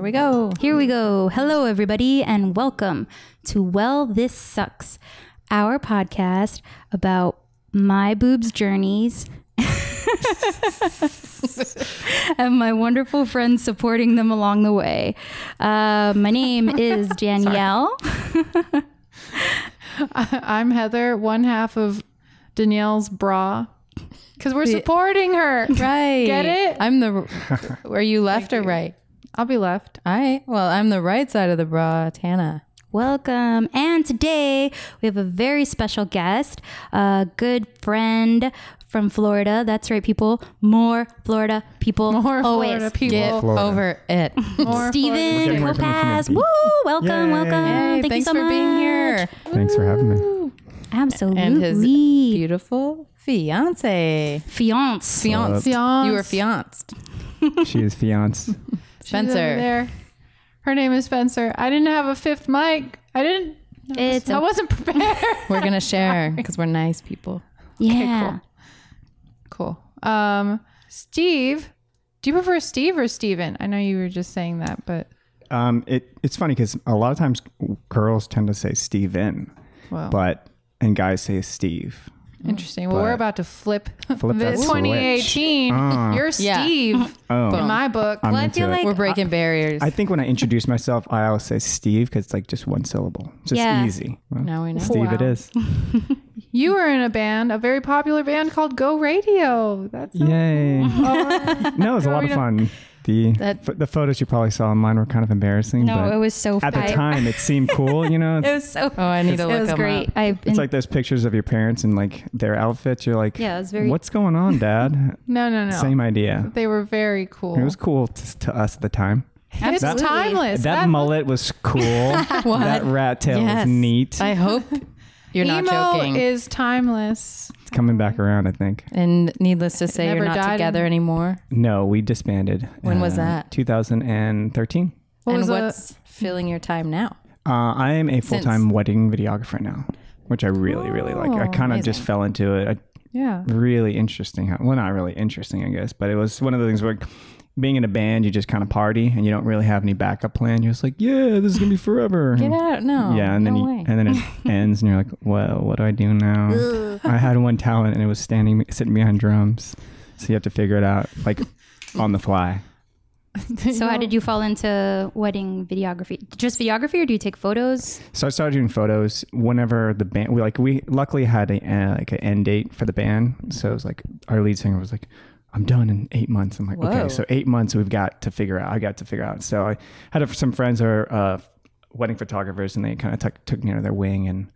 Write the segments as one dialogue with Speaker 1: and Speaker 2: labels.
Speaker 1: we go.
Speaker 2: Here we go. Hello, everybody, and welcome to Well This Sucks, our podcast about my boobs journeys and my wonderful friends supporting them along the way. Uh, my name is Danielle.
Speaker 1: I, am Heather, one half of Danielle's bra. Because we're supporting her.
Speaker 3: Right.
Speaker 1: Get it?
Speaker 3: I'm the. Are you left or right?
Speaker 1: I'll be left.
Speaker 3: All right. Well, I'm the right side of the bra, Tana.
Speaker 2: Welcome. And today we have a very special guest, a good friend from Florida. That's right, people. More Florida people.
Speaker 1: More
Speaker 2: always.
Speaker 1: Florida
Speaker 3: Get
Speaker 1: people.
Speaker 4: Florida.
Speaker 3: over it.
Speaker 1: More Florida.
Speaker 4: We're
Speaker 2: Steven
Speaker 4: getting more
Speaker 2: Copas.
Speaker 4: coming from
Speaker 2: Woo!
Speaker 4: the
Speaker 2: Welcome,
Speaker 4: Yay.
Speaker 2: welcome.
Speaker 3: Hey,
Speaker 2: Thank
Speaker 3: thanks
Speaker 2: you so
Speaker 3: for
Speaker 2: much.
Speaker 3: being here.
Speaker 4: Thanks for having me.
Speaker 2: Absolutely.
Speaker 3: And his beautiful fiance.
Speaker 2: fiance.
Speaker 3: Fiance.
Speaker 1: Fiance.
Speaker 3: You were fianced.
Speaker 4: She is fiancé.
Speaker 1: She's over
Speaker 3: Spencer.
Speaker 1: There. Her name is Spencer. I didn't have a fifth mic. I didn't.
Speaker 2: It's
Speaker 1: I
Speaker 2: a,
Speaker 1: wasn't prepared.
Speaker 3: We're going to share because we're nice people.
Speaker 2: yeah.
Speaker 1: cool. Um, Steve, do you prefer Steve or Steven? I know you were just saying that, but
Speaker 4: Um, it, it's funny because a lot of times girls tend to say Steven,
Speaker 1: well,
Speaker 4: but and guys say Steve.
Speaker 1: interesting. Well, we're about to flip,
Speaker 4: Flip
Speaker 1: the
Speaker 4: that switch.
Speaker 1: 2018.
Speaker 4: Ah.
Speaker 1: You're
Speaker 3: Yeah.
Speaker 1: Steve
Speaker 4: Oh,
Speaker 1: in my book.
Speaker 4: I'm
Speaker 2: Well, I
Speaker 4: into
Speaker 2: feel
Speaker 4: it.
Speaker 2: like
Speaker 3: We're breaking barriers.
Speaker 4: I think when I introduce myself, I always say Steve because it's like just one syllable. It's just
Speaker 2: Yeah.
Speaker 4: easy. Well,
Speaker 3: now we know.
Speaker 4: Steve, it
Speaker 1: Wow.
Speaker 4: is.
Speaker 1: You were in a band, a very popular band called Go Radio. That's
Speaker 4: Yay! no, it was a lot of fun. The
Speaker 3: That-
Speaker 4: f- the photos you probably saw online were kind of embarrassing,
Speaker 2: No,
Speaker 4: but
Speaker 2: it was so
Speaker 4: at the
Speaker 2: funny.
Speaker 4: time it seemed cool. You know,
Speaker 2: It was so.
Speaker 3: Oh, I need to
Speaker 2: it
Speaker 3: look
Speaker 2: was
Speaker 3: them
Speaker 2: great.
Speaker 3: up.
Speaker 2: I
Speaker 4: it's like those pictures of your parents in like their outfits. You're like,
Speaker 2: Yeah, it was very-
Speaker 4: What's going on, Dad?
Speaker 1: no, no, no.
Speaker 4: Same idea.
Speaker 1: They were very cool.
Speaker 4: It was cool to, to us at the time.
Speaker 1: it's
Speaker 2: Absolutely.
Speaker 1: timeless.
Speaker 4: that mullet was cool. that rat tail
Speaker 3: Yes.
Speaker 4: was neat.
Speaker 3: I hope you're not
Speaker 1: emo
Speaker 3: joking.
Speaker 1: is timeless.
Speaker 4: it's coming back around, I think.
Speaker 3: and needless to say, you're
Speaker 1: never
Speaker 3: not
Speaker 1: died
Speaker 3: together anymore.
Speaker 4: No, we disbanded.
Speaker 3: When was that?
Speaker 4: 2013.
Speaker 1: What
Speaker 3: and
Speaker 1: was the-
Speaker 3: what's filling your time now?
Speaker 4: Uh, I am a full time wedding videographer now, which I really, really like. I
Speaker 1: Oh,
Speaker 4: kind of just fell into it. I,
Speaker 1: Yeah.
Speaker 4: really interesting. how- Well, not really interesting, I guess, but it was one of the things where being in a band, you just kind of party and you don't really have any backup plan. You're just like, yeah, this is going to be forever.
Speaker 3: Get out. No.
Speaker 4: yeah, and then
Speaker 3: no
Speaker 4: you,
Speaker 3: way.
Speaker 4: and then it ends, and you're like, "Well, what do I do now?" I had one talent, and it was standing, sitting behind drums, so you have to figure it out like on the fly.
Speaker 2: So, how did you fall into wedding videography? Just videography, or do you take photos?
Speaker 4: So I started doing photos whenever the band. We like we luckily had a uh, like an end date for the band, so it was like our lead singer was like, "I'm done in eight months." I'm like,
Speaker 3: Whoa.
Speaker 4: "Okay, so eight months we've got to figure out. I got to figure out." So I had a, some friends who are uh, wedding photographers, and they kind of took took me under their wing and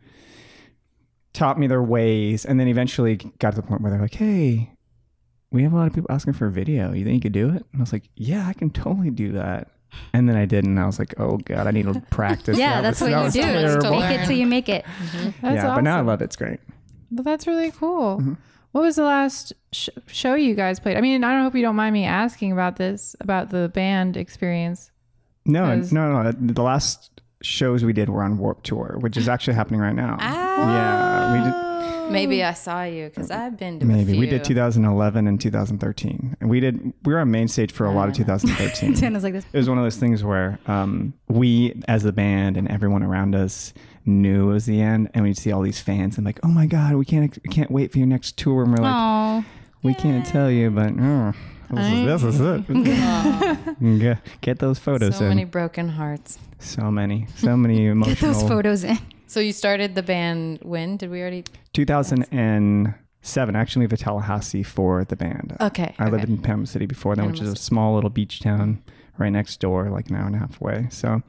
Speaker 4: taught me their ways, and then eventually got to the point where they're like, "Hey." We have a lot of people asking for video. You think you could do it? And I was like, Yeah, I can totally do that. And then I did, and I was what I was like, "Oh God, I need to practice."
Speaker 2: yeah,
Speaker 4: That
Speaker 2: that's
Speaker 4: was- that
Speaker 2: what
Speaker 4: was
Speaker 2: you do.
Speaker 3: is to
Speaker 4: terrible
Speaker 2: Make it till you make it.
Speaker 1: That's
Speaker 4: yeah, but now I
Speaker 1: awesome.
Speaker 4: love Mm-hmm. it. It's great.
Speaker 1: Well, that's really cool. What was the last sh- show you guys played? I mean, I don't hope you don't mind me asking about this, about the band experience.
Speaker 4: No,
Speaker 1: Because-
Speaker 4: no, no. The last shows we did were on Warp Tour, which is actually happening right now. Yeah, we did.
Speaker 3: Maybe I saw you because I've been to
Speaker 4: Maybe we did 2011 and 2013, and we did. We were on main stage for a lot of 2013.
Speaker 2: Tana's like this.
Speaker 4: It was one of those things where um, we, as a band, and everyone around us knew it was the end, and we'd see all these fans and like, oh my god, we can't, we can't wait for your next tour, and we're like,
Speaker 2: Oh,
Speaker 4: we can't tell you, but uh, this, is, this is it. Get- Get those photos
Speaker 3: So
Speaker 4: in.
Speaker 3: many broken hearts.
Speaker 4: So many, so many emotional.
Speaker 2: get those photos in.
Speaker 3: So you started the band when? Did we already?
Speaker 4: 2007. I Actually, moved to Tallahassee for the band.
Speaker 3: Okay.
Speaker 4: I
Speaker 3: Oh, okay.
Speaker 4: lived in Panama City before then, which is
Speaker 3: Panama
Speaker 4: a small little beach town right next door, like an hour and a half away. So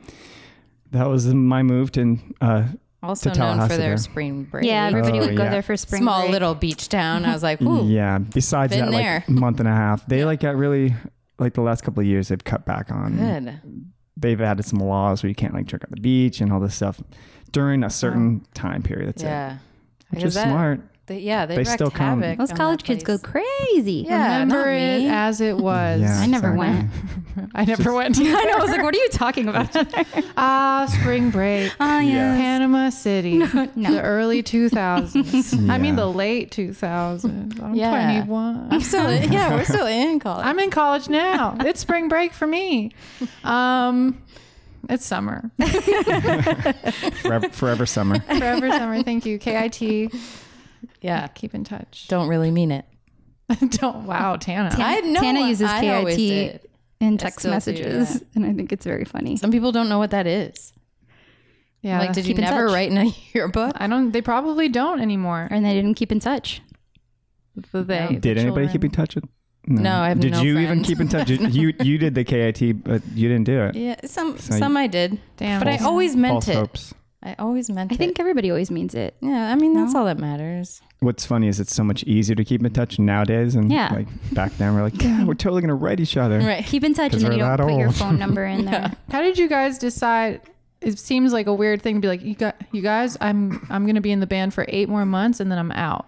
Speaker 4: that was my move to. Uh,
Speaker 3: also
Speaker 4: to
Speaker 3: known for
Speaker 4: Tallahassee
Speaker 3: their
Speaker 4: there.
Speaker 3: spring break.
Speaker 2: Yeah, everybody
Speaker 4: Oh,
Speaker 2: would go
Speaker 4: yeah.
Speaker 2: there for spring.
Speaker 3: small
Speaker 2: break.
Speaker 3: little beach town. I was like, ooh,
Speaker 4: yeah. Besides
Speaker 3: Been
Speaker 4: that,
Speaker 3: there.
Speaker 4: like month and a half, they like got really like the last couple of years they've cut back on.
Speaker 3: good.
Speaker 4: They've added some laws where you can't like drink on the beach and all this stuff during a certain time period. That's it.
Speaker 3: Yeah,
Speaker 4: Which
Speaker 3: Because
Speaker 4: is
Speaker 3: that-
Speaker 4: smart.
Speaker 3: They, yeah, they,
Speaker 4: They
Speaker 3: wrecked
Speaker 4: still come.
Speaker 3: havoc
Speaker 2: Those
Speaker 3: on
Speaker 2: college
Speaker 3: that
Speaker 2: kids go
Speaker 3: place.
Speaker 2: crazy.
Speaker 3: Yeah,
Speaker 1: Remember
Speaker 3: not
Speaker 1: it
Speaker 3: me.
Speaker 1: as it was.
Speaker 2: I never went.
Speaker 1: I never went.
Speaker 2: I know. I was like, what are you talking about?
Speaker 1: Ah, spring break.
Speaker 2: oh, yeah.
Speaker 1: Panama City.
Speaker 2: no.
Speaker 1: The early 2000s. I mean,
Speaker 4: Yeah.
Speaker 1: the late 2000s. I'm
Speaker 3: Yeah.
Speaker 1: 21.
Speaker 3: Still, yeah, we're still in college.
Speaker 1: I'm in college now. It's spring break for me. Um, it's summer.
Speaker 4: Forever, forever summer.
Speaker 1: Forever summer. Thank you. KIT.
Speaker 3: yeah,
Speaker 1: Keep in touch.
Speaker 3: don't really mean it.
Speaker 1: Don't. Wow, Tana.
Speaker 3: I know.
Speaker 2: Tana uses
Speaker 3: I always
Speaker 2: KIT
Speaker 3: did.
Speaker 2: in
Speaker 3: I
Speaker 2: text
Speaker 3: still do,
Speaker 2: messages, and I think it's very funny.
Speaker 3: Some people don't know what that is.
Speaker 1: yeah.
Speaker 3: like, did you
Speaker 2: keep in
Speaker 3: never
Speaker 2: touch.
Speaker 3: write in a yearbook?
Speaker 1: I don't. They probably don't anymore.
Speaker 2: and they didn't keep in touch.
Speaker 1: The they. the
Speaker 4: Did anybody keep in
Speaker 1: children.
Speaker 4: touch with?
Speaker 3: No, I have
Speaker 4: Did
Speaker 3: no
Speaker 4: you even
Speaker 3: friends.
Speaker 4: keep in touch? You- You you did the KIT, but you didn't do it.
Speaker 3: Yeah, some
Speaker 4: you-
Speaker 3: some I did,
Speaker 1: Damn.
Speaker 3: but I
Speaker 1: False-
Speaker 3: always meant
Speaker 4: False
Speaker 3: it.
Speaker 4: hopes.
Speaker 3: I always meant
Speaker 2: I
Speaker 3: it.
Speaker 2: think everybody always means it.
Speaker 3: Yeah, I mean that's all that matters.
Speaker 4: What's funny is it's so much easier to keep in touch nowadays, and
Speaker 2: Yeah.
Speaker 4: like back then we're like, yeah, we're totally gonna write each other.
Speaker 3: Right.
Speaker 2: Keep in touch, and
Speaker 4: 'Cause
Speaker 2: then you
Speaker 4: we're
Speaker 2: don't
Speaker 4: that
Speaker 2: put your
Speaker 4: old.
Speaker 2: phone number in there.
Speaker 1: How did you guys decide? It seems like a weird thing to be like, you got you guys. I'm I'm gonna be in the band for eight more months and then I'm out.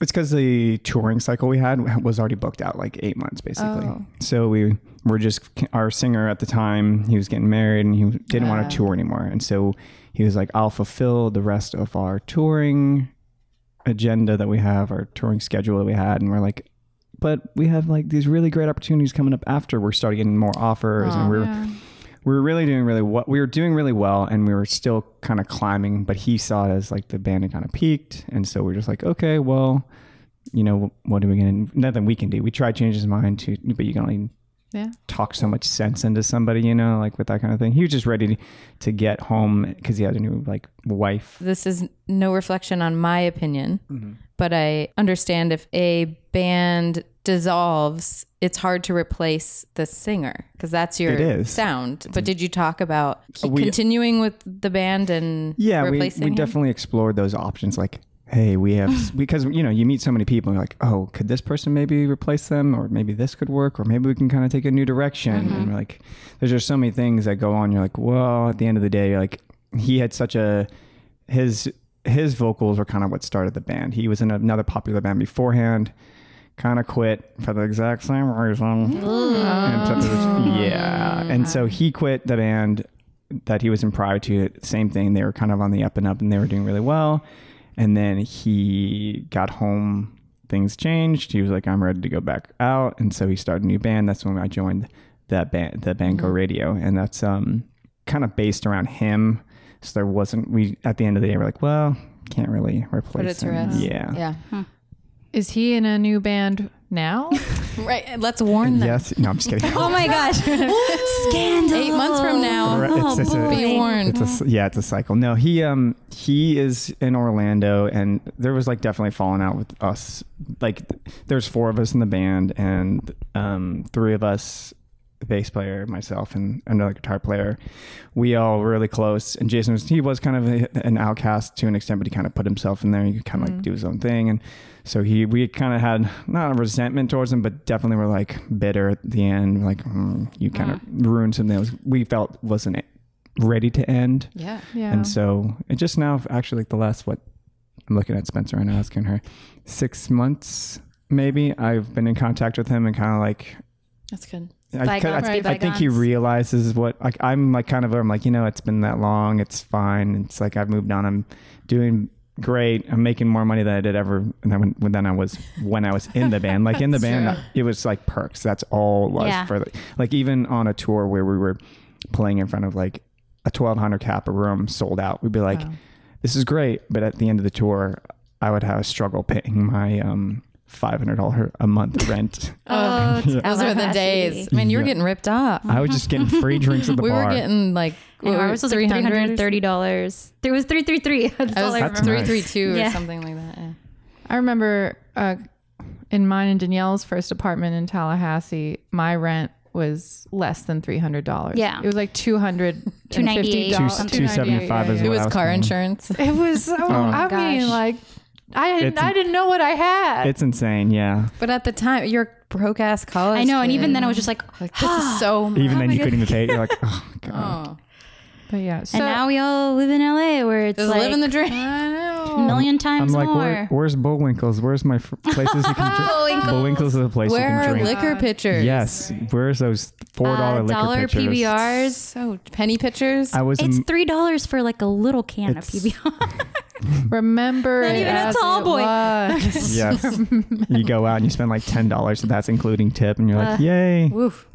Speaker 4: It's because the touring cycle we had was already booked out like eight months basically.
Speaker 1: Oh.
Speaker 4: So we were just our singer at the time. He was getting married and he didn't want to tour anymore. And so he was like, "I'll fulfill the rest of our touring agenda that we have, our touring schedule that we had." And we're like, "But we have like these really great opportunities coming up after. We're starting getting more offers, and we're we were really doing really well. We were doing really well, and we were still kind of climbing. But he saw it as like the band had kind of peaked, and so we are just like, okay, well, you know, what are we gonna? Nothing we can do. We tried changing his mind to, but you can only
Speaker 1: Yeah.
Speaker 4: talk so much sense into somebody, you know, like with that kind of thing. He was just ready to, to get home because he had a new like wife.
Speaker 3: This is no reflection on my opinion,
Speaker 4: Mm-hmm.
Speaker 3: but I understand if a band dissolves, it's hard to replace the singer because that's your
Speaker 4: It is. Mm-hmm. Uh,
Speaker 3: sound. But did you talk about keep
Speaker 4: We-
Speaker 3: continuing with the band and
Speaker 4: Yeah, we,
Speaker 3: replacing
Speaker 4: we
Speaker 3: him?
Speaker 4: definitely explored those options. Like, hey, we have because you know you meet so many people, and you're like, oh, could this person maybe replace them, or maybe this could work, or maybe we can kind of take a new direction.
Speaker 3: Mm-hmm.
Speaker 4: And we're like, there's just so many things that go on. You're like, well, at the end of the day, you're like he had such a his his vocals were kind of what started the band. He was in another popular band beforehand. Kind of quit for the exact same
Speaker 3: Mm-hmm.
Speaker 4: reason. And so
Speaker 3: Oh.
Speaker 4: there's- yeah. And so he quit the band that he was in prior to. Same thing. They were kind of on the up and up and they were doing really well. And then he got home. Things changed. He was like, I'm ready to go back out. And so he started a new band. That's when I joined that band, the band
Speaker 3: Mm-hmm.
Speaker 4: Go Radio. And that's um kind of based around him. So there wasn't, we, at the end of the day, we're like, well, can't really replace
Speaker 3: Put it to
Speaker 4: him.
Speaker 3: rest.
Speaker 4: Yeah.
Speaker 3: Yeah.
Speaker 1: Is he in a new band now?
Speaker 3: Right. and Let's warn them.
Speaker 4: Yes. No, I'm just kidding.
Speaker 2: Oh my gosh. Scandal.
Speaker 3: Eight months from now,
Speaker 4: Right, it's- it's a-
Speaker 3: be warned.
Speaker 4: It's a s yeah, it's a cycle. No, he um he is in Orlando, and there was like definitely falling out with us. Like th- there's four of us in the band, and um three of us, the bass player, myself, and another guitar player, we all were really close. And Jason was he was kind of a, an outcast to an extent, but he kind of put himself in there. He could kind of like do his own thing, and so he we kind of had not a resentment towards him, but definitely were like bitter at the end. Like mm, you kind of ruined something that was, we felt wasn't ready to end.
Speaker 3: Yeah.
Speaker 1: Yeah.
Speaker 4: And so and just now, actually, like the last what I'm looking at Spencer and asking her six months maybe. I've been in contact with him and kind of like.
Speaker 3: That's good.
Speaker 4: I, 'cause I,
Speaker 2: Bygones be
Speaker 4: I think he
Speaker 2: bygones.
Speaker 4: realizes what like I'm like kind of I'm like you know it's been that long it's fine it's like I've moved on I'm doing great I'm making more money than I did ever and then when than I was when I was in the band like in the band it was like perks that's all it was
Speaker 2: Yeah.
Speaker 4: for the, like even on a tour where we were playing in front of like a 1200 cap room sold out we'd be like
Speaker 3: Oh.
Speaker 4: this is great but at the end of the tour I would have a struggle paying my um $500 a month rent
Speaker 2: Oh,
Speaker 3: Those are the days. Man, you were
Speaker 4: Yeah.
Speaker 3: getting ripped off.
Speaker 4: I was just getting free drinks at the
Speaker 3: we
Speaker 4: bar.
Speaker 3: were getting like
Speaker 2: And ours was like
Speaker 3: $300.
Speaker 2: $330. There was 333 That's
Speaker 3: I
Speaker 2: all I
Speaker 3: was
Speaker 4: That's
Speaker 2: remember.
Speaker 3: three
Speaker 4: nice.
Speaker 3: three two
Speaker 2: Yeah.
Speaker 3: or something like that. Yeah.
Speaker 1: I remember uh, in mine and Danielle's first apartment in Tallahassee, my rent was less than three hundred dollars.
Speaker 2: Yeah.
Speaker 1: it was like two hundred two ninety
Speaker 2: $298.
Speaker 1: dollars.
Speaker 2: Two-
Speaker 4: two seventy five is
Speaker 3: It
Speaker 4: what I
Speaker 3: was
Speaker 4: was
Speaker 3: car
Speaker 4: paying.
Speaker 3: insurance.
Speaker 1: It was. Oh, I mean,
Speaker 2: gosh.
Speaker 1: like, I didn't.
Speaker 4: It's-
Speaker 1: I didn't know what I had.
Speaker 4: It's insane, yeah.
Speaker 3: But at the time, you're a broke ass college.
Speaker 2: I know. And even
Speaker 3: kid.
Speaker 2: then, I was just like,
Speaker 3: like, this is so much.
Speaker 4: Even then, you couldn't even pay. it. You're like, oh god.
Speaker 3: Oh.
Speaker 1: But yeah. So
Speaker 2: and now we all live in LA where it's
Speaker 3: Just
Speaker 2: like,
Speaker 3: living the dream.
Speaker 1: I know.
Speaker 2: million times
Speaker 4: I'm like,
Speaker 2: more.
Speaker 4: where, where's Bullwinkle's? Where's my fr- places you
Speaker 3: oh,
Speaker 4: can drink? Bullwinkle's is a place
Speaker 3: Where
Speaker 4: you
Speaker 3: are
Speaker 4: can drink.
Speaker 3: liquor pitchers?
Speaker 4: Yes, where's those four dollar
Speaker 2: Uh,
Speaker 4: liquor
Speaker 2: dollar
Speaker 4: pitchers?
Speaker 2: PBRs.
Speaker 3: So penny pitchers.
Speaker 4: I was
Speaker 2: It's
Speaker 4: m-
Speaker 2: three dollars for like a little can of
Speaker 4: It's-
Speaker 2: PBR.
Speaker 1: Remember
Speaker 2: Not
Speaker 1: it
Speaker 2: even a
Speaker 1: as
Speaker 2: tall
Speaker 1: it
Speaker 2: boy.
Speaker 1: was.
Speaker 4: yes. you go out and you spend like ten dollars, so that's including tip, and you're
Speaker 2: Uh,
Speaker 4: like, yay,
Speaker 2: Woof.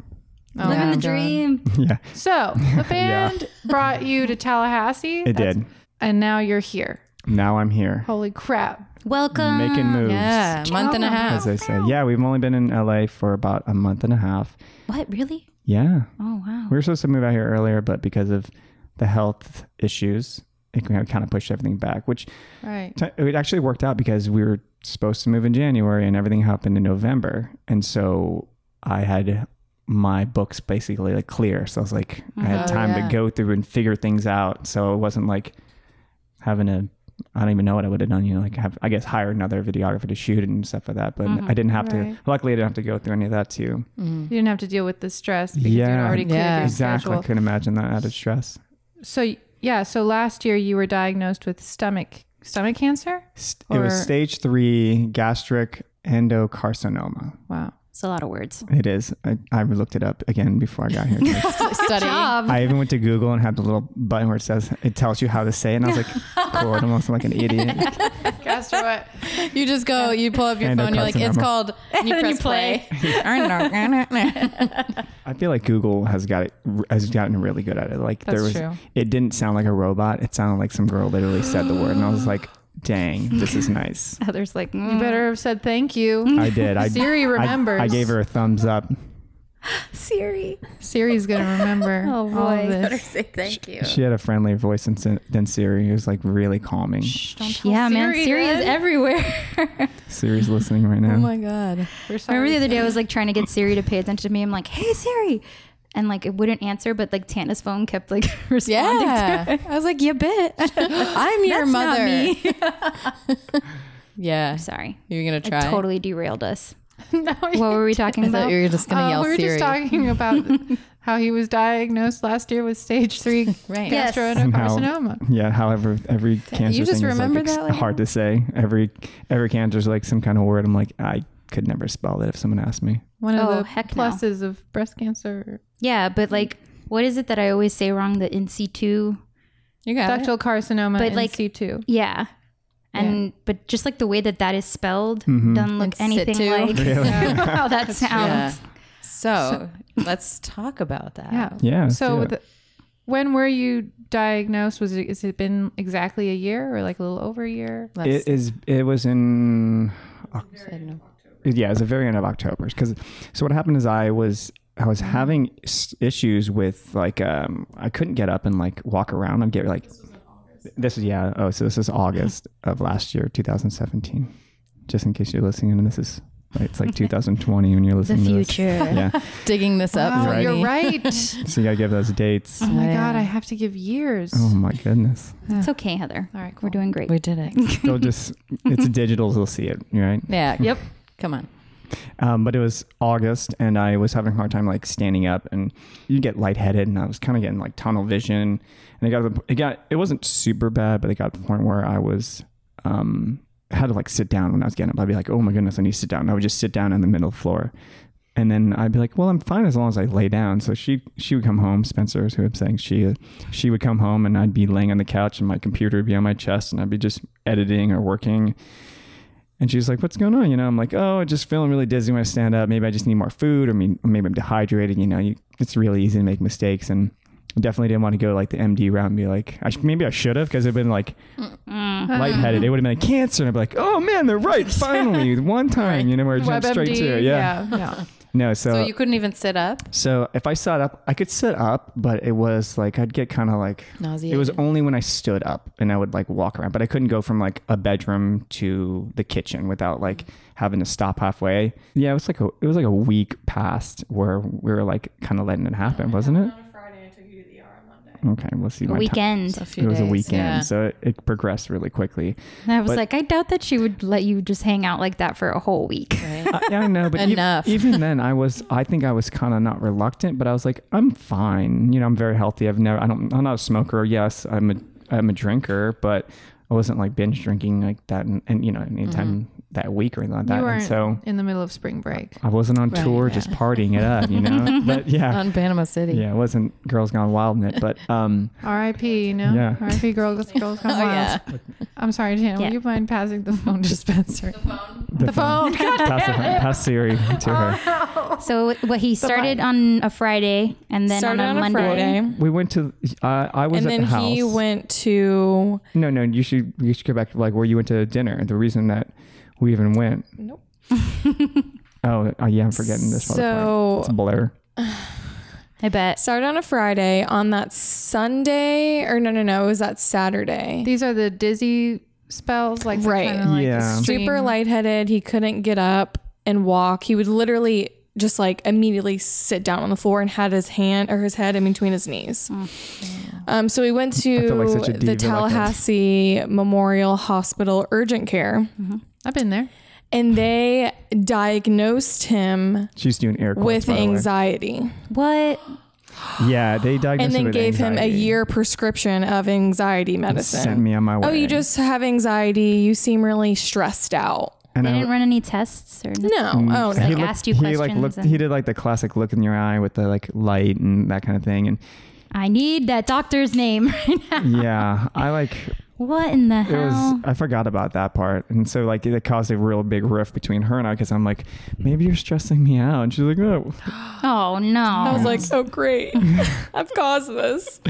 Speaker 1: Oh
Speaker 2: Living
Speaker 1: my
Speaker 2: the
Speaker 1: God.
Speaker 2: dream.
Speaker 4: yeah,
Speaker 1: So the band brought you to Tallahassee.
Speaker 4: it
Speaker 1: That's-
Speaker 4: did.
Speaker 1: And now you're here.
Speaker 4: Now I'm here,
Speaker 2: Oh,
Speaker 1: Holy crap.
Speaker 2: Welcome.
Speaker 4: making moves.
Speaker 3: yeah, month and a
Speaker 4: As
Speaker 3: half.
Speaker 4: I said, yeah, we've only been in LA for about a month and a half.
Speaker 2: What really?
Speaker 4: Yeah,
Speaker 2: Oh wow.
Speaker 4: we were supposed to move out here earlier, but because of the health issues, it kind of pushed everything back, which
Speaker 1: Right.
Speaker 4: t- it actually worked out because we were supposed to move in January and everything happened in November. And so I had my books basically like clear. So I was like, I had
Speaker 3: Oh,
Speaker 4: time
Speaker 3: yeah.
Speaker 4: to go through and figure things out. So it wasn't like having a, I don't even know what I would have done, you know, like have, I guess hire another videographer to shoot and stuff like that. But I didn't have
Speaker 1: Right.
Speaker 4: to, luckily I didn't have to go through any of that too.
Speaker 1: You didn't have to deal with the stress because you
Speaker 4: Yeah.
Speaker 1: had already cleared
Speaker 3: Yeah.
Speaker 1: your
Speaker 4: exactly. I
Speaker 1: schedule.
Speaker 4: couldn't imagine that added stress.
Speaker 1: So yeah, so last year you were diagnosed with stomach stomach cancer?
Speaker 4: St- it was
Speaker 1: Or-
Speaker 4: stage three gastric endocarcinoma.
Speaker 1: Wow.
Speaker 2: It's a lot of words.
Speaker 4: It is. I, I looked it up again before I got here.
Speaker 3: Studying.
Speaker 4: I even went to Google and had the little button where it says it tells you how to say it, and I was like, cool, I'm almost like an idiot.
Speaker 1: Castor what?
Speaker 3: You just go, you pull up your
Speaker 4: And a
Speaker 3: phone, you're like, it's
Speaker 4: carcinoma.
Speaker 3: called, and you press play. Oh
Speaker 4: I feel like Google has got it has gotten really good at it. Like there was,
Speaker 1: That's true.
Speaker 4: it didn't sound like a robot. It sounded like some girl literally said the word, and I was like, dang, this is nice.
Speaker 2: Others like
Speaker 1: You
Speaker 2: mm.
Speaker 1: better have said thank you.
Speaker 4: I did. I
Speaker 1: Siri remembers.
Speaker 4: I, I gave her a thumbs up.
Speaker 2: Siri.
Speaker 1: Siri's gonna remember
Speaker 2: Oh
Speaker 1: all
Speaker 2: boy.
Speaker 1: of this.
Speaker 3: say thank you.
Speaker 4: She had a friendlier voice than, than Siri. It was like really calming.
Speaker 2: yeah, man.
Speaker 1: Siri
Speaker 2: Siri is
Speaker 1: then.
Speaker 2: everywhere.
Speaker 4: Siri's listening right now.
Speaker 3: Oh my God.
Speaker 1: We're
Speaker 2: Remember the
Speaker 1: sorry.
Speaker 2: other day I was like trying to get Siri to pay attention to me. I'm like, hey Siri. And like it wouldn't answer, but like Tana's phone kept like responding to
Speaker 3: Yeah.
Speaker 2: it.
Speaker 3: I was like, you bitch. I'm your
Speaker 2: That's not
Speaker 3: mother.
Speaker 2: me.
Speaker 3: Yeah.
Speaker 2: Sorry.
Speaker 3: You're going to try.
Speaker 2: I totally derailed us.
Speaker 1: No,
Speaker 2: What were we talking
Speaker 3: I thought
Speaker 2: about?
Speaker 3: you were just going to
Speaker 1: uh,
Speaker 3: yell
Speaker 1: we were
Speaker 3: Siri.
Speaker 1: just talking about how he was diagnosed last year with stage three
Speaker 3: Right.
Speaker 2: Yes.
Speaker 1: gastroendocarcinoma.
Speaker 4: Yeah, however, every cancer
Speaker 3: just
Speaker 4: thing
Speaker 3: remember
Speaker 4: is like ex-
Speaker 3: that, like-
Speaker 4: hard to say. Every every cancer's like some kind of word. I'm like, I could never spell that if someone asked me.
Speaker 1: One of
Speaker 2: Oh,
Speaker 1: the
Speaker 2: heck no.
Speaker 1: pluses of breast cancer,
Speaker 2: yeah, but like what is it that I always say wrong? The NC2?
Speaker 3: You got it.
Speaker 1: ductal carcinoma,
Speaker 2: But,
Speaker 1: in
Speaker 2: like,
Speaker 1: C2.
Speaker 2: Yeah. And but just like the way that that is spelled doesn't look
Speaker 3: And sit
Speaker 2: anything
Speaker 3: too.
Speaker 2: like
Speaker 4: Really?
Speaker 2: how that
Speaker 3: Yeah.
Speaker 2: sounds.
Speaker 3: So let's talk about that.
Speaker 1: Yeah.
Speaker 4: Yeah, let's
Speaker 1: So
Speaker 4: do it.
Speaker 1: with the, when were you diagnosed? Was it, has it been exactly a year or like a little over a year?
Speaker 3: Let's,
Speaker 4: It is. It was in.
Speaker 3: I don't know.
Speaker 4: Yeah, it was the very end of October. Because so what happened is I was I was
Speaker 3: Mm-hmm.
Speaker 4: having s- issues with like um I couldn't get up and like walk around. I'm getting like this is yeah oh so this is August of last year 2017. Just in case you're listening and this is it's like 2020 when you're listening to this. Yeah.
Speaker 3: digging this up.
Speaker 1: Wow,
Speaker 3: for
Speaker 4: Right.
Speaker 1: Oh, you're
Speaker 3: me.
Speaker 1: right.
Speaker 4: So you gotta give those dates.
Speaker 1: oh my
Speaker 3: Yeah.
Speaker 1: God, I have to give years.
Speaker 4: Oh my goodness.
Speaker 2: It's okay, Heather.
Speaker 1: All right,
Speaker 2: We're
Speaker 1: cool.
Speaker 2: doing great.
Speaker 3: We did it.
Speaker 4: They'll just it's digital, they'll see it, right?
Speaker 3: Yeah. Yep. Come on.
Speaker 4: Um, but it was August and I was having a hard time like standing up and you get lightheaded and I was kind of getting like tunnel vision and it got to the, it got it wasn't super bad but it got to the point where I was um had to like sit down when I was getting up I'd be like oh my goodness I need to sit down and I would just sit down on the middle floor and then I'd be like well I'm fine as long as I lay down so she she would come home Spencer is who I'm saying she she would come home and I'd be laying on the couch and my computer would be on my chest and I'd be just editing or working and she's like, "What's going on?" You know, I'm like, "Oh, just feeling really dizzy when I stand up. Maybe I just need more food, or me- maybe I'm dehydrated." You know, you, it's really easy to make mistakes, and I definitely didn't want to go like the MD route and be like, I sh- "Maybe I should have," because I've been like lightheaded. It would have been like cancer, and I'd be like, "Oh man, they're right. Finally, one time." You know, where it jumped straight
Speaker 1: WebMD,
Speaker 4: to. Yeah.
Speaker 1: yeah. yeah.
Speaker 4: No, so
Speaker 3: So you couldn't even sit up.
Speaker 4: so if I sat up, I could sit up, but it was like I'd get kind of like
Speaker 3: Nauseated.
Speaker 4: It was only when I stood up and I would like walk around, but I couldn't go from like a bedroom to the kitchen without
Speaker 3: Mm.
Speaker 4: like having to stop halfway. Yeah, it was like a it was like a week past where we were like kind of letting it happen, wasn't it? Okay, we'll see.
Speaker 2: A
Speaker 4: my ti-
Speaker 2: weekend.
Speaker 3: A few
Speaker 4: It was a
Speaker 3: days,
Speaker 4: weekend,
Speaker 3: yeah.
Speaker 4: so it, it progressed really quickly.
Speaker 2: And I was
Speaker 4: But-
Speaker 2: like, I doubt that she would let you just hang out like that for a whole week.
Speaker 4: I, I don't know, but e-
Speaker 3: Enough.
Speaker 4: even then, I was. I think I was kind of not reluctant, but I was like, I'm fine. You know, I'm very healthy. I've never. I don't. I'm not a smoker. Yes, I'm a. I'm a drinker, but I wasn't like binge drinking like that, and, and you know, anytime that week or anything like that.
Speaker 1: you
Speaker 4: And
Speaker 1: weren't
Speaker 4: so
Speaker 1: in the middle of spring break.
Speaker 4: I wasn't on
Speaker 3: Right,
Speaker 4: tour
Speaker 3: yeah.
Speaker 4: just partying it up, you know. but yeah,
Speaker 3: on Panama City.
Speaker 4: yeah, it wasn't girls gone wild in it, but um,
Speaker 1: R.I.P. You know,
Speaker 4: Yeah.
Speaker 1: R.I.P. Girls, girls come
Speaker 3: Oh,
Speaker 1: wild.
Speaker 3: yeah.
Speaker 1: I'm sorry, Jana.
Speaker 2: Yeah.
Speaker 1: Will you mind passing the phone to Spencer?
Speaker 4: the,
Speaker 1: phone. God
Speaker 4: pass, the,
Speaker 1: damn it.
Speaker 4: pass Siri to her.
Speaker 2: So what he started on a Friday and then
Speaker 5: Started
Speaker 2: on a
Speaker 5: on a
Speaker 2: Monday.
Speaker 5: Friday.
Speaker 4: We went to. Uh, I was
Speaker 5: and
Speaker 4: at
Speaker 5: then
Speaker 4: the house.
Speaker 5: he went to
Speaker 4: No, no. You should. You should go back to like where you went to dinner. The reason that we even went.
Speaker 5: Nope.
Speaker 4: oh, uh, yeah. I'm forgetting this. other
Speaker 5: So-
Speaker 4: part. it's a blur.
Speaker 2: I bet.
Speaker 5: started on a Friday. On that Sunday, or no, no, no, it was that Saturday.
Speaker 1: These are the dizzy spells, like the
Speaker 5: Right.
Speaker 1: kinda, like,
Speaker 4: Yeah.
Speaker 1: extreme-
Speaker 5: super lightheaded. He couldn't get up and walk. He would literally just like immediately sit down on the floor and had his hand or his head in between his knees. Um, so we went
Speaker 4: Oh, I
Speaker 5: to
Speaker 4: feel like such a diva,
Speaker 5: the
Speaker 4: like that.
Speaker 5: Tallahassee Memorial Hospital urgent care,
Speaker 4: Mm-hmm.
Speaker 1: I've been there.
Speaker 5: and they diagnosed him
Speaker 4: She's doing air quotes.
Speaker 5: with
Speaker 4: by the way.
Speaker 5: anxiety,
Speaker 2: What?
Speaker 4: Yeah, they diagnosed
Speaker 5: and
Speaker 4: me
Speaker 5: then
Speaker 4: with
Speaker 5: gave him a
Speaker 4: anxiety.
Speaker 5: year prescription of anxiety medicine.
Speaker 4: Sent me on my way.
Speaker 5: Oh, you just have anxiety. You seem really stressed out.
Speaker 4: and
Speaker 2: They
Speaker 4: I-
Speaker 2: didn't run any tests or nothing.
Speaker 5: No, oh no.
Speaker 2: Like
Speaker 4: Mm, he looked-
Speaker 2: asked you
Speaker 4: he like
Speaker 2: questions
Speaker 4: looked.
Speaker 2: and-
Speaker 4: He did like the classic look in your eye with the like light and that kind of thing. And
Speaker 2: I need that doctor's name right now.
Speaker 4: yeah, I like
Speaker 2: What in the
Speaker 4: it was.
Speaker 2: hell?
Speaker 4: I forgot about that part, and so like it caused a real big rift between her and I because I'm like, maybe you're stressing me out, and she's like, oh,
Speaker 2: oh no.
Speaker 5: I was like, oh, great. I've caused this.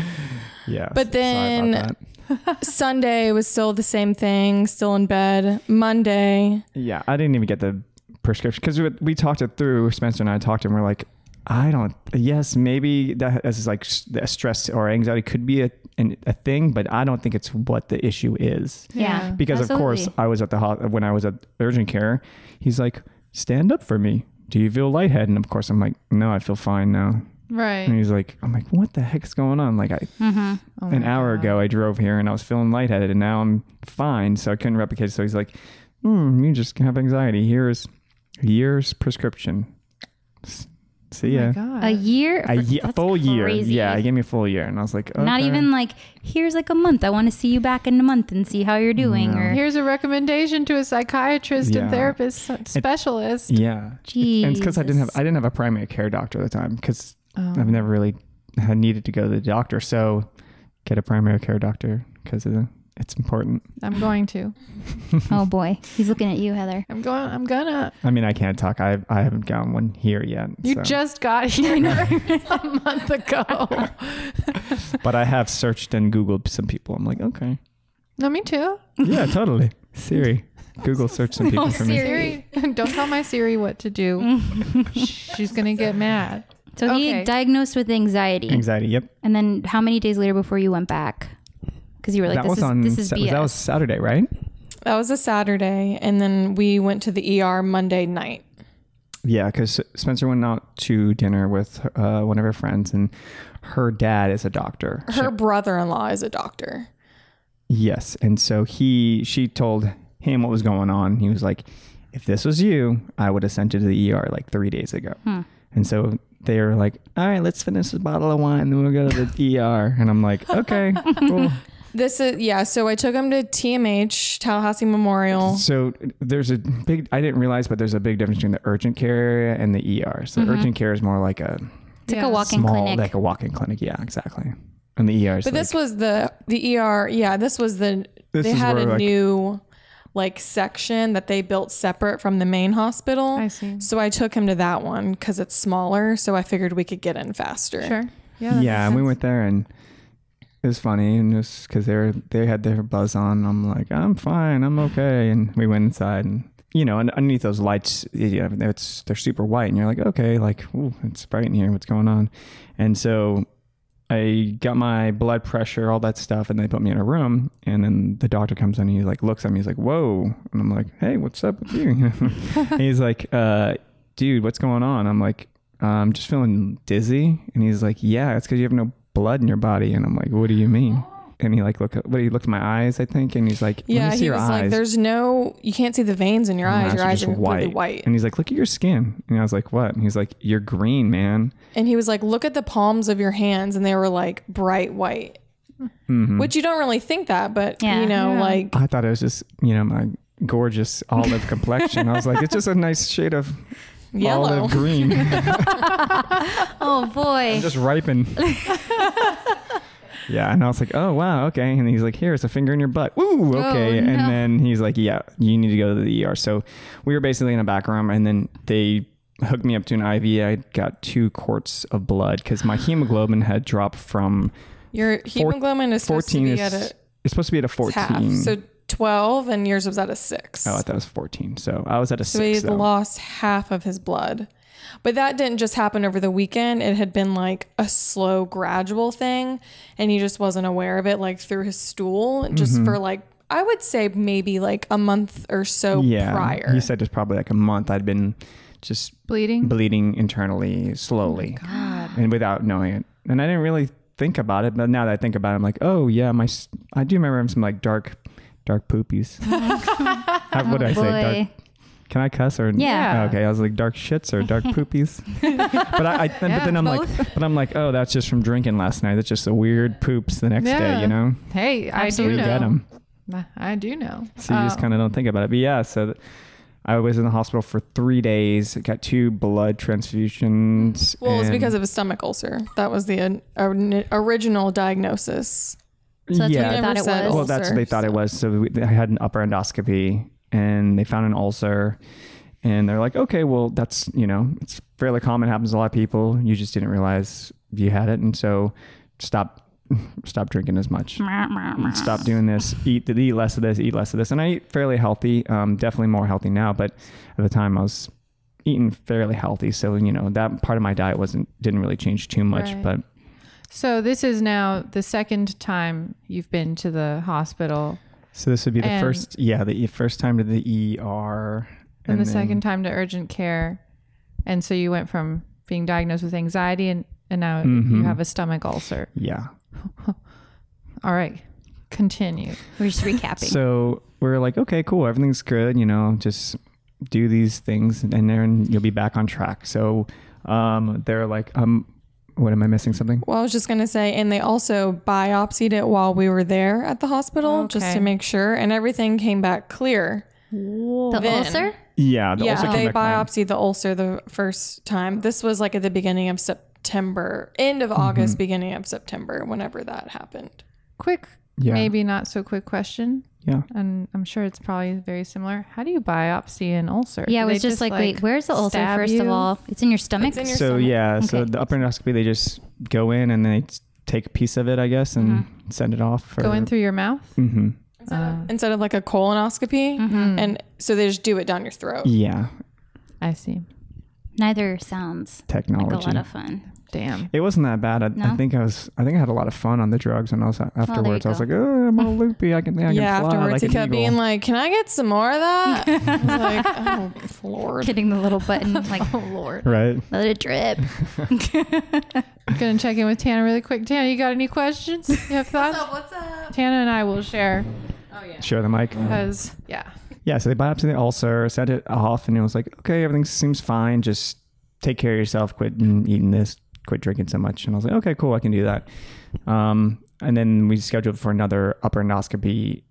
Speaker 4: yeah.
Speaker 5: But
Speaker 4: so- sorry about
Speaker 5: then-
Speaker 4: that.
Speaker 5: Sunday was still the same thing, still in bed. Monday,
Speaker 4: Yeah, I didn't even get the prescription because we, we talked it through. Spencer and I talked, and we're like, I don't. Yes, maybe that is like s- the stress or anxiety could be a an, a thing, but I don't think it's what the issue is.
Speaker 2: yeah.
Speaker 1: Yeah.
Speaker 4: Because of course,
Speaker 2: Absolutely.
Speaker 4: I was at the ho- when I was at urgent care. He's like, stand up for me. Do you feel lightheaded? And of course, I'm like, no, I feel fine now. And
Speaker 1: Right.
Speaker 4: he's like, I'm like, what the heck's going on? Like, I
Speaker 2: Mm-hmm.
Speaker 1: Oh
Speaker 4: an
Speaker 1: my
Speaker 4: hour
Speaker 1: God.
Speaker 4: ago I drove here and I was feeling lightheaded and now I'm fine, so I couldn't replicate. it. So he's like, hmm, you just have anxiety. Here's a year's prescription. S- See
Speaker 1: Oh
Speaker 4: ya.
Speaker 1: my God.
Speaker 2: a year.
Speaker 4: A ye-
Speaker 2: That's
Speaker 4: full year.
Speaker 2: crazy.
Speaker 4: Yeah, he gave me a full year. And I was like, okay.
Speaker 2: Not even like here's like a month. I want to see you back in a month and see how you're doing.
Speaker 4: No.
Speaker 2: Or
Speaker 1: Here's a recommendation to a psychiatrist
Speaker 4: Yeah.
Speaker 1: and therapist s- specialist.
Speaker 4: Yeah. And because I didn't have
Speaker 2: Jesus.
Speaker 4: I didn't have a primary care doctor at the time because
Speaker 1: Oh. Um,
Speaker 4: I've never really had needed to go to the doctor. So get a primary care doctor because it's important.
Speaker 1: I'm going to.
Speaker 2: oh boy, he's looking at you, Heather.
Speaker 1: I'm going. I'm gonna.
Speaker 4: I mean, I can't talk. I I haven't gotten one here yet.
Speaker 1: You
Speaker 4: so.
Speaker 1: just got here a month ago.
Speaker 4: but I have searched and Googled some people. I'm like, okay.
Speaker 1: no, me too.
Speaker 4: Yeah, totally. Siri. Google search
Speaker 2: Oh,
Speaker 4: some people for me.
Speaker 1: Siri, don't tell my Siri what to do. She's gonna get mad.
Speaker 2: So he
Speaker 1: Okay.
Speaker 2: diagnosed with anxiety,
Speaker 4: Anxiety. Yep.
Speaker 2: and then how many days later before you went back? Because you were like,
Speaker 4: that
Speaker 2: this
Speaker 4: was
Speaker 2: is
Speaker 4: on
Speaker 2: this is
Speaker 4: Sa-
Speaker 2: BS.
Speaker 4: that was Saturday, right?
Speaker 5: that was a Saturday. And then we went to the ER Monday night.
Speaker 4: Yeah, because Spencer went out to dinner with uh, one of her friends, and her dad is a doctor.
Speaker 5: Her brother in law is a doctor.
Speaker 4: Yes, and so he she told him what was going on. He was like, "If this was you, I would have sent you to the ER like three days ago."
Speaker 2: Hmm.
Speaker 4: And so they were like, "All right, let's finish this bottle of wine, then we'll go to the ER." And I'm like, "Okay, cool."
Speaker 5: This is, yeah. So I took him to TMH, Tallahassee Memorial.
Speaker 4: So there's a big. I didn't realize, but there's a big difference between the urgent care area and the ER. So urgent care is more like a
Speaker 2: it's like
Speaker 1: Yeah.
Speaker 2: a Mm-hmm. walk-in
Speaker 4: small,
Speaker 2: clinic.
Speaker 4: like a walk-in clinic. Yeah, exactly. And the ER. Is
Speaker 5: But
Speaker 4: like-
Speaker 5: this was the the ER. Yeah, this was the
Speaker 4: This
Speaker 5: they
Speaker 4: is
Speaker 5: had
Speaker 4: where,
Speaker 5: a
Speaker 4: like-
Speaker 5: new like section that they built separate from the main hospital.
Speaker 1: I see.
Speaker 5: So I took him to that one because it's smaller. So I figured we could get in faster.
Speaker 1: Sure. Yeah. that
Speaker 4: yeah,
Speaker 1: makes
Speaker 4: and we
Speaker 1: sense.
Speaker 4: went there and. It was funny, and just because they were, they had their buzz on, and I'm like, I'm fine, I'm okay, and we went inside, and you know, and underneath those lights, you know, it's they're super white, and you're like, okay, like, ooh, it's bright in here, what's going on? And so I got my blood pressure, all that stuff, and they put me in a room. And then the doctor comes in and he like looks at me. He's like, "Whoa!" And I'm like, "Hey, what's up with you?" And he's like, uh, "Dude, what's going on?" I'm like, "I'm just feeling dizzy." And he's like, "Yeah, it's because you have no blood in your body." And I'm like, "What do you mean?" And he like look, what he looked at my eyes, I think, and he's like, Let
Speaker 5: Oh. Yeah,
Speaker 4: me see
Speaker 5: he
Speaker 4: your
Speaker 5: was
Speaker 4: eyes.
Speaker 5: like, "There's no, you can't see the veins in your
Speaker 4: My
Speaker 5: eyes. Your eyes are
Speaker 4: just
Speaker 5: completely white."
Speaker 4: And he's like, "Look at your skin." And I was like, "What?" And he's like, "You're green, man."
Speaker 5: And he was like, "Look at the palms of your hands," and they were like bright white.
Speaker 4: Mm-hmm.
Speaker 5: which you don't really think that, but
Speaker 2: Yeah.
Speaker 5: you know, like
Speaker 4: I thought it was just, you know, my gorgeous olive complexion. I was like, it's just a nice shade of
Speaker 5: yellow.
Speaker 4: olive green.
Speaker 2: Oh boy.
Speaker 5: Eh.
Speaker 4: I'm just ripen. yeah, and I was like, oh wow, okay. And he's like, here's a finger in your butt. Ooh,
Speaker 5: Oh,
Speaker 4: okay. and
Speaker 2: no.
Speaker 4: then he's like, yeah, you need to go to the ER. So we were basically in a back room, and then they hooked me up to an IV. I got two quarts of blood because my hemoglobin had dropped from
Speaker 5: Your hemoglobin is supposed to
Speaker 4: 14
Speaker 5: be
Speaker 4: is
Speaker 5: at a
Speaker 4: it's supposed to be at a
Speaker 5: it's half,
Speaker 4: 14.
Speaker 5: so twelve, and yours was at a six.
Speaker 4: oh, I thought it was 14. So I was at a
Speaker 5: so he
Speaker 4: six.
Speaker 5: had
Speaker 4: though.
Speaker 5: lost half of his blood, but that didn't just happen over the weekend. It had been like a slow, gradual thing, and he just wasn't aware of it, like through his stool, just
Speaker 4: Mm-hmm.
Speaker 5: for like I would say maybe like a month or so
Speaker 4: yeah,
Speaker 5: prior.
Speaker 4: he said it was probably like a month. I'd been just
Speaker 1: Bleeding.
Speaker 4: bleeding internally slowly and without knowing it. And I didn't really think about it, but now that I think about it, I'm like, oh yeah, my s- I do remember having some like dark, dark poopies. How, what did I say? Dark,
Speaker 2: Oh Boy.
Speaker 4: can I cuss or
Speaker 2: Yeah.
Speaker 4: Oh, okay, I was like dark shits or dark poopies. but I, I then, but then I'm like, but I'm like, oh, that's just from drinking last night. That's just the weird poops the next
Speaker 1: Yeah.
Speaker 4: day, you know.
Speaker 1: Hey, I
Speaker 4: You
Speaker 1: do know.
Speaker 4: get them,
Speaker 1: I do know.
Speaker 4: so you just
Speaker 1: Um,
Speaker 4: kind of don't think about it. But yeah, so. Th- I was in the hospital for three days. Got two blood transfusions.
Speaker 5: Well, it was
Speaker 4: and-
Speaker 5: because of a stomach ulcer. That was the uh, or- original diagnosis.
Speaker 2: So that's what
Speaker 4: yeah,
Speaker 2: you
Speaker 5: I
Speaker 2: thought it
Speaker 5: never said
Speaker 2: was.
Speaker 4: Well, that's what they
Speaker 5: ulcer,
Speaker 4: thought it was. So we, I had an upper endoscopy, and they found an ulcer, and they're like, okay, well, that's you know, it's fairly common, happens to a lot of people. You just didn't realize you had it, and so stop, stop drinking as much, stop doing this, eat eat less of this, eat less of this, and I eat fairly healthy, um, definitely more healthy now, but at the time I was eating fairly healthy, so you know that part of my diet wasn't didn't really change too much,
Speaker 1: Right.
Speaker 4: but
Speaker 1: so this is now the second time you've been to the hospital
Speaker 4: So this would be the
Speaker 1: And-
Speaker 4: first, yeah, the e- first time to the ER,
Speaker 1: and, the
Speaker 4: then-
Speaker 1: second time to urgent care. And so you went from being diagnosed with anxiety and, and now
Speaker 4: Mm-hmm.
Speaker 1: you have a stomach ulcer.
Speaker 4: yeah.
Speaker 1: All right. Continue.
Speaker 2: We're just recapping.
Speaker 4: So we're like, okay, cool, everything's good, you know, just do these things, and then you'll be back on track. So um, they're like, um, what am I missing? Something?
Speaker 5: Well, I was just gonna say, and they also biopsied it while we were there at the hospital, just
Speaker 1: Okay.
Speaker 5: to make sure, and everything came back clear.
Speaker 2: the
Speaker 5: Then-
Speaker 2: ulcer?
Speaker 4: Yeah, the ulcer
Speaker 5: yeah,
Speaker 4: came
Speaker 5: they
Speaker 4: back fine.
Speaker 5: biopsied the ulcer the first time. This was like at the beginning of September, end
Speaker 4: Mm-hmm.
Speaker 5: of August, beginning of September, whenever that happened.
Speaker 1: Quick,
Speaker 4: Yeah.
Speaker 1: maybe not so quick question.
Speaker 4: Yeah.
Speaker 1: And I'm sure it's probably very similar. How do you biopsy an ulcer?
Speaker 2: Yeah, I
Speaker 1: Do they
Speaker 2: was just, like, wait, where's the ulcer
Speaker 1: stab
Speaker 2: first of
Speaker 1: you?
Speaker 2: all? It's in your stomach?
Speaker 5: in your
Speaker 4: So
Speaker 5: stomach.
Speaker 4: yeah, so
Speaker 2: Okay.
Speaker 4: the upper endoscopy, they just go in and they t- take a piece of it, I guess, and send it off. For,
Speaker 1: Go in through your mouth?
Speaker 4: hmm
Speaker 5: Instead, of, instead of like a colonoscopy, and so they just do it down your throat.
Speaker 4: Yeah,
Speaker 1: I see.
Speaker 2: Neither sounds like
Speaker 4: technology.
Speaker 2: a lot of fun.
Speaker 1: Damn.
Speaker 4: It wasn't that bad. I, I
Speaker 2: No?
Speaker 4: think I was. I think I had a lot of fun on the drugs, and I was afterwards. I was
Speaker 2: go.
Speaker 4: like, oh, I'm all loopy. I can. I can
Speaker 5: yeah,
Speaker 4: fly
Speaker 5: afterwards
Speaker 4: like
Speaker 5: he
Speaker 4: an
Speaker 5: kept
Speaker 4: eagle."
Speaker 5: being like, "Can I get some more of that?" I was like, "Oh Lord."
Speaker 2: Hitting the little button, like, oh lord,
Speaker 4: right.
Speaker 2: let it drip.
Speaker 1: Gonna check in with Tana really quick. Tana, you got any questions? You have thoughts?
Speaker 5: What's up?
Speaker 1: Tana and I will share
Speaker 4: Share the mic.
Speaker 1: because yeah,
Speaker 4: Yeah. So they biopsy the ulcer, set it off, and it was like, okay, everything seems fine. Just take care of yourself. Quit eating this. Quit drinking so much. And I was like, okay, cool. I can do that. Um, and then we scheduled for another upper endoscopy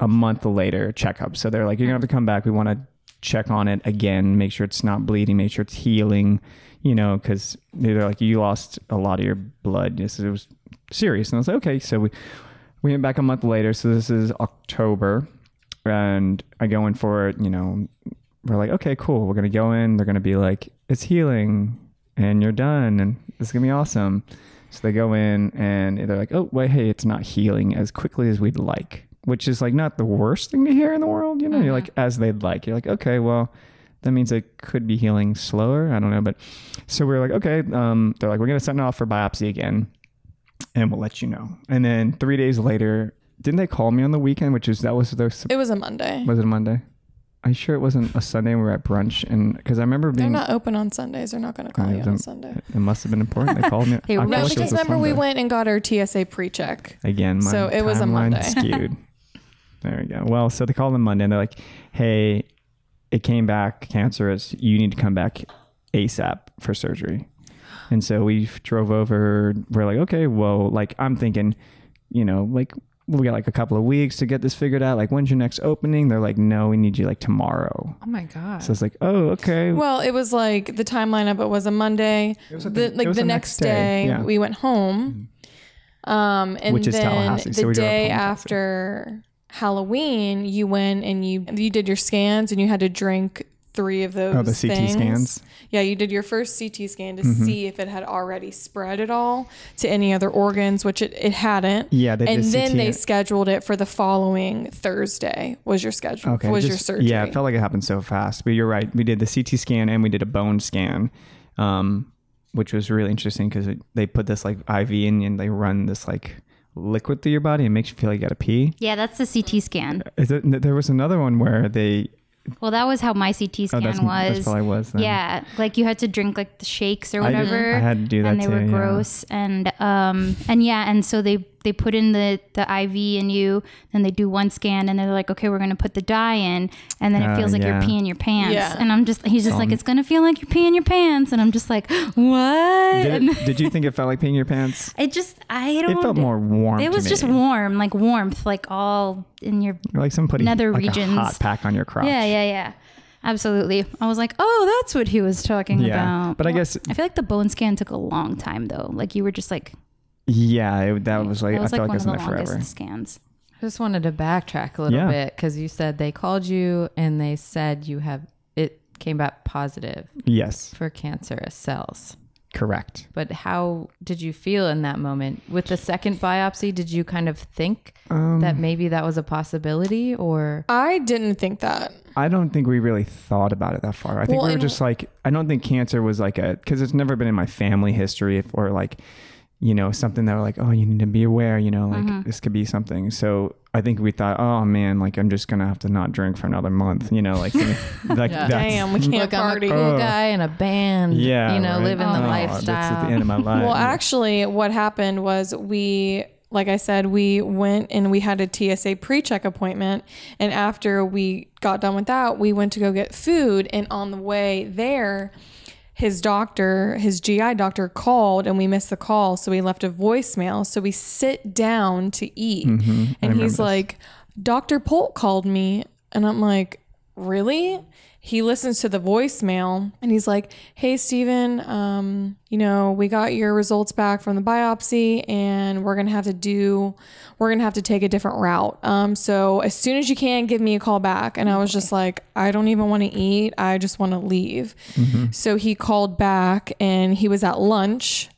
Speaker 4: a month later checkup. So they're like, you're gonna have to come back. We want to check on it again, make sure it's not bleeding, make sure it's healing. You know, because they're like, you lost a lot of your blood. This it was serious. And I was like, okay. So we we went back a month later. So this is October, and I go in for it. You know, we're like, okay, cool. We're gonna go in. They're gonna be like, it's healing, and you're done, and it's gonna be awesome. So they go in and they're like, oh wait, hey, it's not healing as quickly as we'd like, which is like not the worst thing to hear in the world. You know, you're like as they'd like. You're like, okay, well. That means it could be healing slower. I don't know, but so we we're like, okay. Um, they're like, we're gonna send it off for biopsy again and we'll let you know. And then three days later, didn't they call me on the weekend? Which is that was their
Speaker 5: It was a Monday.
Speaker 4: was it a Monday? I sure it wasn't a Sunday. We were at brunch, and because I remember
Speaker 5: They're
Speaker 4: being,
Speaker 5: not open on Sundays. They're not going to call
Speaker 4: I
Speaker 5: you on
Speaker 4: don't-
Speaker 5: Sunday.
Speaker 4: it must have been important. They called me.
Speaker 2: They rushed
Speaker 4: I feel like
Speaker 5: No,
Speaker 4: it
Speaker 2: wish
Speaker 5: because
Speaker 4: was a
Speaker 5: remember we
Speaker 4: Sunday.
Speaker 5: went and got our TSA pre-check.
Speaker 4: again. My
Speaker 5: so it was a
Speaker 4: timeline
Speaker 5: Monday.
Speaker 4: skewed. There we go. Well, so they called on Monday, and they're like, "Hey, it came back cancerous. You need to come back ASAP for surgery." And so we drove over. We're like, okay, well, like I'm thinking, you know, like we got like a couple of weeks to get this figured out. Like, when's your next opening? They're like, no, we need you like tomorrow.
Speaker 1: Oh my god.
Speaker 4: So it's like, oh, okay.
Speaker 5: Well, it was like the timeline of it was a Monday. the, like
Speaker 4: it was
Speaker 5: the
Speaker 4: the
Speaker 5: next
Speaker 4: next day,
Speaker 5: day,
Speaker 4: yeah. Mm-hmm.
Speaker 5: we went home. Um, and
Speaker 4: Which is
Speaker 5: then
Speaker 4: Tallahassee,
Speaker 5: the
Speaker 4: so we drove up to
Speaker 5: day
Speaker 4: Tallahassee.
Speaker 5: after Halloween, you went and you you did your scans and you had to drink three of those.
Speaker 4: Oh, the CT
Speaker 5: things.
Speaker 4: scans? Mm-hmm.
Speaker 5: Yeah, you did your first CT scan to see if it had already spread at all to any other organs, which it, it hadn't.
Speaker 4: Yeah, they
Speaker 5: and
Speaker 4: did
Speaker 5: then
Speaker 4: CT
Speaker 5: they
Speaker 4: it.
Speaker 5: scheduled it for the following Thursday. Was your schedule?
Speaker 4: okay.
Speaker 5: Was your
Speaker 4: just-
Speaker 5: surgery?
Speaker 4: Yeah, it felt like it happened so fast. But you're right. We did the CT scan and we did a bone scan, um, which was really interesting because they put this like IV in and they run this like liquid through your body and makes you feel like you got to pee.
Speaker 2: Yeah, that's the CT scan.
Speaker 4: Is it, there was another one where they
Speaker 2: Well, that was how my CT
Speaker 4: oh
Speaker 2: scan
Speaker 4: that's,
Speaker 2: was.
Speaker 4: that's probably was then.
Speaker 2: Yeah, like you had to drink like the shakes or
Speaker 4: I did-
Speaker 2: whatever.
Speaker 4: I had to do that
Speaker 2: and they were
Speaker 4: too, yeah.
Speaker 2: gross. And um and yeah, and so they they put in the the IV in you, then they do one scan, and they're like, okay, we're gonna put the dye in, and then it
Speaker 4: Oh,
Speaker 2: feels like
Speaker 4: yeah.
Speaker 2: you're peeing your pants.
Speaker 5: Yeah.
Speaker 2: And I'm just he's just like, it's gonna feel like you're peeing your pants, and I'm just like, what?
Speaker 4: Did,
Speaker 2: And
Speaker 4: it, did you think it felt like peeing your pants?
Speaker 2: it just I don't.
Speaker 4: It felt more warm.
Speaker 2: It
Speaker 4: to
Speaker 2: was just
Speaker 4: me.
Speaker 2: warm, like warmth, like all in your.
Speaker 4: Like somebody
Speaker 2: nether
Speaker 4: like a
Speaker 2: regions.
Speaker 4: hot pack on your crotch.
Speaker 2: Yeah, yeah, yeah. Absolutely. I was like, oh, that's what he was talking
Speaker 4: Yeah.
Speaker 2: about.
Speaker 4: But I guess
Speaker 2: I feel like the bone scan took a long time though. Like you were just like
Speaker 4: yeah, it, that was like
Speaker 2: that was
Speaker 4: I
Speaker 2: like
Speaker 4: felt like I
Speaker 2: one
Speaker 4: was
Speaker 2: of
Speaker 4: in
Speaker 2: the
Speaker 4: there
Speaker 2: longest
Speaker 4: forever.
Speaker 2: scans.
Speaker 3: I just wanted to backtrack a little
Speaker 4: Yeah.
Speaker 3: bit because you said they called you and they said you have it came back positive
Speaker 4: Yes,
Speaker 3: for cancerous cells.
Speaker 4: correct.
Speaker 3: But how did you feel in that moment? With the second biopsy, did you kind of think
Speaker 4: Um,
Speaker 3: that maybe that was a possibility or
Speaker 5: I didn't think that.
Speaker 4: I don't think we really thought about it that far. I think
Speaker 5: Well,
Speaker 4: we were
Speaker 5: and-
Speaker 4: just like, I don't think cancer was like a because it's never been in my family history if, or like, you know, something that were like, oh, you need to be aware, you know, like
Speaker 5: Mm-hmm.
Speaker 4: this could be something. So I think we thought, oh man, like I'm just gonna have to not drink for another month, you know, like, like that's,
Speaker 5: Damn, we can't
Speaker 3: Look, I'm a
Speaker 5: party.
Speaker 3: cool guy in a band.
Speaker 4: Oh. yeah,
Speaker 3: you know,
Speaker 4: right?
Speaker 3: living the
Speaker 4: Oh, That's at
Speaker 3: lifestyle.
Speaker 4: the end of my life.
Speaker 5: Well, actually, what happened was we, like I said, we went and we had a TSA pre check appointment. And after we got done with that, we went to go get food. And on the way there, his doctor, his GI doctor called and we missed the call. So we left a voicemail. So we sit down to eat. And he's like, Dr. Polk called me. And I'm like, really? He listens to the voicemail and he's like, Hey, Steven, um, you know, we got your results back from the biopsy and we're going to have to do, we're going to have to take a different route. Um, so as soon as you can, give me a call back. And I was just like, I don't even want to eat. I just want to leave. So he called back and he was at lunch.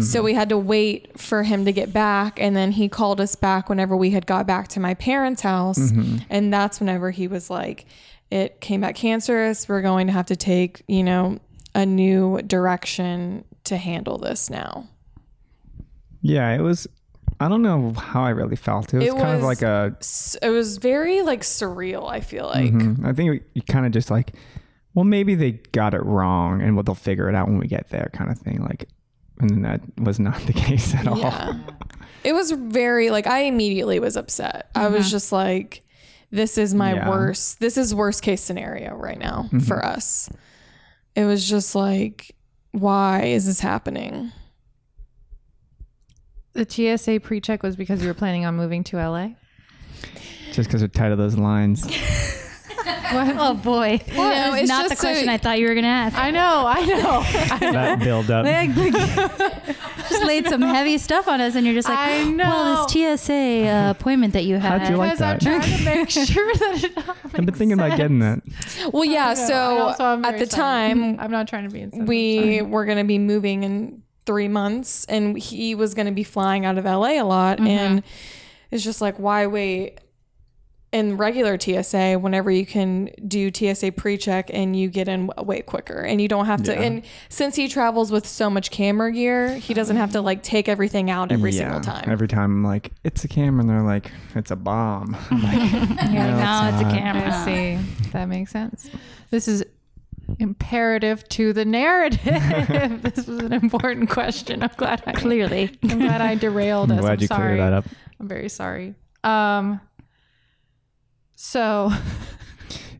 Speaker 5: So we had to wait for him to get back. And then he called us back whenever we had got back to my parents' house. And that's whenever he was like, it came back cancerous. We're going to have to take, you know, a new direction to handle this now.
Speaker 4: yeah, it was. I don't know how I really felt. It was
Speaker 5: It
Speaker 4: kind of
Speaker 5: was-
Speaker 4: like a
Speaker 5: S it was very like surreal, I feel like.
Speaker 4: Mhm. I think you kind of just like, well, maybe they got it wrong, and well, they'll figure it out when we get there, kind of thing. Like, and that was not the case at all.
Speaker 5: Yeah. It was very like I immediately was upset. I
Speaker 1: Mm-hmm.
Speaker 5: was just like this is my
Speaker 4: Yeah.
Speaker 5: worst. This is worst case scenario right now
Speaker 1: Mm-hmm.
Speaker 5: for us. It was just like why is this happening?
Speaker 1: the TSA pre-check was because you were planning on moving to LA.
Speaker 4: Just because they're tired of those lines.
Speaker 2: Oh boy.
Speaker 5: No,
Speaker 2: that is
Speaker 5: it's
Speaker 2: not the
Speaker 5: just so-
Speaker 2: question I thought you were gonna ask. I
Speaker 1: I know, I know,
Speaker 4: that build up.
Speaker 2: just laid some heavy stuff on us and you're just like
Speaker 1: I know.
Speaker 2: Well this TSA uh, appointment that you had.
Speaker 4: How'd you like
Speaker 1: because I'm trying
Speaker 4: that?
Speaker 1: to make sure that it. All
Speaker 4: I've been thinking about getting that.
Speaker 5: Well, yeah,
Speaker 1: I
Speaker 5: so
Speaker 1: also am
Speaker 5: at
Speaker 1: very
Speaker 5: the
Speaker 1: sorry.
Speaker 5: time
Speaker 1: I'm not trying to be insensitive.
Speaker 5: we were going to be moving in three months and he was going to be flying out of LA a lot.
Speaker 4: Mm-hmm.
Speaker 5: And it's just like, why wait in regular TSA whenever you can do TSA pre check and you get in w- way quicker and you don't have to?
Speaker 4: Yeah.
Speaker 5: And since he travels with so much camera gear, he doesn't have to like take everything out every
Speaker 4: Yeah.
Speaker 5: single time.
Speaker 4: Every time I'm like, it's a camera, and they're like, it's a bomb. I'm like,
Speaker 2: You're like,
Speaker 4: No,
Speaker 2: no,
Speaker 4: it's
Speaker 2: it's,
Speaker 4: not."
Speaker 2: a camera.
Speaker 1: I see. That makes sense. This is imperative to the narrative. this was an important question. I'm glad I
Speaker 2: Clearly.
Speaker 1: I'm glad I derailed us.
Speaker 4: I'm glad
Speaker 1: I'm
Speaker 4: you
Speaker 1: sorry.
Speaker 4: cleared that up.
Speaker 1: I'm very sorry. Um so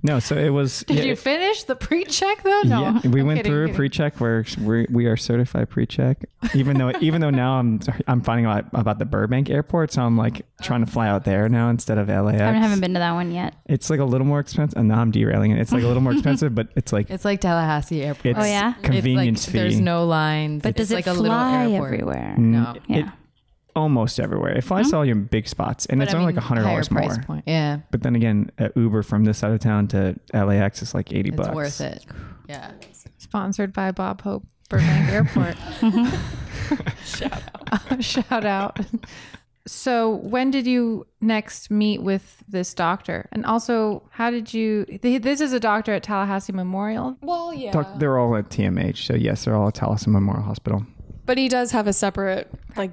Speaker 4: No, so it was.
Speaker 1: Did
Speaker 4: yeah,
Speaker 1: you finish the pre-check though? No,
Speaker 4: yeah, we
Speaker 1: I'm
Speaker 4: went
Speaker 1: kidding,
Speaker 4: through
Speaker 1: kidding.
Speaker 4: a pre-check. We're, we're we are certified pre-check. Even though even though now I'm I'm finding out about the Burbank airport, so I'm like trying to fly out there now instead of LAX.
Speaker 2: I haven't been to that one yet.
Speaker 4: It's like a little more expensive. And now I'm derailing it. It's like a little more expensive, but it's like
Speaker 3: It's like Tallahassee Airport.
Speaker 4: it's
Speaker 2: Oh, yeah?
Speaker 4: convenience
Speaker 3: it's like, There's
Speaker 4: fee.
Speaker 3: no lines.
Speaker 2: But
Speaker 3: it's
Speaker 2: does it
Speaker 3: like a little
Speaker 2: fly
Speaker 3: airport.
Speaker 2: everywhere?
Speaker 4: Mm.
Speaker 3: No. Mm-hmm.
Speaker 2: Yeah.
Speaker 4: It- almost everywhere. It flies to all your big spots, and
Speaker 3: But
Speaker 4: it's
Speaker 3: I
Speaker 4: only
Speaker 3: mean,
Speaker 4: like hundred
Speaker 3: higher
Speaker 4: dollars more.
Speaker 3: price Point. Yeah,
Speaker 4: But then again, uh, Uber from this side of town to LAX is like eighty
Speaker 3: it's
Speaker 4: bucks.
Speaker 3: worth it. Yeah.
Speaker 1: Sponsored by Bob Hope Burbank Airport. Shout out. So, when did you next meet with this doctor? And also, how did you? th- This is a doctor at Tallahassee Memorial.
Speaker 5: Well, yeah.
Speaker 4: Doc- they're all at TMH, so yes, they're all at Tallahassee Memorial Hospital.
Speaker 5: But he does have a separate like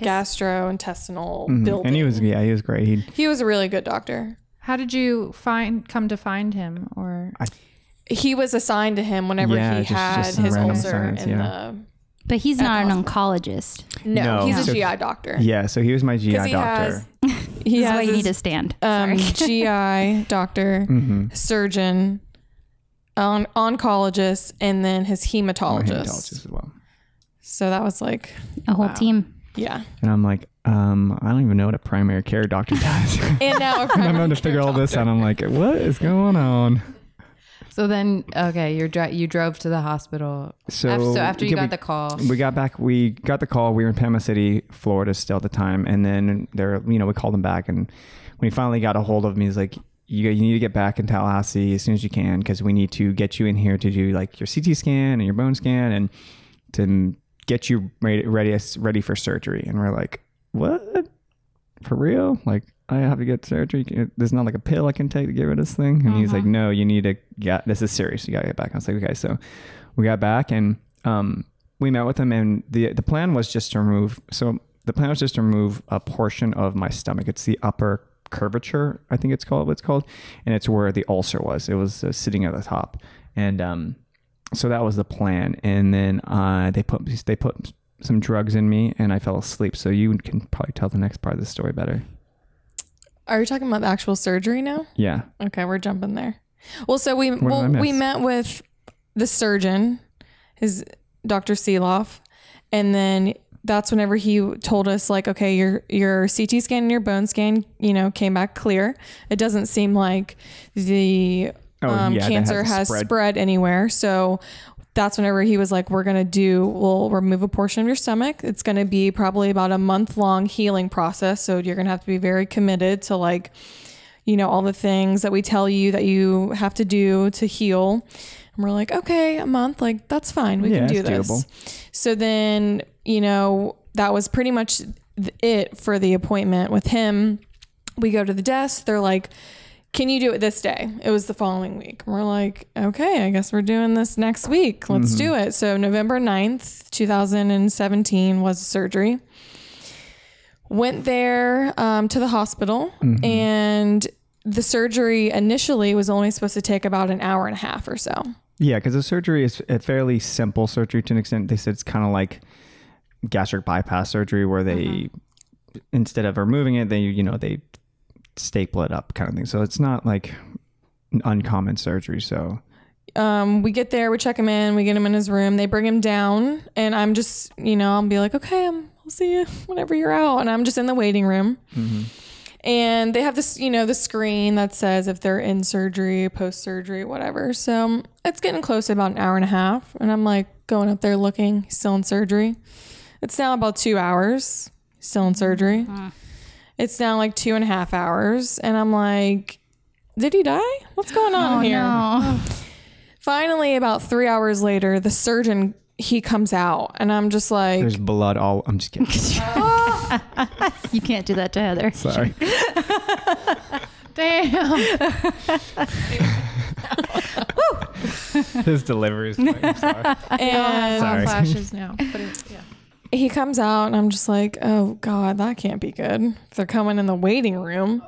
Speaker 5: gastrointestinal building.
Speaker 4: Mm-hmm. And he was, yeah, he was great. He,
Speaker 5: he was a really good doctor.
Speaker 1: How did you find come to find him? Or
Speaker 5: He was assigned to him whenever
Speaker 4: Yeah,
Speaker 5: he
Speaker 4: just-
Speaker 5: had
Speaker 4: just some
Speaker 5: his
Speaker 4: random
Speaker 5: ulcer
Speaker 4: signs,
Speaker 5: in
Speaker 4: yeah.
Speaker 2: But he's not an oncologist.
Speaker 5: the No,
Speaker 4: No.
Speaker 5: he's
Speaker 4: So-
Speaker 5: a GI doctor.
Speaker 4: yeah, so he was my GI
Speaker 5: 'Cause
Speaker 4: doctor.
Speaker 5: he has he
Speaker 2: This is why you
Speaker 5: has his,
Speaker 2: need to stand.
Speaker 5: um,
Speaker 2: Sorry.
Speaker 5: GI doctor,
Speaker 4: Mm-hmm.
Speaker 5: surgeon, on, oncologist, and then his
Speaker 4: I'm a
Speaker 5: hematologist.
Speaker 4: hematologist as well.
Speaker 5: So that was like,
Speaker 2: A whole team.
Speaker 5: yeah.
Speaker 4: And I'm like, um, I don't even know what a primary care doctor does.
Speaker 5: And now a
Speaker 4: I'm
Speaker 5: primary
Speaker 4: having to
Speaker 5: care
Speaker 4: figure all this
Speaker 5: doctor.
Speaker 4: out. I'm like, what is going on?
Speaker 3: So then, okay, you're dri- you drove to the hospital.
Speaker 4: So,
Speaker 3: after, so after you
Speaker 4: yeah,
Speaker 3: got
Speaker 4: we-
Speaker 3: the call,
Speaker 4: we got back we got the call we were in pima city florida still at the time and then there you know we called him back and when he finally got a hold of me he's like you, you need to get back in tallahassee as soon as you can because we need to get you in here to do like your ct scan and your bone scan and to get you ready ready, ready for surgery and we're like what for real like I have to get surgery. There's not like a pill I can take to get rid of this thing. And he's
Speaker 3: Mm-hmm.
Speaker 4: like, no, you need to get, this is serious. You gotta get back. I was like, okay. So we got back and um, we met with him and the the plan was just to remove so the plan was just to remove a portion of my stomach it's the upper curvature i think it's called what it's called and it's where the ulcer was it was uh, sitting at the top and um, so that was the plan and then uh, they put they put some drugs in me and i fell asleep so you can probably tell the next part of the story better
Speaker 5: Are you talking about the actual surgery now?
Speaker 4: yeah
Speaker 5: Okay, we're jumping there. Well, so we
Speaker 4: did I
Speaker 5: well, we
Speaker 4: miss?
Speaker 5: met with the surgeon, his Dr. Seeloff, and then that's whenever he told us like, okay, your your CT scan and your bone scan, you know, came back clear. It doesn't seem like the
Speaker 4: Oh,
Speaker 5: um,
Speaker 4: yeah, that
Speaker 5: cancer
Speaker 4: has
Speaker 5: has
Speaker 4: spread.
Speaker 5: spread. anywhere. So that's whenever he was like, we're gonna do, we'll remove a portion of your stomach. It's gonna be probably about a month long healing process. So you're gonna have to be very committed to like you know, all the things that we tell you that you have to do to heal. And we're like, okay, a month, like that's fine. We
Speaker 4: Yeah,
Speaker 5: can do
Speaker 4: it's
Speaker 5: this.
Speaker 4: doable.
Speaker 5: So then, you know, that was pretty much th- it for the appointment with him. We go to the desk. They're like, can you do it this day? It was the following week. And we're like, okay, I guess we're doing this next week. Let's do it. So November 9th, 2017 was surgery went there um, to the hospital and the surgery initially was only supposed to take about an hour and a half or so
Speaker 4: Yeah, because the surgery is a fairly simple surgery to an extent. They said it's kind of like gastric bypass surgery, where they instead of removing it, they you know they staple it up, kind of thing. So it's not like an uncommon surgery. So
Speaker 5: um, we get there we check him in we get him in his room they bring him down and i'm just you know i'll be like okay I'm, i'll see you whenever you're out and i'm just in the waiting room and they have this you know the screen that says if they're in surgery post surgery whatever so um, it's getting close to about an hour and a half and i'm like going up there looking he's still in surgery it's now about two hours still in surgery it's now like two and a half hours and i'm like did he die what's going on here finally about three hours later the surgeon he comes out and i'm just like
Speaker 4: there's blood all. I'm just kidding.
Speaker 2: You can't do that to Heather.
Speaker 4: Sorry.
Speaker 1: damn,
Speaker 4: His delivery is. I'm sorry.
Speaker 5: and
Speaker 1: all
Speaker 4: Sorry.
Speaker 1: flashes now. But it, yeah.
Speaker 5: he comes out and i'm just like oh god that can't be good they're coming in the waiting room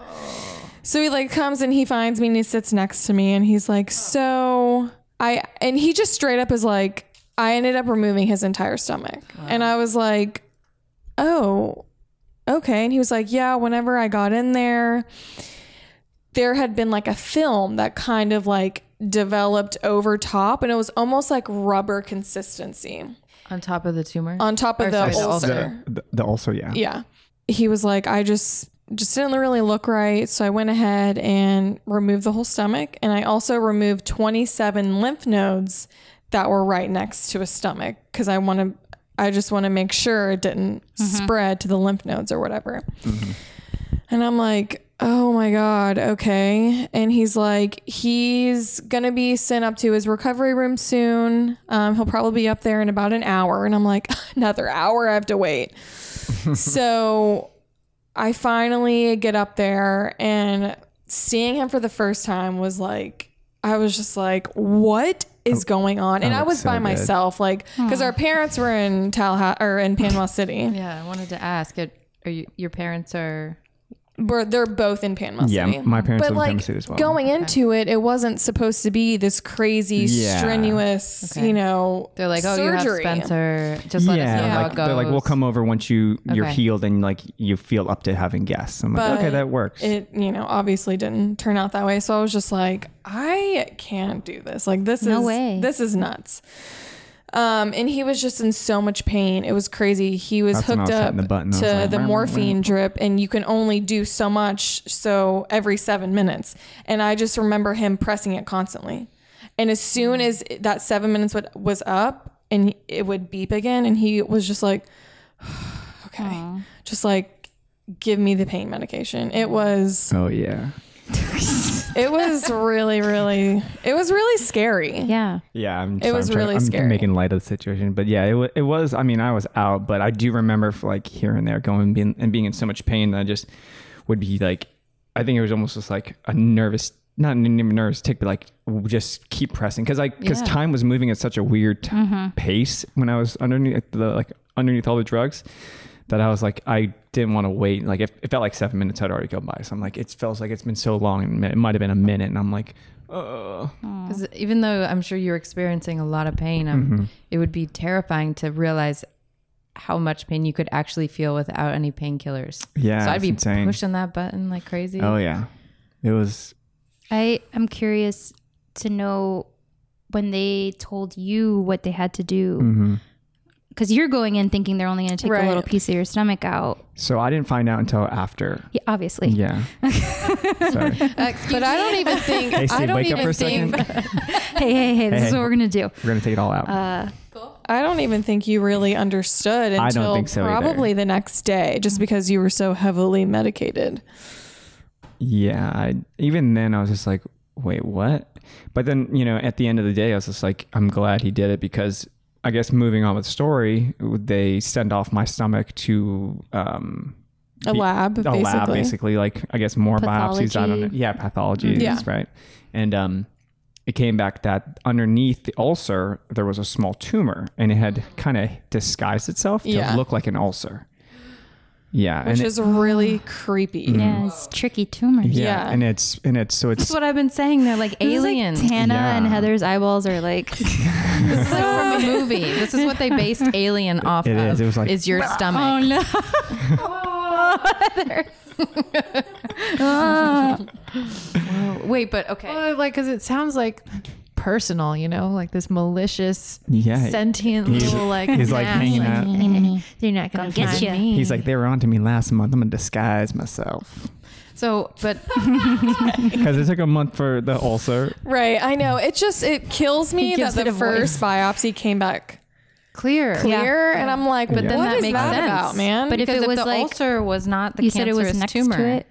Speaker 5: so he like comes and he finds me and he sits next to me and he's like so i and he just straight up is like i ended up removing his entire stomach and i was like oh okay and he was like yeah whenever i got in there there had been like a film that kind of like developed over top and it was almost like rubber consistency
Speaker 3: on top of the tumor.
Speaker 2: Uh,
Speaker 5: on top of
Speaker 3: Or
Speaker 5: the
Speaker 3: sorry, the
Speaker 5: ulcer.
Speaker 3: ulcer.
Speaker 4: The, the also, yeah.
Speaker 5: Yeah. He was like, I just just didn't really look right. So I went ahead and removed the whole stomach. And I also removed 27 lymph nodes that were right next to a stomach because I want to, I just want to make sure it didn't spread to the lymph nodes or whatever. And I'm like, oh my God, okay. And he's like, he's going to be sent up to his recovery room soon. Um, he'll probably be up there in about an hour. And I'm like, another hour? I have to wait. so I finally get up there and seeing him for the first time was like, I was just like, what is going on? And I was
Speaker 4: Oh, looks
Speaker 5: by
Speaker 4: so good.
Speaker 5: myself, like, because our parents were in Tallahassee or in Panama City.
Speaker 3: yeah, I wanted to ask. Are are you, your parents are?
Speaker 5: We're, they're both in Panama
Speaker 4: Yeah,
Speaker 5: City.
Speaker 4: my parents live in
Speaker 5: but like
Speaker 4: Panama City as well.
Speaker 5: going into it, it wasn't supposed to be this crazy,
Speaker 4: Yeah.
Speaker 5: strenuous,
Speaker 3: Okay.
Speaker 5: you know.
Speaker 3: They're like, oh,
Speaker 5: surgery.
Speaker 3: you have Spencer. Just let us know how
Speaker 4: like,
Speaker 3: it goes.
Speaker 4: They're like, we'll come over once you you're
Speaker 3: Okay.
Speaker 4: healed and like you feel up to having guests. I'm like,
Speaker 5: But
Speaker 4: okay, that works.
Speaker 5: It, you know, obviously didn't turn out that way. So I was just like, I can't do this. Like this
Speaker 2: No
Speaker 5: is
Speaker 2: way.
Speaker 5: this is nuts. Um, and he was just in so much pain. It was crazy. He was
Speaker 4: That's when I
Speaker 5: hooked
Speaker 4: was
Speaker 5: up
Speaker 4: hitting the button. I was
Speaker 5: to
Speaker 4: like,
Speaker 5: the
Speaker 4: "Wah, wah, wah."
Speaker 5: morphine drip, and you can only do so much. So every seven minutes, and I just remember him pressing it constantly. And as soon as that seven minutes would, was up, and it would beep again, and he was just like, "Okay, just like give me the pain medication." It was
Speaker 4: oh yeah,
Speaker 5: it was really really it was really scary.
Speaker 2: Yeah.
Speaker 4: yeah. I'm,
Speaker 5: It was
Speaker 4: I'm trying-
Speaker 5: really
Speaker 4: I'm
Speaker 5: scary.
Speaker 4: making light of the situation, but yeah, it, wa it was. I mean, I was out, but I do remember for, like here and there going and being, and being in so much pain that I just would be like, I think it was almost just like a nervous. Not an even nervous tick, but like w- just keep pressing because like because time was moving at such a weird t-
Speaker 5: Mm-hmm.
Speaker 4: pace when I was underneath the like underneath all the drugs. that I was like, I didn't want to wait. Like, it, it felt like seven minutes had already gone by. So I'm like, it feels like it's been so long. and It might have been a minute. And I'm like, uh,
Speaker 3: 'Cause even though I'm sure you're experiencing a lot of pain, um,
Speaker 4: Mm-hmm.
Speaker 3: it would be terrifying to realize how much pain you could actually feel without any painkillers.
Speaker 4: Yeah,
Speaker 3: so I'd
Speaker 4: it's
Speaker 3: be
Speaker 4: insane.
Speaker 3: pushing that button like crazy.
Speaker 4: oh yeah, it was.
Speaker 2: I am curious to know when they told you what they had to do
Speaker 4: Mm-hmm.
Speaker 2: because you're going in thinking they're only going to take a
Speaker 5: Right.
Speaker 2: little piece of your stomach out.
Speaker 4: So I didn't find out until after.
Speaker 2: Yeah, obviously.
Speaker 4: Yeah. Sorry.
Speaker 5: But I don't even think
Speaker 4: Hey,
Speaker 5: I
Speaker 4: Steve,
Speaker 5: don't
Speaker 4: wake
Speaker 5: even
Speaker 4: up for a
Speaker 5: think Uh,
Speaker 4: second.
Speaker 2: Hey, hey, hey, this
Speaker 4: Hey,
Speaker 2: is what we're going to do. Uh,
Speaker 4: We're gonna take it all out.
Speaker 5: I don't even think you really understood until
Speaker 4: don't think so either.
Speaker 5: probably the next day, just because you were so heavily medicated.
Speaker 4: yeah. I, even then, I was just like, wait, what? But then, you know, at the end of the day, I was just like, I'm glad he did it because I guess moving on with the story, they send off my stomach to um,
Speaker 5: A
Speaker 4: Be-
Speaker 5: lab,
Speaker 4: a
Speaker 5: basically. Mm-hmm.
Speaker 4: lab Oh, basically like i guess more biopsies i don't know
Speaker 2: Pathology.
Speaker 4: yeah pathologies
Speaker 5: Yeah.
Speaker 4: right and um it came back that underneath the ulcer there was a small tumor and it had kind of disguised itself to
Speaker 5: Yeah.
Speaker 4: look like an ulcer yeah
Speaker 5: Which
Speaker 4: and Mm-hmm.
Speaker 5: is really creepy.
Speaker 2: Yeah, it's tricky tumors.
Speaker 4: it, yeah,
Speaker 5: yeah.
Speaker 4: and it's and it's so it's
Speaker 3: That's what I've been saying. They're like
Speaker 2: This is like
Speaker 3: aliens.
Speaker 2: Tana
Speaker 4: Yeah.
Speaker 2: and Heather's eyeballs are like,
Speaker 3: this is like from a movie. This is what they based Alien off
Speaker 4: It
Speaker 3: of.
Speaker 4: is. It was like-
Speaker 3: is your stomach.
Speaker 2: oh no.
Speaker 3: Oh, Wait, but okay.
Speaker 1: Well, like, because it sounds like personal, you know, like this malicious,
Speaker 4: yeah
Speaker 1: sentient
Speaker 4: He's-
Speaker 1: little like.
Speaker 4: he's like
Speaker 1: mass,
Speaker 4: hanging out
Speaker 1: They're not gonna
Speaker 2: Gonna get
Speaker 1: find
Speaker 2: ya."
Speaker 1: me.
Speaker 4: he's like they were onto me last month i'm gonna disguise myself
Speaker 3: So, but
Speaker 4: because it took a month for the ulcer
Speaker 5: Right. I know. It just it kills me that
Speaker 2: gives it
Speaker 5: the
Speaker 2: a voice.
Speaker 5: first biopsy came back
Speaker 3: clear.
Speaker 5: clear, and I'm like,
Speaker 4: But
Speaker 5: but
Speaker 4: then
Speaker 5: then
Speaker 3: that makes
Speaker 5: that
Speaker 3: sense.
Speaker 5: about, man?
Speaker 2: But if
Speaker 3: Because
Speaker 2: it
Speaker 3: if,
Speaker 2: was
Speaker 3: the
Speaker 2: like-
Speaker 3: ulcer was not the
Speaker 2: you said it was
Speaker 3: cancerous
Speaker 2: next
Speaker 3: tumor,
Speaker 2: to it,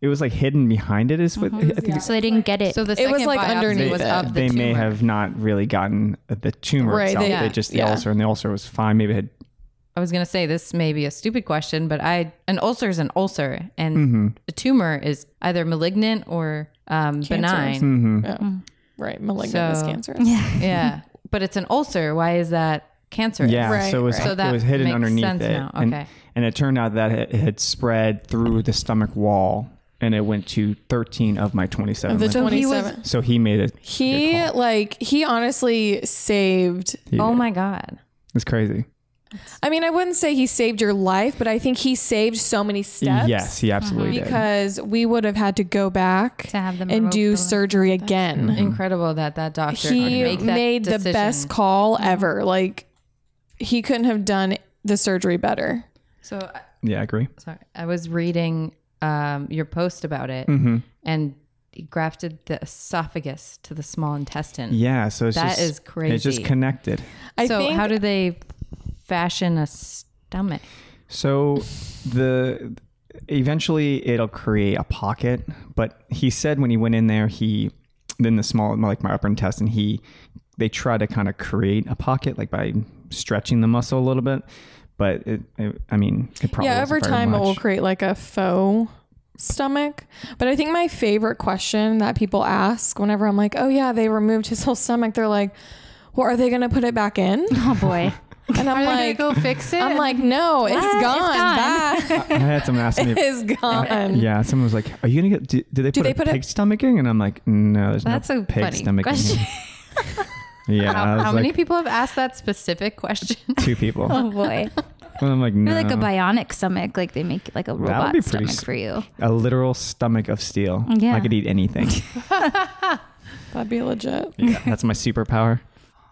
Speaker 4: it was like hidden behind it is what
Speaker 5: Mm-hmm.
Speaker 4: i think it's
Speaker 2: so they didn't get it.
Speaker 3: So the
Speaker 5: It
Speaker 3: second
Speaker 5: was, like,
Speaker 3: biopsy
Speaker 5: underneath
Speaker 3: was
Speaker 5: it.
Speaker 3: up the
Speaker 4: they may
Speaker 3: tumor.
Speaker 4: have not really gotten the tumor
Speaker 5: Right,
Speaker 4: itself. They,
Speaker 5: they-
Speaker 4: just the
Speaker 5: yeah.
Speaker 4: ulcer, and the ulcer was fine. Maybe it had
Speaker 3: I was gonna say this may be a stupid question, but I an ulcer is an ulcer, and
Speaker 4: Mm-hmm.
Speaker 3: a tumor is either malignant or um, benign.
Speaker 4: Hmm. Mm.
Speaker 5: Yeah. Right. Malignant is
Speaker 3: So-
Speaker 5: cancer.
Speaker 3: Yeah, but it's an ulcer. Why is that cancerous?
Speaker 4: yeah.
Speaker 5: Right,
Speaker 4: so it was
Speaker 5: right.
Speaker 3: So
Speaker 4: it
Speaker 3: that
Speaker 4: was hidden
Speaker 3: makes
Speaker 4: underneath
Speaker 3: sense
Speaker 4: it,
Speaker 3: now.
Speaker 4: and,
Speaker 3: Okay.
Speaker 4: and it turned out that it had spread through the stomach wall, and it went to thirteen of my twenty-seven.
Speaker 5: The
Speaker 4: lymph-
Speaker 3: So
Speaker 5: twenty
Speaker 3: he was-
Speaker 5: seven.
Speaker 4: so he made it.
Speaker 5: He like he honestly saved
Speaker 4: He
Speaker 3: Oh
Speaker 4: did.
Speaker 3: my god.
Speaker 4: It's crazy.
Speaker 5: I mean, I wouldn't say he saved your life, but I think he saved so many steps.
Speaker 4: Yes, he
Speaker 3: Uh-huh.
Speaker 4: absolutely did.
Speaker 5: Because we would have had to go back
Speaker 2: To have them
Speaker 5: and
Speaker 2: remove the
Speaker 5: do
Speaker 2: leg.
Speaker 5: surgery again.
Speaker 4: Hmm.
Speaker 3: Incredible that that doctor
Speaker 5: He
Speaker 3: could make that
Speaker 5: made the
Speaker 3: decision.
Speaker 5: best call ever. Like he couldn't have done the surgery better.
Speaker 3: So I-
Speaker 4: Yeah, I agree.
Speaker 3: sorry, I was reading um, your post about it,
Speaker 4: Mm-hmm.
Speaker 3: and he grafted the esophagus to the small intestine.
Speaker 4: Yeah, so it's
Speaker 3: That
Speaker 4: just
Speaker 3: is
Speaker 4: It's
Speaker 3: crazy.
Speaker 4: just connected.
Speaker 5: I
Speaker 3: so
Speaker 5: think
Speaker 3: how do they fashion a stomach?
Speaker 4: So the eventually it'll create a pocket, but he said when he went in there, he then the small like my upper intestine, he they try to kind of create a pocket like by stretching the muscle a little bit, but it, it- I mean it probably
Speaker 5: yeah,
Speaker 4: wasn't
Speaker 5: over
Speaker 4: very
Speaker 5: time it will
Speaker 4: much.
Speaker 5: create like a faux stomach. But I think my favorite question that people ask whenever I'm like, "Oh yeah, they removed his whole stomach." They're like, "Well, are they going to put it back in?"
Speaker 2: Oh boy.
Speaker 5: And I'm
Speaker 1: Are they
Speaker 5: like,
Speaker 1: gonna go fix it?
Speaker 5: I'm like, "No, it's
Speaker 2: What? It's
Speaker 5: gone. It's
Speaker 4: I had someone ask me.
Speaker 5: is gone."
Speaker 4: Yeah, someone was like, "Are you gonna get? Do, do they put
Speaker 5: they
Speaker 4: a
Speaker 5: put a-
Speaker 4: pig stomaching?" And I'm like, "No, there's
Speaker 3: That's
Speaker 4: no
Speaker 3: a
Speaker 4: pig
Speaker 3: funny
Speaker 4: stomaching."
Speaker 3: question.
Speaker 4: Yeah, I
Speaker 3: How,
Speaker 4: was
Speaker 3: how
Speaker 4: like
Speaker 3: many people have asked that specific question?
Speaker 4: two people.
Speaker 2: Oh boy.
Speaker 4: And I'm like, "No,
Speaker 2: You're like a bionic stomach, like they make like a robot
Speaker 4: be pretty
Speaker 2: stomach
Speaker 4: s-
Speaker 2: for you.
Speaker 4: a literal stomach of steel.
Speaker 2: Yeah.
Speaker 4: I could eat anything.
Speaker 5: That'd be legit.
Speaker 4: yeah, that's my superpower.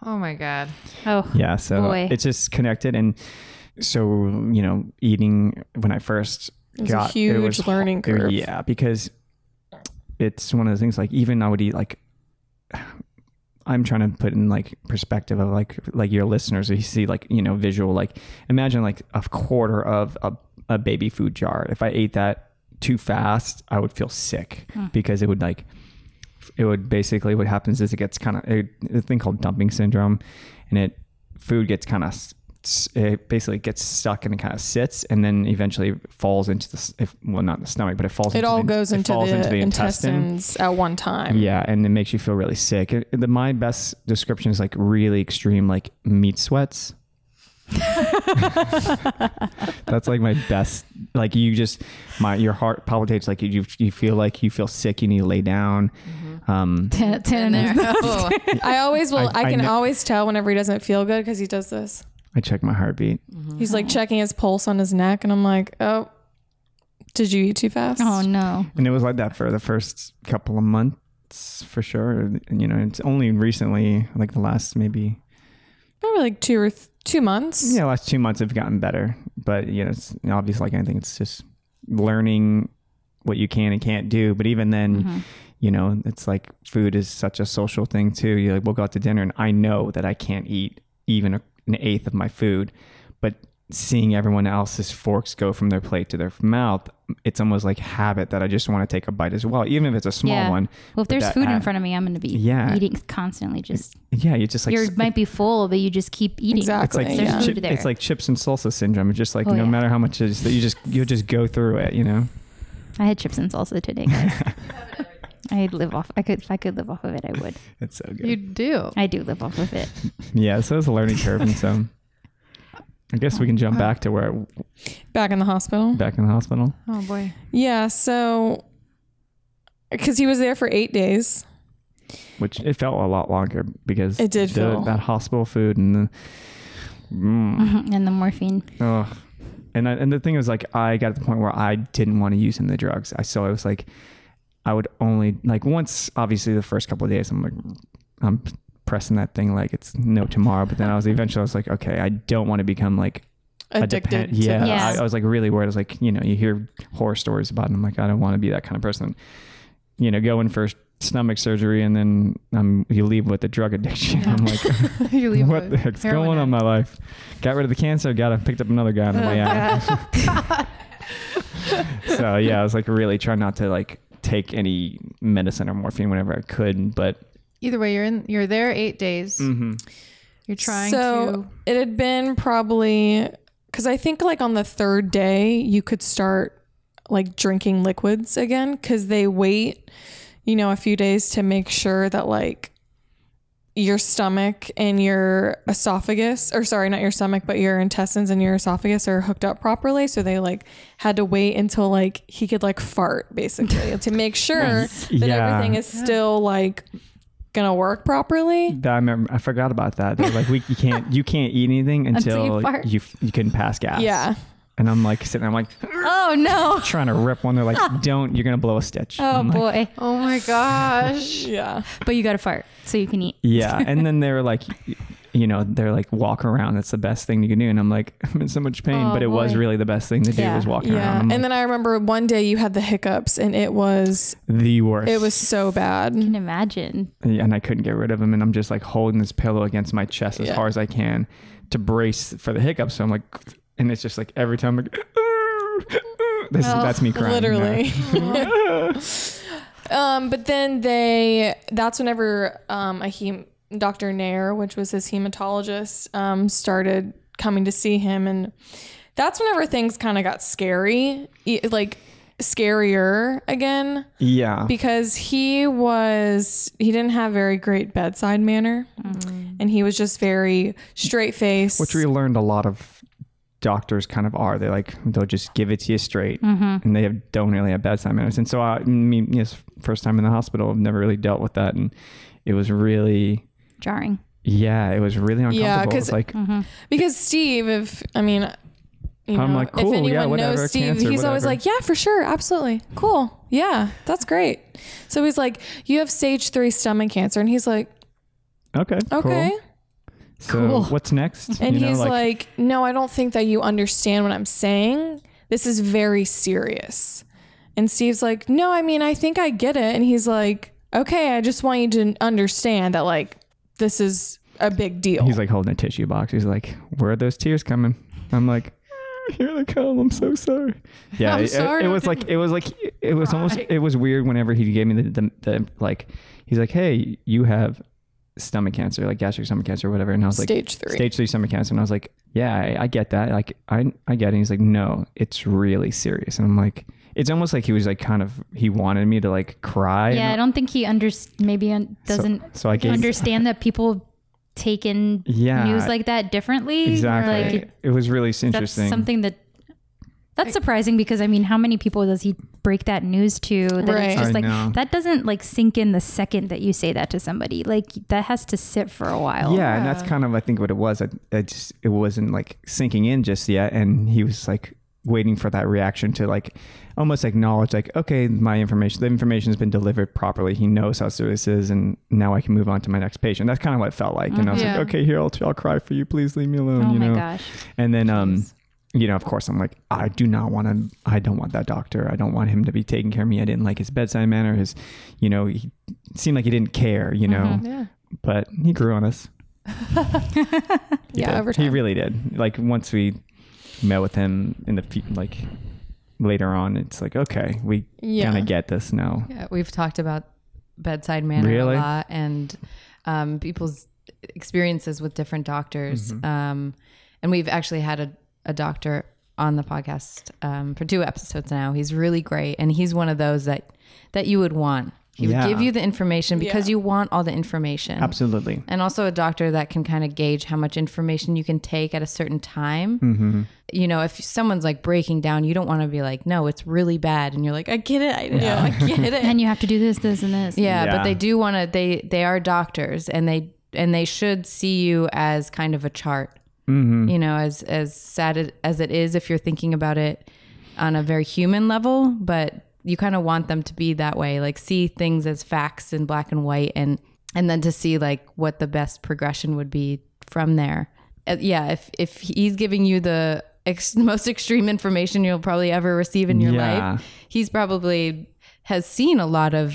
Speaker 1: oh my god.
Speaker 2: Oh,
Speaker 4: Yeah, so uh,
Speaker 2: Boy.
Speaker 4: it's just connected, and so you know, eating when I first
Speaker 5: was a
Speaker 4: got
Speaker 5: huge learning
Speaker 4: it was-
Speaker 5: curve.
Speaker 4: Yeah, because it's one of those things. Like even I would eat like. I'm trying to put in like perspective of like like your listeners. You see like you know visual like imagine like a quarter of a, a baby food jar. If I ate that too fast, I would feel sick
Speaker 5: Hmm.
Speaker 4: because it would like it would basically what happens is it gets kind of a, a thing called dumping syndrome and it food gets kind of it basically gets stuck and it kind of sits and then eventually falls into the s- if, well not the stomach but it falls
Speaker 5: It
Speaker 4: into
Speaker 5: all
Speaker 4: the,
Speaker 5: goes
Speaker 4: it
Speaker 5: into
Speaker 4: falls
Speaker 5: the,
Speaker 4: into the intestine
Speaker 5: intestines at one time.
Speaker 4: yeah and it makes you feel really sick It- the, my best description is like really extreme like meat sweats that's like my best like you just my your heart palpitates like you you feel like you feel sick you need to lay down um
Speaker 2: Tan- Tan is-
Speaker 3: Oh,
Speaker 5: I always will.
Speaker 4: I-
Speaker 5: I,
Speaker 4: I
Speaker 5: can
Speaker 4: kn-
Speaker 5: always tell whenever he doesn't feel good because he does this.
Speaker 4: I check my heartbeat.
Speaker 5: He's
Speaker 2: Mm-hmm.
Speaker 5: like checking his pulse on his neck, and I'm like, "Oh, did you eat too fast?"
Speaker 2: Oh no.
Speaker 4: And it was like that for the first couple of months for sure. And, you know, it's only recently, like the last maybe,
Speaker 5: Probably like two or th- two months.
Speaker 4: you know, last two months have gotten better. But, you know, it's obvious like anything, it's just learning what you can and can't do. But even then,
Speaker 2: Mm-hmm.
Speaker 4: you know, it's like food is such a social thing too. You like, we'll go out to dinner and I know that I can't eat even a, an eighth of my food. But seeing everyone else's forks go from their plate to their mouth, it's almost like habit that I just want to take a bite as well, even if it's a small
Speaker 2: Yeah.
Speaker 4: one.
Speaker 2: Well, if
Speaker 4: But
Speaker 2: there's
Speaker 4: that
Speaker 2: food in
Speaker 4: ad-
Speaker 2: front of me, I'm going to be
Speaker 4: Yeah.
Speaker 2: eating constantly. Just
Speaker 4: Yeah, you just like
Speaker 2: you
Speaker 4: s-
Speaker 2: might be full, but you just keep eating.
Speaker 4: It's like
Speaker 5: Exactly.
Speaker 2: There's
Speaker 5: yeah.
Speaker 2: food
Speaker 4: chi-
Speaker 2: there.
Speaker 4: it's like chips and salsa syndrome. It's just like
Speaker 2: Oh,
Speaker 4: no
Speaker 2: yeah.
Speaker 4: matter how much it is that you just you just go through it. You know.
Speaker 2: I had chips and salsa today, guys. I'd live off. I could. If I could live off of it, I would.
Speaker 4: It's so good.
Speaker 1: You do.
Speaker 2: I do live off of it.
Speaker 4: yeah, so it's a learning curve, and so I guess we can
Speaker 5: Uh,
Speaker 4: jump back to where
Speaker 5: Back in the hospital.
Speaker 4: back in the hospital.
Speaker 1: Oh boy.
Speaker 5: Yeah. So, because he was there for eight days.
Speaker 4: which it felt a lot longer because
Speaker 5: It did
Speaker 4: the-
Speaker 5: feel-
Speaker 4: that hospital food and the mm,
Speaker 2: and the morphine.
Speaker 5: Mm-hmm.
Speaker 4: ugh. and I, and the thing was like I got to the point where I didn't want to use any of the drugs. I so I was like I would only like once obviously the first couple of days I'm like I'm pressing that thing like it's no tomorrow. But then I was eventually I was like okay I don't want to become like a
Speaker 5: Addicted.
Speaker 4: depend-
Speaker 5: to
Speaker 4: yeah,
Speaker 5: this.
Speaker 2: Yeah.
Speaker 4: I, I was like really worried. I was like, you know, you hear horror stories about, it, and I'm like, I don't want to be that kind of person. You know, going for stomach surgery and then um, you leave with a drug addiction. I'm like,
Speaker 1: you leave
Speaker 4: what
Speaker 1: a
Speaker 4: the heck's
Speaker 1: heroin
Speaker 4: going on in
Speaker 1: addict.
Speaker 4: my life? Got rid of the cancer, got it, picked up another guy on
Speaker 5: Oh,
Speaker 4: the way out. so yeah, I was like really trying not to like take any medicine or morphine whenever I could, but
Speaker 1: Either way, you're in. You're there eight days.
Speaker 4: Mm.
Speaker 1: You're trying
Speaker 5: so
Speaker 1: to.
Speaker 5: it had been probably because I think like on the third day you could start like drinking liquids again because they wait, you know, a few days to make sure that like your stomach and your esophagus or sorry not your stomach but your intestines and your esophagus are hooked up properly so they like had to wait until like he could like fart basically to make sure that
Speaker 4: Yeah.
Speaker 5: everything is still like gonna work properly.
Speaker 4: That I remember. I forgot about that. They're like, we you can't you can't eat anything
Speaker 2: Until you
Speaker 4: until,
Speaker 2: fart.
Speaker 4: you you can pass gas.
Speaker 5: Yeah.
Speaker 4: And I'm like sitting. there, I'm like
Speaker 2: Oh no.
Speaker 4: trying to rip one. They're like, don't. You're gonna blow a stitch.
Speaker 2: Oh
Speaker 4: I'm
Speaker 2: boy.
Speaker 4: like,
Speaker 1: Oh my gosh.
Speaker 5: Yeah.
Speaker 2: But you gotta fart so you can eat.
Speaker 4: Yeah. And then they were like, you know, they're like, walk around. That's the best thing you can do. And I'm like, I'm in so much pain,
Speaker 2: Oh,
Speaker 4: but it was
Speaker 2: boy.
Speaker 4: really the best thing to do
Speaker 2: Yeah.
Speaker 4: was walking
Speaker 5: Yeah.
Speaker 4: around. I'm
Speaker 5: And then I remember one day you had the hiccups and it was
Speaker 4: like, the worst.
Speaker 5: it was so
Speaker 2: I
Speaker 5: bad.
Speaker 2: can imagine.
Speaker 4: and I couldn't get rid of him. And I'm just like holding this pillow against my chest as
Speaker 5: Yeah.
Speaker 4: hard as I can to brace for the hiccups. So I'm like, and it's just like every time, like, this,
Speaker 2: Oh,
Speaker 4: that's me crying. you know?
Speaker 5: Literally. um, but then they that's whenever um a he Dr. Nair, which was his hematologist, um, started coming to see him and that's whenever things kind of got scary. e- Like scarier again.
Speaker 4: Yeah.
Speaker 5: because he was he didn't have very great bedside manner and he was just very straight faced
Speaker 4: Which we learned a lot of doctors kind of are. They like they'll just give it to you straight,
Speaker 5: Mm-hmm.
Speaker 4: and they have, don't really have bedside manners. And so uh, I, I mean, yes, first time in the hospital, I've never really dealt with that, and it was really,
Speaker 2: Jarring. Mm-hmm.
Speaker 4: yeah, it was really uncomfortable.
Speaker 5: Yeah,
Speaker 4: It was
Speaker 5: 'cause-
Speaker 4: like
Speaker 5: because steve if i mean you
Speaker 4: I'm
Speaker 5: know,
Speaker 4: like, cool,
Speaker 5: if anyone
Speaker 4: yeah, whatever,
Speaker 5: knows steve
Speaker 4: cancer,
Speaker 5: he's always
Speaker 4: whatever.
Speaker 5: like yeah for sure absolutely cool yeah that's great so he's like you have stage three stomach cancer and he's like
Speaker 4: okay,
Speaker 5: okay
Speaker 4: cool. So
Speaker 2: Cool.
Speaker 4: what's next?
Speaker 5: and
Speaker 4: You know,
Speaker 5: he's like, no i don't think that you understand what i'm saying this is very serious and steve's like no i mean i think i get it and he's like okay i just want you to understand that like this is a big deal
Speaker 4: he's like holding a tissue box. He's like, where are those tears coming? I'm like. "Ah, Here they come! I'm so sorry. Yeah,
Speaker 1: I'm
Speaker 4: it, it-
Speaker 1: sorry,
Speaker 4: it
Speaker 1: I
Speaker 4: was like it was like it was almost it was weird. Whenever he gave me the, the, the like, he's like, "Hey, you have stomach cancer, like gastric stomach cancer, or whatever," and I was like,
Speaker 5: stage three
Speaker 4: stage three stomach cancer. And I was like, yeah, I, I get that. Like, I, I get it. And he's like, no, it's really serious. And I'm like, it's almost like he was like kind of, he wanted me to like cry.
Speaker 2: Yeah, I
Speaker 4: And
Speaker 2: don't think he under maybe un-
Speaker 4: I- so-
Speaker 2: doesn't
Speaker 4: So, I gave,
Speaker 2: understand that people take in
Speaker 4: yeah,
Speaker 2: news like that differently. Or, Like
Speaker 4: exactly.
Speaker 2: it-
Speaker 4: it was really
Speaker 2: that's
Speaker 4: interesting.
Speaker 2: something that that's surprising because I mean, how many people does he break that news to? That
Speaker 5: Right.
Speaker 2: it's just
Speaker 4: I
Speaker 2: like
Speaker 4: know.
Speaker 2: that doesn't like sink in the second that you say that to somebody. Like that has to sit for a while.
Speaker 4: yeah, and that's kind of I think what it was. I, I just it wasn't like sinking in just yet, and he was like waiting for that reaction to like almost acknowledge like okay my information the information has been delivered properly he knows how serious this is and now i can move on to my next patient that's kind of what it felt like and i was
Speaker 1: Yeah.
Speaker 4: like okay here I'll, I'll cry for you please leave me alone
Speaker 2: Mm-hmm. Oh
Speaker 4: you
Speaker 2: my
Speaker 4: know
Speaker 2: gosh.
Speaker 4: and then um you know of course i'm like i do not want to i don't want that doctor i don't want him to be taking care of me i didn't like his bedside manner his you know he seemed like he didn't care you know
Speaker 2: Mm-hmm.
Speaker 1: Yeah.
Speaker 4: but he grew on us he
Speaker 5: yeah
Speaker 4: did.
Speaker 5: over time
Speaker 4: He really did. Like once we met with him in the fe- like later on, it's like okay, we
Speaker 5: Yeah.
Speaker 4: kind of get this now.
Speaker 3: Yeah, we've talked about bedside manner
Speaker 4: Really?
Speaker 3: a lot and um, people's experiences with different doctors.
Speaker 4: Mm-hmm.
Speaker 3: Um, and we've actually had a, a doctor on the podcast um, for two episodes now. He's really great, and he's one of those that that you would want. He
Speaker 4: Yeah.
Speaker 3: would give you the information because
Speaker 5: Yeah.
Speaker 3: you want all the information.
Speaker 4: Absolutely.
Speaker 3: And also a doctor that can kind of gauge how much information you can take at a certain time.
Speaker 4: Mm-hmm.
Speaker 3: You know, if someone's like breaking down, you don't want to be like, no, it's really bad. And you're like, I get it. I know. I get it.
Speaker 2: And you have to do this, this, and this.
Speaker 3: Yeah,
Speaker 4: Yeah.
Speaker 3: but they do want to. They they are doctors, and they and they should see you as kind of a chart.
Speaker 4: Mm-hmm.
Speaker 3: You know, as as sad it- as it is, if you're thinking about it on a very human level, but you kind of want them to be that way, like see things as facts in black and white, and and then to see like what the best progression would be from there. Uh, yeah, if if he's giving you the ex- most extreme information you'll probably ever receive in your
Speaker 4: Yeah.
Speaker 3: life, he's probably has seen a lot of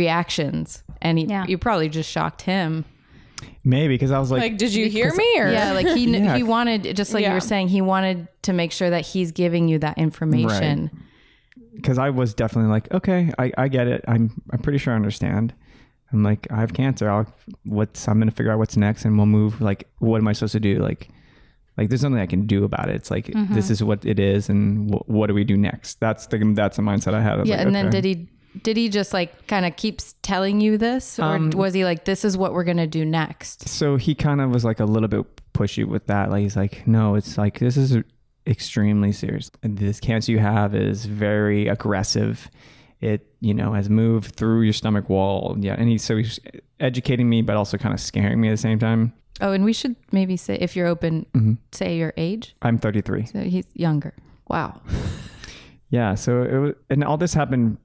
Speaker 3: reactions and he,
Speaker 2: Yeah.
Speaker 3: you probably just shocked him
Speaker 4: Maybe because I was like,
Speaker 5: like did you hear me or
Speaker 3: yeah like he kn-
Speaker 4: Yeah.
Speaker 3: he wanted just like you
Speaker 5: Yeah.
Speaker 3: were saying he wanted to make sure that he's giving you that information
Speaker 4: because I was definitely like, okay, I, I get it. I'm I'm pretty sure I understand. I'm like, I have cancer. I'll what's I'm gonna figure out what's next, and we'll move. Like, what am I supposed to do? Like, like there's nothing I can do about it. It's like this is what it is, and wh- what do we do next? That's the that's the mindset I had. I was
Speaker 3: yeah
Speaker 4: like,
Speaker 3: and then
Speaker 4: okay.
Speaker 3: did he did he just like kind of keeps telling you this or
Speaker 4: Um,
Speaker 3: was he like this is what we're gonna do next
Speaker 4: so he kind of was like a little bit pushy with that like he's like no it's like this is extremely serious and this cancer you have is very aggressive it you know has moved through your stomach wall yeah and he so he educating me, but also kind of scaring me at the same time.
Speaker 3: Oh, and we should maybe say if you're open,
Speaker 4: Mm-hmm.
Speaker 3: say your age.
Speaker 4: I'm 33.
Speaker 3: So he's younger.
Speaker 1: Wow.
Speaker 4: Yeah. So it was, and all this happened.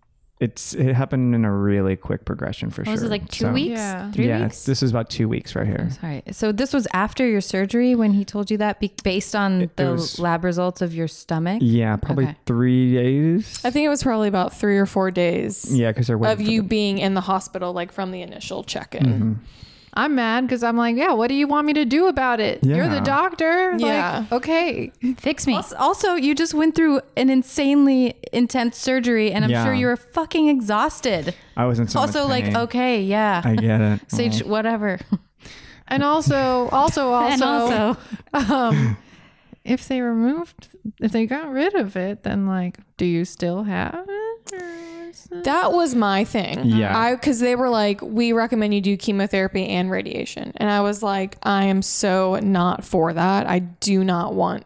Speaker 4: It's it happened in a really quick progression for sure.
Speaker 2: was it like two
Speaker 4: So-
Speaker 2: weeks?
Speaker 1: Yeah.
Speaker 2: Three
Speaker 4: yeah,
Speaker 2: weeks?
Speaker 4: this is about two weeks right here.
Speaker 3: All right. So this was after your surgery when he told you that, be- based on the
Speaker 4: was-
Speaker 3: lab results of your stomach.
Speaker 4: Yeah, probably
Speaker 3: Okay.
Speaker 4: three days.
Speaker 5: I think it was probably about three or four days
Speaker 4: Yeah, because they're
Speaker 5: of
Speaker 4: waiting. for
Speaker 5: you
Speaker 4: the- Mm-hmm.
Speaker 5: being in the hospital, like from the initial check in.
Speaker 1: I'm mad because I'm like, yeah, what do you want me to do about it? You're
Speaker 4: Yeah.
Speaker 1: the doctor.
Speaker 5: Yeah.
Speaker 1: Like, okay.
Speaker 2: Fix me.
Speaker 3: Also, also, you just went through an insanely intense surgery, and I'm
Speaker 4: Yeah.
Speaker 3: sure you were fucking exhausted.
Speaker 4: I was in so much
Speaker 3: also, like,
Speaker 4: pain.
Speaker 3: okay, yeah,
Speaker 4: I get it.
Speaker 3: Sage, whatever.
Speaker 1: And also, also, also,
Speaker 2: and also,
Speaker 1: um, if they removed, if they got rid of it, then like, do you still have it? Or is it-
Speaker 5: That was my thing.
Speaker 4: Yeah.
Speaker 5: I because they were like, we recommend you do chemotherapy and radiation, and I was like, I am so not for that. I do not want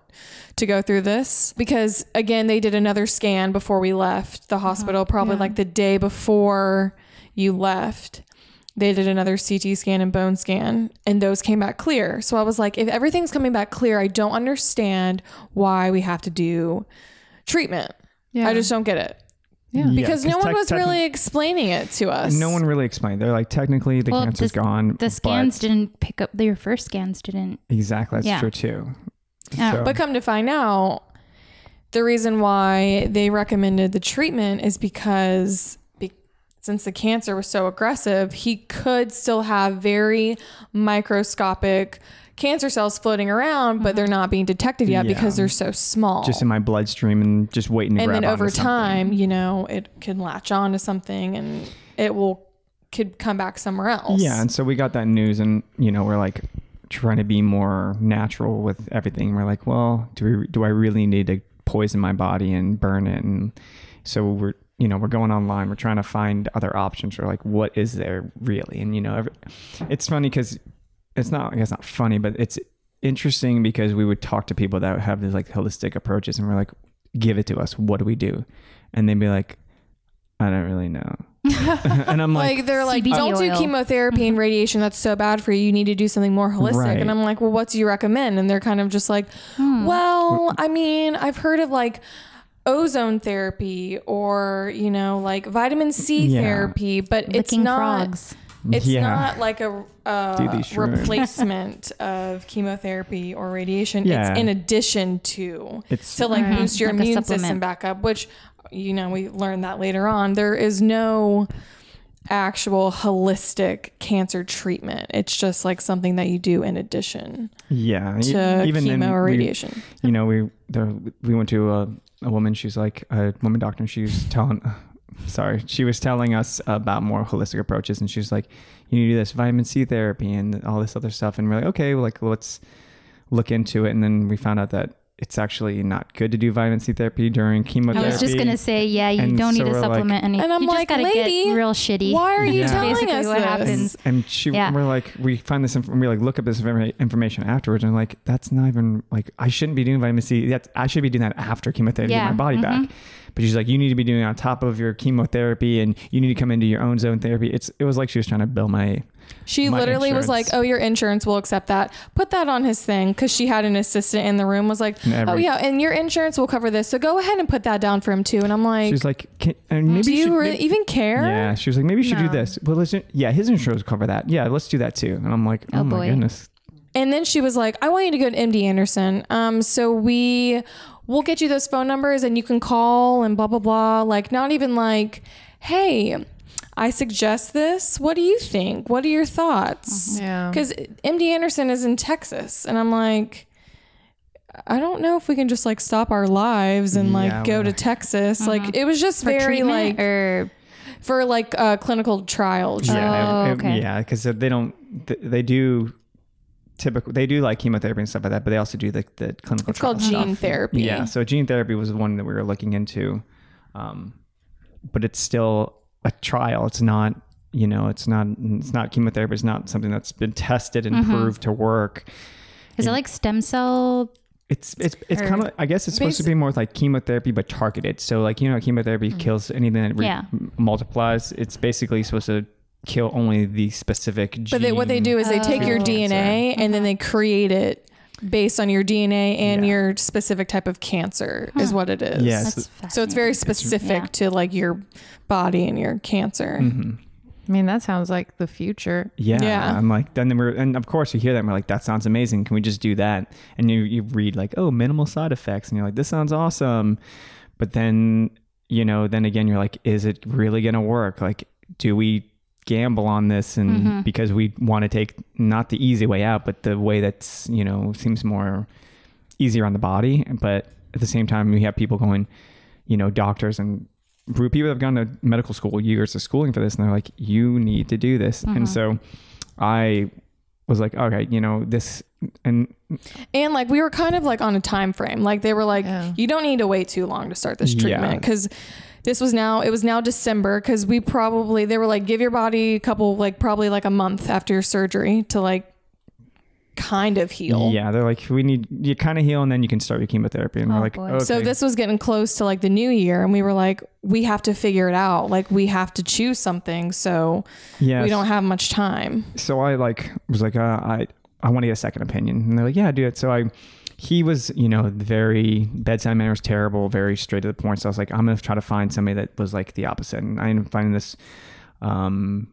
Speaker 5: to go through this because again, they did another scan before we left the hospital, probably like the day before you left. They did another CT scan and bone scan, and those came back clear. So I was like, if everything's coming back clear, I don't understand why we have to do treatment.
Speaker 1: Yeah.
Speaker 5: I just don't get it
Speaker 4: Yeah,
Speaker 5: because no one
Speaker 4: tec-
Speaker 5: was
Speaker 4: techni-
Speaker 5: really explaining it to us.
Speaker 4: No one really explained. They're like, technically, the
Speaker 2: Well,
Speaker 4: cancer's
Speaker 2: this-
Speaker 4: gone.
Speaker 2: the scans
Speaker 4: but-
Speaker 2: didn't pick up. Your first scans didn't.
Speaker 4: Exactly. That's
Speaker 2: Yeah.
Speaker 4: true too.
Speaker 2: Yeah.
Speaker 4: So-
Speaker 5: But come to find out, the reason why they recommended the treatment is because be- since the cancer was so aggressive, he could still have very microscopic cancer cells floating around, but they're not being detected yet
Speaker 4: Yeah.
Speaker 5: because they're so small.
Speaker 4: just in my bloodstream and just waiting to
Speaker 5: and
Speaker 4: grab
Speaker 5: then over
Speaker 4: onto something.
Speaker 5: time, you know, it can latch on to something and it will could come back somewhere else.
Speaker 4: Yeah, and so we got that news, and you know, we're like trying to be more natural with everything. We're like, well, do we? Do I really need to poison my body and burn it? And so we're, you know, we're going online. We're trying to find other options. We're like, what is there really? And you know, every, it's funny because it's not. I guess not funny, but it's interesting because we would talk to people that have these like holistic approaches, and we're like, give it to us. What do we do? And they'd be like, I don't really know. and I'm
Speaker 5: like,
Speaker 4: like,
Speaker 5: they're like,
Speaker 2: CBD
Speaker 5: don't do
Speaker 2: oil. Mm-hmm.
Speaker 5: chemotherapy and radiation. That's so bad for you. You need to do something more holistic.
Speaker 4: Right.
Speaker 5: And I'm like, well, what do you recommend? And they're kind of just like,
Speaker 2: Hmm.
Speaker 5: well,
Speaker 4: Mm-hmm.
Speaker 5: I mean, I've heard of like ozone therapy or you know like vitamin C
Speaker 4: Yeah.
Speaker 5: therapy, but it's
Speaker 2: Licking
Speaker 5: not
Speaker 2: frogs.
Speaker 5: it's
Speaker 4: Yeah.
Speaker 5: not like a
Speaker 4: Do
Speaker 5: uh,
Speaker 4: these shrooms.
Speaker 5: replacement of chemotherapy or radiation.
Speaker 4: Yeah.
Speaker 5: It's in addition to
Speaker 4: It's-
Speaker 5: to like boost your
Speaker 2: Like a
Speaker 5: immune system
Speaker 2: supplement.
Speaker 5: back up, which you know we learned that later on. There is no actual holistic cancer treatment. It's just like something that you do in addition
Speaker 4: Yeah, e-
Speaker 5: to
Speaker 4: then
Speaker 5: chemo or
Speaker 4: we-
Speaker 5: radiation.
Speaker 4: you know, we there, we went to a, a woman. She's like a woman doctor, and she was telling. Sorry, she was telling us about more holistic approaches, and she's like, "You need to do this vitamin C therapy and all this other stuff." And we're like, "Okay, well, like let's look into it." And then we found out that it's actually not good to do vitamin C therapy during
Speaker 2: I
Speaker 4: chemotherapy.
Speaker 2: was just gonna say, yeah, you
Speaker 4: And
Speaker 2: don't
Speaker 4: so
Speaker 2: need to
Speaker 4: we're like-
Speaker 2: supplement any.
Speaker 5: And I'm
Speaker 2: you just
Speaker 5: like,
Speaker 2: gotta
Speaker 5: lady,
Speaker 2: get real shitty.
Speaker 5: Why are you
Speaker 4: Yeah.
Speaker 5: telling
Speaker 2: Basically
Speaker 5: us
Speaker 2: what
Speaker 5: this?
Speaker 2: happens.
Speaker 4: and she,
Speaker 2: Yeah.
Speaker 4: we're like, we find this, inf- we like look up this informa- information afterwards, and like, that's not even like, I shouldn't be doing vitamin C. That's I should be doing that after chemotherapy to
Speaker 2: Yeah.
Speaker 4: get my body back. But she's like, you need to be doing it on top of your chemotherapy, and you need to come into your own zone therapy. It's it was like she was trying to bill my
Speaker 5: She
Speaker 4: my
Speaker 5: literally was like,
Speaker 4: insurance.
Speaker 5: "Oh, your insurance will accept that. Put that on his thing." Because she had an assistant in the room was like,
Speaker 4: And every-
Speaker 5: "Oh yeah, and your insurance will cover this. So go ahead and put that down for him too." And I'm like,
Speaker 4: she's like, Can, and maybe
Speaker 5: "Do
Speaker 4: you should,
Speaker 5: you really
Speaker 4: maybe-
Speaker 5: even care?"
Speaker 4: yeah, she was like, maybe you should do
Speaker 1: No.
Speaker 4: this. Well, listen, yeah, his insurance will cover that. Yeah, let's do that too. And I'm like, oh,
Speaker 2: Oh,
Speaker 4: my
Speaker 2: boy.
Speaker 4: goodness,
Speaker 5: And then she was like, "I want you to go to MD Anderson. Um, so we will get you those phone numbers, and you can call and blah blah blah. Like, not even like, hey." I suggest this. What do you think? What are your thoughts?
Speaker 1: Yeah.
Speaker 5: Because MD Anderson is in Texas, and I'm like, I don't know if we can just like stop our lives and like
Speaker 4: Yeah,
Speaker 5: go
Speaker 4: we're-
Speaker 5: to Texas. Like it was just
Speaker 2: for
Speaker 5: very
Speaker 2: treatment
Speaker 5: like
Speaker 2: or
Speaker 5: for like uh, clinical trials.
Speaker 4: Yeah,
Speaker 2: Oh,
Speaker 4: it- it-
Speaker 2: okay.
Speaker 4: yeah, because they don't, th- they do typical, they do like chemotherapy and stuff like that, but they also do like the clinical.
Speaker 5: It's called
Speaker 4: trial
Speaker 5: gene
Speaker 4: stuff.
Speaker 5: therapy.
Speaker 4: Yeah, so gene therapy was the one that we were looking into, um, but it's still a trial. It's not, you know, it's not, it's not chemotherapy. It's not something that's been tested and
Speaker 5: Mm-hmm.
Speaker 4: proved to work.
Speaker 2: is it like stem cell?
Speaker 4: It's it's it's kind of I guess it's supposed to be more like chemotherapy but
Speaker 5: Mm.
Speaker 4: targeted. So like you know chemotherapy kills anything that re-
Speaker 2: Yeah.
Speaker 4: m- multiplies. It's basically supposed to kill only the specific gene.
Speaker 5: But they, what they do is they take your
Speaker 4: Oh.
Speaker 5: DNA and then they create it based on your DNA and
Speaker 4: Yeah.
Speaker 5: your specific type of cancer is what it is.
Speaker 4: Yes.
Speaker 2: That's
Speaker 5: So it's very
Speaker 2: fascinating.
Speaker 5: specific to like your body and your cancer.
Speaker 4: Mm.
Speaker 1: I mean, that sounds like the future.
Speaker 4: Mm-hmm. Yeah,
Speaker 5: Yeah.
Speaker 4: I'm like then we're and of course you hear that and we're like that sounds amazing. Can we just do that? And you you read like oh minimal side effects and you're like this sounds awesome, but then you know then again you're like is it really gonna work? Like do we gamble on this and
Speaker 5: Mm-hmm.
Speaker 4: because we want to take not the easy way out but the way that's you know seems more easier on the body but at the same time we have people going you know doctors and people that have gone to medical school years of schooling for this and they're like you need to do this
Speaker 5: Mm-hmm.
Speaker 4: and so i was like okay you know this and
Speaker 5: And like we were kind of like on a time frame. Like they were like,
Speaker 1: Yeah.
Speaker 5: you don't need to wait too long to start this
Speaker 4: Yeah.
Speaker 5: treatment because this was now it was now December because we probably they were like give your body a couple like probably like a month after your surgery to like kind of heal.
Speaker 4: yeah they're like we need you kind of heal and then you can start your chemotherapy and we're like okay.
Speaker 5: Oh, So this was getting close to like the new year, and we were like, we have to figure it out. Like we have to choose something, so
Speaker 4: yes.
Speaker 5: we don't have much time.
Speaker 4: so I like was like uh, I I want to get a second opinion, and they're like, yeah, do it. So I he was you know very bedside manner was terrible, very straight to the point. So I was like, I'm gonna try to find somebody that was like the opposite, and I ended up finding this um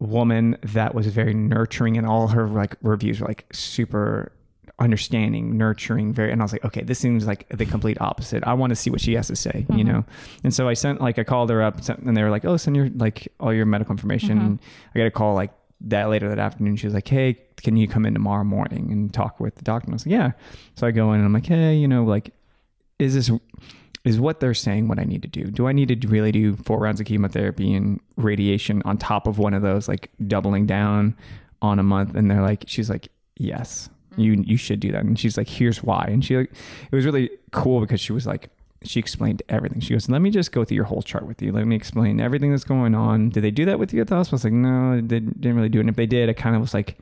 Speaker 4: woman that was very nurturing, and all her like reviews were like super understanding nurturing very and i was like okay this seems like the complete opposite i want to see what she has to say you know and so i sent like i called her up sent- and they were like oh send your like all your medical information And i got a call like that later that afternoon she was like hey can you come in tomorrow morning and talk with the doctor and i was like yeah so i go in and i'm like hey you know like is this is what they're saying what i need to do do i need to really do four rounds of chemotherapy and radiation on top of one of those like doubling down on a month and they're like she's like yes you you should do that and she's like here's why and she like it was really cool because she was like she explained everything she goes let me just go through your whole chart with you let me explain everything that's going on did they do that with you at the hospital I was like no they didn't didn't really do it and if they did i kind of was like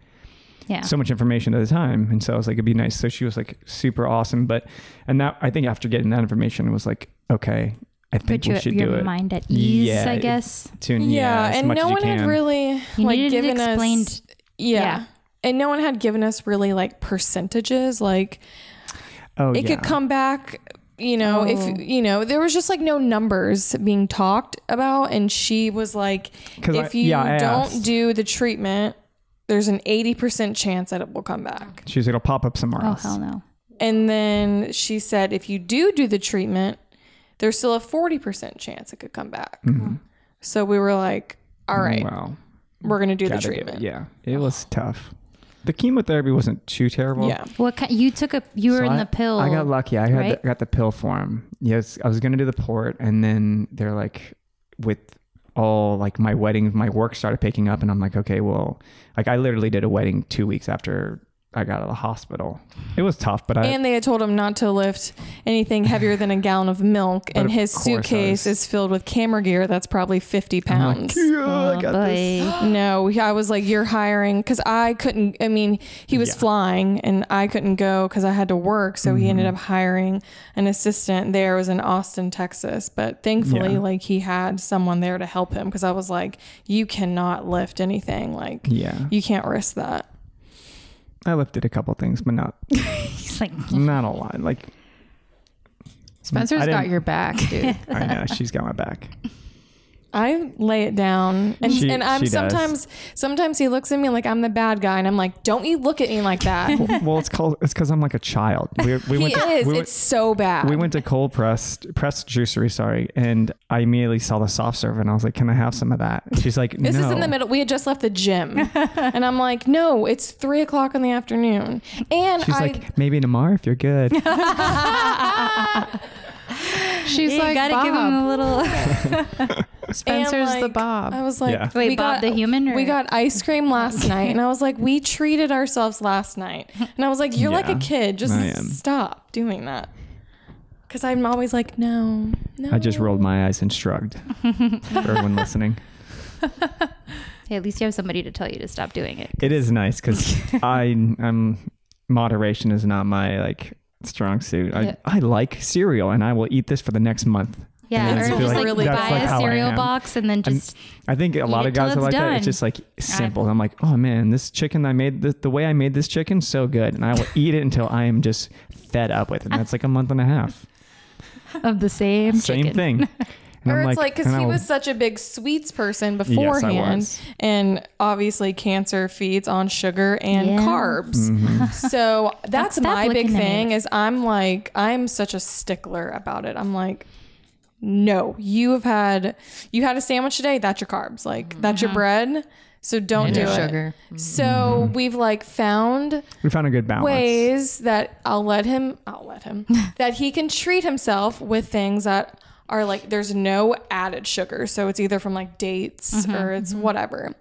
Speaker 2: Yeah.
Speaker 4: so much information at the time. And so I was like, it'd be nice. So she was like super awesome. But, and that, I think after getting that information, it was like, okay, I
Speaker 2: put
Speaker 4: think we
Speaker 2: your,
Speaker 4: should do
Speaker 2: your
Speaker 4: it.
Speaker 2: mind at ease,
Speaker 4: Yeah,
Speaker 2: I
Speaker 4: it-
Speaker 2: guess.
Speaker 4: Tune,
Speaker 5: yeah,
Speaker 4: as
Speaker 5: and
Speaker 4: much
Speaker 5: no
Speaker 4: as you
Speaker 5: one had
Speaker 4: can.
Speaker 5: really
Speaker 2: You
Speaker 5: like
Speaker 2: needed it
Speaker 5: given
Speaker 2: explained.
Speaker 5: us yeah.
Speaker 2: Yeah.
Speaker 5: and no one had given us really like percentages like
Speaker 4: oh,
Speaker 5: it
Speaker 4: yeah.
Speaker 5: could come back you know
Speaker 2: Oh.
Speaker 5: if you know there was just like no numbers being talked about and she was like
Speaker 4: 'Cause I-
Speaker 5: if you
Speaker 4: yeah, I
Speaker 5: don't
Speaker 4: asked.
Speaker 5: do the treatment there's an 80% chance that it will come back
Speaker 4: She was like, it'll pop up somewhere
Speaker 2: Oh
Speaker 4: else.
Speaker 2: hell no.
Speaker 5: and then she said if you do do the treatment there's still a 40% chance it could come back so we were like all right
Speaker 4: Mm-hmm. Wow.
Speaker 5: we're gonna do the
Speaker 4: Gotta do it.
Speaker 5: treatment
Speaker 4: Yeah. It was tough. The chemotherapy wasn't too terrible.
Speaker 5: yeah
Speaker 2: What kind? You took a. You were
Speaker 4: So
Speaker 2: in
Speaker 4: I-
Speaker 2: the pill.
Speaker 4: I got lucky. I had
Speaker 2: right?
Speaker 4: the, got the pill form. Yes, I was gonna do the port, and then they're like, with all like my wedding, my work started picking up, and I'm like, okay, well, like I literally did a wedding two weeks after I got out of the hospital. It was tough, but I
Speaker 5: And they had told him not to lift anything heavier than a gallon of milk, and
Speaker 4: of
Speaker 5: his
Speaker 4: course I
Speaker 5: suitcase
Speaker 4: was-
Speaker 5: is filled with camera gear that's probably 50
Speaker 4: I'm
Speaker 5: pounds.
Speaker 4: like, yeah, I
Speaker 2: Oh,
Speaker 4: got this.
Speaker 2: boy.
Speaker 5: no, I was like, You're hiring because I couldn't. I mean, he was
Speaker 4: Yeah.
Speaker 5: flying and I couldn't go because I had to work. So he
Speaker 4: Mm-hmm.
Speaker 5: ended up hiring an assistant there, it was in Austin, Texas. But thankfully,
Speaker 4: Yeah.
Speaker 5: like, he had someone there to help him because I was like, You cannot lift anything. Like,
Speaker 4: Yeah,
Speaker 5: you can't risk that.
Speaker 4: I lifted a couple things, but not
Speaker 2: He's like,
Speaker 4: not a lot. Like
Speaker 1: Spencer's
Speaker 4: I
Speaker 1: got
Speaker 4: didn't-
Speaker 1: your back, dude.
Speaker 4: I know she's got my back.
Speaker 5: I lay it down, and,
Speaker 4: She-
Speaker 5: and I'm
Speaker 4: she does.
Speaker 5: sometimes. Sometimes he looks at me like I'm the bad guy, and I'm like, "Don't you look at me like that."
Speaker 4: Well, it's called it's because I'm like a child. We, we
Speaker 5: he
Speaker 4: went to,
Speaker 5: is.
Speaker 4: we went-
Speaker 5: it's so bad.
Speaker 4: We went to cold pressed pressed juicery, sorry, and I immediately saw the soft serve and I was like, "Can I have some of that?" She's like,
Speaker 5: this
Speaker 4: no.
Speaker 5: is in the middle. We had just left the gym, and I'm like, "No, it's three o'clock in the afternoon." And
Speaker 4: She's
Speaker 5: I,
Speaker 4: like, "Maybe tomorrow if you're good."
Speaker 1: She's
Speaker 2: you
Speaker 1: like
Speaker 2: gotta
Speaker 1: Bob.
Speaker 2: give him a little.
Speaker 5: and,
Speaker 1: Spencer's the
Speaker 5: like,
Speaker 1: Bob.
Speaker 5: I was like,
Speaker 4: Yeah.
Speaker 2: Wait, Bob the human? Or?
Speaker 5: We got ice cream last night, and I was like, "We treated ourselves last night," and I was like, "You're like
Speaker 4: Yeah,
Speaker 5: a kid. Just
Speaker 4: I am.
Speaker 5: stop doing that." Because I'm always like, "No, no."
Speaker 4: I just rolled my eyes and shrugged. For everyone listening,
Speaker 2: Hey, at least you have somebody to tell you to stop doing it.
Speaker 4: it is nice because I I'm moderation is not my like strong suit. I I like cereal and I will eat this for the next month.
Speaker 2: Yeah,
Speaker 4: And
Speaker 2: or
Speaker 4: I
Speaker 2: just
Speaker 4: feel
Speaker 2: like,
Speaker 4: like that's,
Speaker 2: buy
Speaker 4: like,
Speaker 2: a
Speaker 4: how I
Speaker 2: cereal
Speaker 4: am.
Speaker 2: box and then
Speaker 4: And
Speaker 2: just
Speaker 4: I think a lot
Speaker 2: it
Speaker 4: of
Speaker 2: till
Speaker 4: guys are
Speaker 2: it's
Speaker 4: like that.
Speaker 2: done.
Speaker 4: It's just like simple. I'm like, oh man, this chicken I made, the, the way I made this chicken, so good, and I will eat it until I am just fed up with it. And that's like a month and a half.
Speaker 2: of the same
Speaker 4: Same
Speaker 2: chicken.
Speaker 4: thing. And
Speaker 5: Or
Speaker 4: I'm
Speaker 5: it's like because
Speaker 4: and I
Speaker 5: he
Speaker 4: will-
Speaker 5: was such a big sweets person beforehand,
Speaker 4: was.
Speaker 5: and obviously cancer feeds on sugar and
Speaker 2: Yeah.
Speaker 5: carbs.
Speaker 4: Mm-hmm.
Speaker 5: So that's
Speaker 2: Stop
Speaker 5: my big
Speaker 2: looking at
Speaker 5: thing.
Speaker 2: me.
Speaker 5: Is I'm like I'm such a stickler about it. I'm like, no, you have had you had a sandwich today. That's your carbs. Like that's your
Speaker 2: Mm-hmm.
Speaker 5: bread. So don't do
Speaker 3: your
Speaker 5: it.
Speaker 3: sugar.
Speaker 5: So
Speaker 4: Mm-hmm.
Speaker 5: we've like found
Speaker 4: we found a good balance.
Speaker 5: ways that I'll let him, I'll let him, that he can treat himself with things that are like, there's no added sugar. So it's either from like dates
Speaker 4: Mm-hmm,
Speaker 5: or it's whatever.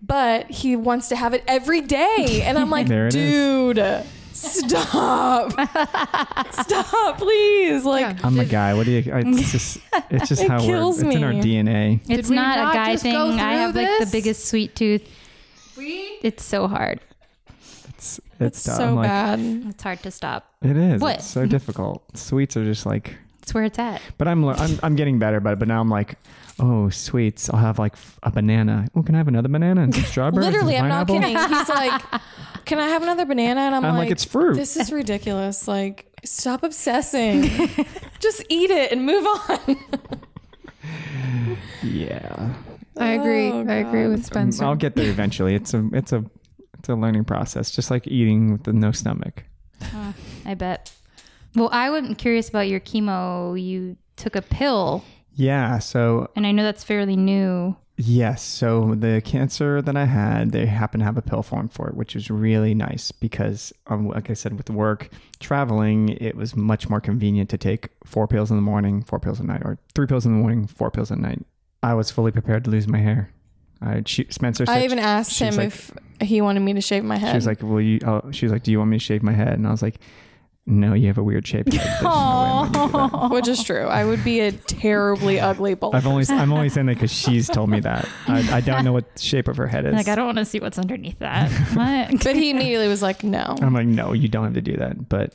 Speaker 5: But he wants to have it every day. And I'm like,
Speaker 4: There it is.
Speaker 5: dude, stop. stop, please. Like,
Speaker 4: I'm a guy. What do you? I- It's just, it's just
Speaker 5: It
Speaker 4: how
Speaker 5: kills
Speaker 4: we're. It's in our
Speaker 5: me.
Speaker 4: DNA.
Speaker 2: It's
Speaker 1: we
Speaker 2: not,
Speaker 1: not
Speaker 2: a guy
Speaker 1: just go
Speaker 2: thing. I
Speaker 1: through
Speaker 2: have like
Speaker 1: this?
Speaker 2: the biggest sweet tooth.
Speaker 1: We
Speaker 2: It's so hard.
Speaker 4: It's it's, tough.
Speaker 5: so
Speaker 4: I'm like,
Speaker 5: bad.
Speaker 2: It's hard to stop.
Speaker 4: It is.
Speaker 2: What?
Speaker 4: It's so difficult. Sweets are just like.
Speaker 2: It's where it's at.
Speaker 4: But I'm, le- I'm I'm getting better about it. But now I'm like, oh, sweets. I'll have like f- a banana. Oh, can I have another banana and some strawberries? and
Speaker 5: Literally, I'm not
Speaker 4: pineapple?
Speaker 5: kidding. He's like, can I have another banana? And I'm,
Speaker 4: I'm like, it's fruit.
Speaker 5: This is ridiculous. Like, stop obsessing. Just eat it and move on.
Speaker 4: Yeah,
Speaker 1: I agree.
Speaker 5: Oh,
Speaker 1: I agree
Speaker 5: God.
Speaker 1: with Spencer.
Speaker 4: I'll get there eventually. It's a it's a it's a learning process, just like eating with the no stomach.
Speaker 2: I bet. Well, I wasn't curious about your chemo. You took a pill,
Speaker 4: Yeah. So
Speaker 2: and I know that's fairly new.
Speaker 4: Yes. So the cancer that I had, they happen to have a pill form for it, which was really nice because, um, like I said, with work, traveling, it was much more convenient to take four pills in the morning, four pills at night, or three pills in the morning, four pills at night. I was fully prepared to lose my hair. I, she, Spencer said,
Speaker 5: I even asked
Speaker 4: she
Speaker 5: him
Speaker 4: was like-
Speaker 5: if he wanted me to shave my head.
Speaker 4: she was like, "Will you?" Oh, she was like, "Do you want me to shave my head?" And I was like, "No, you have a weird shape." There's no way I'm gonna do that."
Speaker 5: which is true. I would be a terribly ugly bull.
Speaker 2: Oh.
Speaker 4: I've only I'm only saying that because she's told me that. I, I don't know what shape of her head is.
Speaker 2: Like I don't want to see what's underneath that. What?
Speaker 5: But he immediately was like, "No."
Speaker 4: I'm like, no, you don't have to do that. But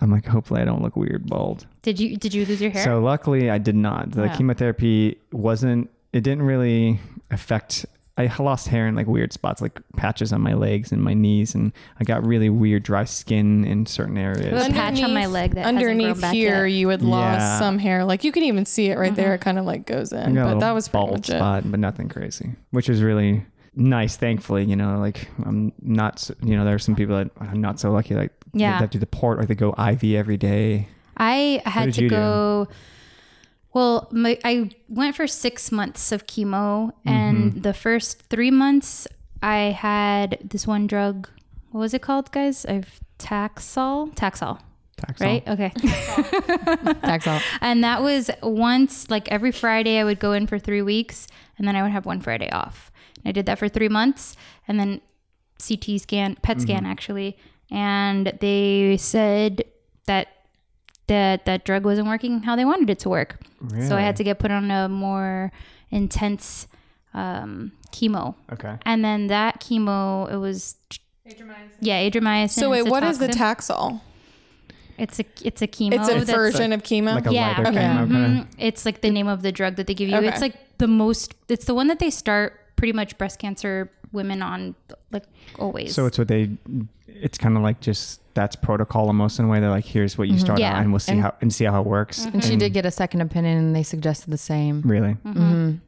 Speaker 4: I'm like, hopefully I don't look weird bald.
Speaker 2: did you did you lose your hair?
Speaker 4: So luckily I did not. The
Speaker 2: Yeah.
Speaker 4: chemotherapy wasn't, it didn't really affect. I lost hair in like weird spots, like patches on my legs and my knees, and I got really weird dry skin in certain areas.
Speaker 2: But- patch on my
Speaker 5: Underneath-
Speaker 2: leg that hasn't grown
Speaker 5: underneath
Speaker 2: back
Speaker 5: here,
Speaker 2: yet.
Speaker 5: you had lost
Speaker 4: Yeah.
Speaker 5: some hair. Like you can even see it right
Speaker 2: Mm-hmm.
Speaker 5: there. It kind of like goes
Speaker 4: I
Speaker 5: in,
Speaker 4: got a
Speaker 5: but
Speaker 4: little
Speaker 5: that was pretty
Speaker 4: bald
Speaker 5: much it.
Speaker 4: spot, but nothing crazy, which is really nice. Thankfully, you know, like I'm not, s- you know, there are some people that I'm not so lucky, like
Speaker 2: Yeah.
Speaker 4: that do the port, like they go IV every day.
Speaker 2: I had
Speaker 4: did
Speaker 2: to
Speaker 4: you do?
Speaker 2: go. Well, my, I went for six months of chemo,
Speaker 4: Mm-hmm.
Speaker 2: and the first three months I had this one drug. What was it called, guys? I've Taxol, Taxol,
Speaker 4: Taxol.
Speaker 2: right? Okay.
Speaker 3: Taxol.
Speaker 2: and that was once, like every Friday, I would go in for three weeks, and then I would have one Friday off. And I did that for three months, and then CT scan, PET
Speaker 5: Mm-hmm.
Speaker 2: scan actually, and they said that that that drug wasn't working how they wanted it to work. So I had to get put on a more intense um, chemo,
Speaker 4: Okay.
Speaker 2: and then that chemo it was. Yeah, adriamycin.
Speaker 5: So wait, what is the
Speaker 2: Cytoxan.
Speaker 5: Taxol?
Speaker 2: It's a it's a chemo.
Speaker 5: It's a
Speaker 2: that's-
Speaker 5: version of chemo.
Speaker 4: Like a
Speaker 2: Yeah.
Speaker 4: lighter
Speaker 5: Okay.
Speaker 4: chemo kinda-
Speaker 2: Mhm. It's like the name of the drug that they give you.
Speaker 5: Okay.
Speaker 2: It's like the most. It's the one that they start pretty much breast cancer women on, like always.
Speaker 4: So it's what they. It's kind of like just that's protocol almost in a way. They're like, here's what you start
Speaker 2: Yeah.
Speaker 4: on, and we'll see
Speaker 3: And- Mm-hmm.
Speaker 4: how and see how it works.
Speaker 3: And she did get a second opinion, and they suggested the same.
Speaker 4: Really,
Speaker 2: and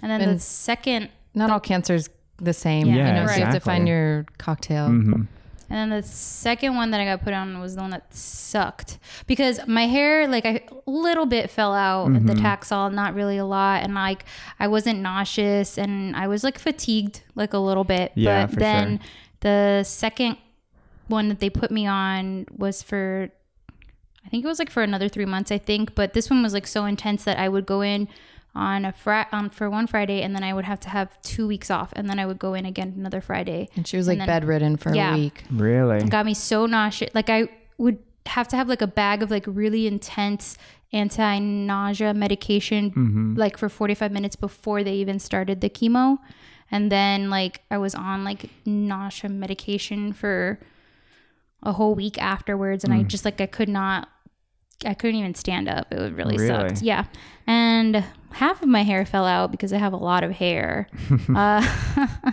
Speaker 2: then the second,
Speaker 3: Not all cancers the same.
Speaker 2: Yeah.
Speaker 3: you
Speaker 4: Yeah,
Speaker 3: know, so you have to
Speaker 4: exactly. Mm-hmm.
Speaker 3: find your cocktail.
Speaker 2: and then the second one that I got put on was the one that sucked because my hair, like I- a little bit fell out at the
Speaker 4: Mm-hmm.
Speaker 2: Taxol, not really a lot, and like I wasn't nauseous and I was like fatigued, like a little bit.
Speaker 4: Yeah,
Speaker 2: but
Speaker 4: for
Speaker 2: then
Speaker 4: sure.
Speaker 2: the second one that they put me on was for I think it was like for another three months, I think. But this one was like so intense that I would go in on a fr on for one Friday, and then I would have to have two weeks off, and then I would go in again another Friday.
Speaker 3: And she was like
Speaker 2: then-
Speaker 3: bedridden for
Speaker 2: Yeah.
Speaker 3: a week.
Speaker 4: really.
Speaker 2: Got me so nauseous, like I would have to have like a bag of like really intense anti-nausea medication, like for forty five minutes before they even started the chemo, and then like I was on like nausea medication for a whole week afterwards, and I just like I could not I couldn't even stand up. It would really,
Speaker 4: Really?
Speaker 2: sucked. Yeah. And half of my hair fell out because I have a lot of hair. uh,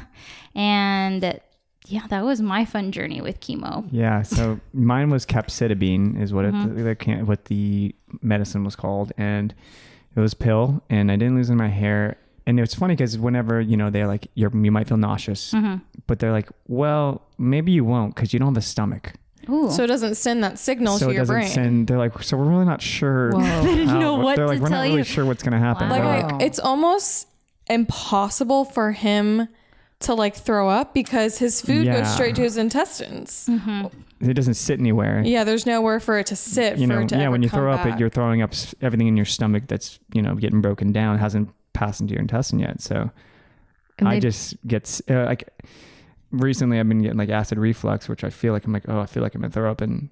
Speaker 2: and yeah, that was my fun journey with chemo.
Speaker 4: Yeah, so mine was capsitabine, is what it,
Speaker 2: Mm-hmm.
Speaker 4: the, can- what the medicine was called, and it was pill, and I didn't lose any of my hair. And it's funny because whenever you know they're like, You're, you might feel nauseous,
Speaker 2: Mm-hmm.
Speaker 4: but they're like, well, maybe you won't because you don't have a stomach,
Speaker 2: Ooh.
Speaker 5: So it doesn't send that signal
Speaker 4: so
Speaker 5: to
Speaker 4: it
Speaker 5: your
Speaker 4: doesn't
Speaker 5: brain.
Speaker 4: send. They're like, so we're really not sure.
Speaker 3: Whoa.
Speaker 4: how-
Speaker 2: know what
Speaker 4: Oh, they're
Speaker 2: to
Speaker 4: like, we're not
Speaker 2: tell
Speaker 4: really
Speaker 2: you."
Speaker 4: sure what's gonna happen.
Speaker 2: Wow.
Speaker 4: They're
Speaker 5: like
Speaker 4: like,
Speaker 5: I, it's almost impossible for him to like throw up because his food
Speaker 4: Yeah.
Speaker 5: goes straight to his intestines.
Speaker 4: it doesn't sit anywhere.
Speaker 5: Yeah, there's nowhere for it to sit.
Speaker 4: you
Speaker 5: for
Speaker 4: know,
Speaker 5: it to
Speaker 4: yeah,
Speaker 5: ever
Speaker 4: when you
Speaker 5: come
Speaker 4: throw
Speaker 5: back.
Speaker 4: up, it, you're throwing up s- everything in your stomach that's you know getting broken down, hasn't passed into your intestine yet. So
Speaker 1: And
Speaker 4: I
Speaker 1: they-
Speaker 4: just get s- uh, like recently I've been getting like acid reflux, which I feel like I'm like oh I feel like I'm gonna throw up, and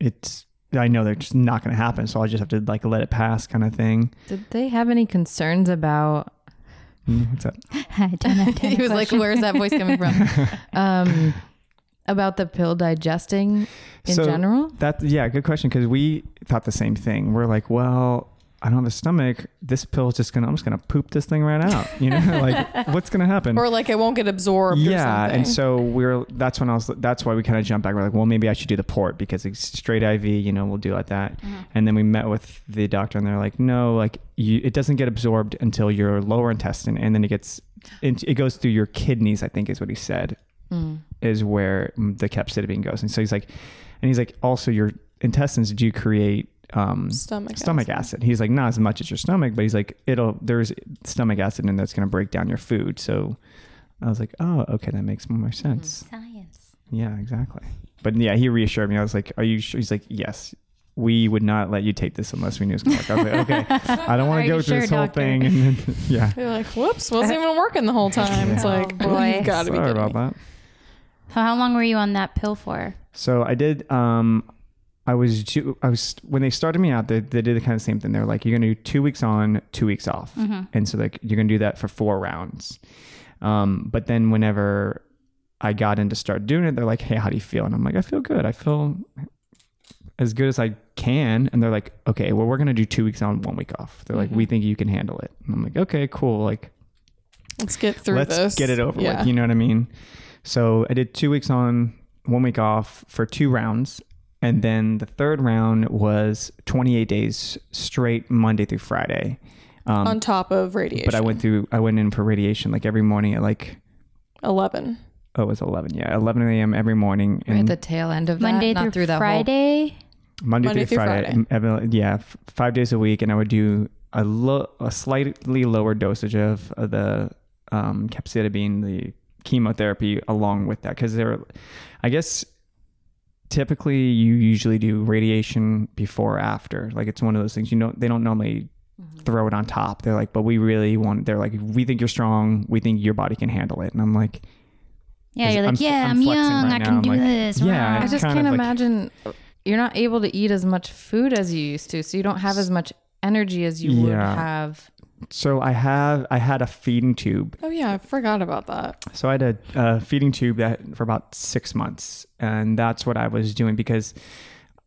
Speaker 4: it's I know they're just not gonna happen, so I just have to like let it pass, kind of thing.
Speaker 3: Did they have any concerns about?
Speaker 5: Mm-hmm.
Speaker 4: Mm, What's up?
Speaker 2: I don't have time
Speaker 3: He
Speaker 2: to
Speaker 3: was like,
Speaker 2: question.
Speaker 3: "Where's that voice coming from?" um, about the pill digesting in
Speaker 4: So-
Speaker 3: general.
Speaker 4: That yeah, good question because we thought the same thing. We're like, well, I don't have a stomach. This pill is just gonna I'm just gonna poop this thing right out. You know, like what's gonna happen?
Speaker 5: or like it won't get absorbed.
Speaker 4: yeah,
Speaker 5: or something.
Speaker 4: and so we're that's when I was that's why we kind of jumped back. We're like, well, maybe I should do the port because it's straight IV, you know, we'll do like that. And then we met with the doctor, and they're like, no, like you, it doesn't get absorbed until your lower intestine, and then it gets it, it goes through your kidneys. I think is what he said
Speaker 3: Hmm.
Speaker 4: is where the capsitabine goes. And so he's like, and he's like, also your intestines do create um,
Speaker 5: Stomach
Speaker 4: stomach acid. He's like, not as much as your stomach, but he's like, it'll there's stomach acid in that's going to break down your food. So I was like, oh, okay, that makes more sense.
Speaker 2: Science.
Speaker 4: Yeah, exactly. But yeah, he reassured me. I was like, are you sure? He's like, yes. We would not let you take this unless we knew it was going to work. I was like, okay, I don't want
Speaker 2: Are
Speaker 4: to go
Speaker 2: you
Speaker 4: through
Speaker 2: sure,
Speaker 4: this whole
Speaker 2: doctor?
Speaker 4: thing. And then, yeah,
Speaker 5: You're like, whoops, wasn't even working the whole time. It's
Speaker 2: Oh,
Speaker 5: like,
Speaker 2: boy.
Speaker 5: you gotta be
Speaker 4: sorry
Speaker 5: kidding
Speaker 4: about
Speaker 5: me.
Speaker 4: that.
Speaker 2: So how long were you on that pill for?
Speaker 4: So I did. Um, I was ju- I was when they started me out. They, they did the kind of same thing. They're like, you're gonna do two weeks on, two weeks off, and so like you're gonna do that for four rounds. Um, but then whenever I got in to start doing it, they're like, hey, how do you feel? And I'm like, I feel good. I feel as good as I can. And they're like, okay, well, we're gonna do two weeks on, one week off. They're like, we think you can handle it. And I'm like, okay, cool. Like
Speaker 5: Let's get through
Speaker 4: let's
Speaker 5: this.
Speaker 4: get it over
Speaker 5: yeah.
Speaker 4: with. You know what I mean? So I did two weeks on, one week off for two rounds. And then the third round was 28 days straight, Monday through Friday. Um,
Speaker 5: On top of radiation.
Speaker 4: but I went through, I went in for radiation like every morning at like,
Speaker 5: 11.
Speaker 4: oh, it was 11. Yeah, 11 a.m. every morning.
Speaker 3: We're at
Speaker 4: and
Speaker 3: the tail end of that,
Speaker 2: Monday
Speaker 3: not
Speaker 2: through,
Speaker 3: through that whole
Speaker 2: Friday.
Speaker 4: Monday,
Speaker 5: Monday
Speaker 4: through
Speaker 5: through
Speaker 4: Friday. Mm,
Speaker 5: Friday.
Speaker 4: every- yeah, f- five days a week. And I would do a, lo- a slightly lower dosage of, of the um, capsitabine, the chemotherapy, along with that. Because there, I guess typically you usually do radiation before or after. Like it's one of those things, you know, they don't normally throw it on top. They're like, but we really want, they're like, we think you're strong. We think your body can handle it. And I'm like,
Speaker 2: Yeah,
Speaker 4: Is-
Speaker 2: you're like,
Speaker 4: I'm f-
Speaker 2: yeah,
Speaker 4: I'm
Speaker 2: I'm,
Speaker 4: flexing
Speaker 2: young,
Speaker 4: right
Speaker 2: I
Speaker 4: now.
Speaker 2: can
Speaker 4: I'm
Speaker 2: do
Speaker 4: like,
Speaker 2: this.
Speaker 4: yeah,
Speaker 2: Rah.
Speaker 4: I
Speaker 3: I just
Speaker 4: kind
Speaker 3: can't
Speaker 4: of, like-
Speaker 3: imagine uh, you're not able to eat as much food as you used to, so you don't have as much energy as you would
Speaker 4: Yeah.
Speaker 3: have.
Speaker 4: so I have, I had a feeding tube
Speaker 5: Oh, yeah, I forgot about that.
Speaker 4: So I had a, uh feeding tube that for about six months, and that's what I was doing because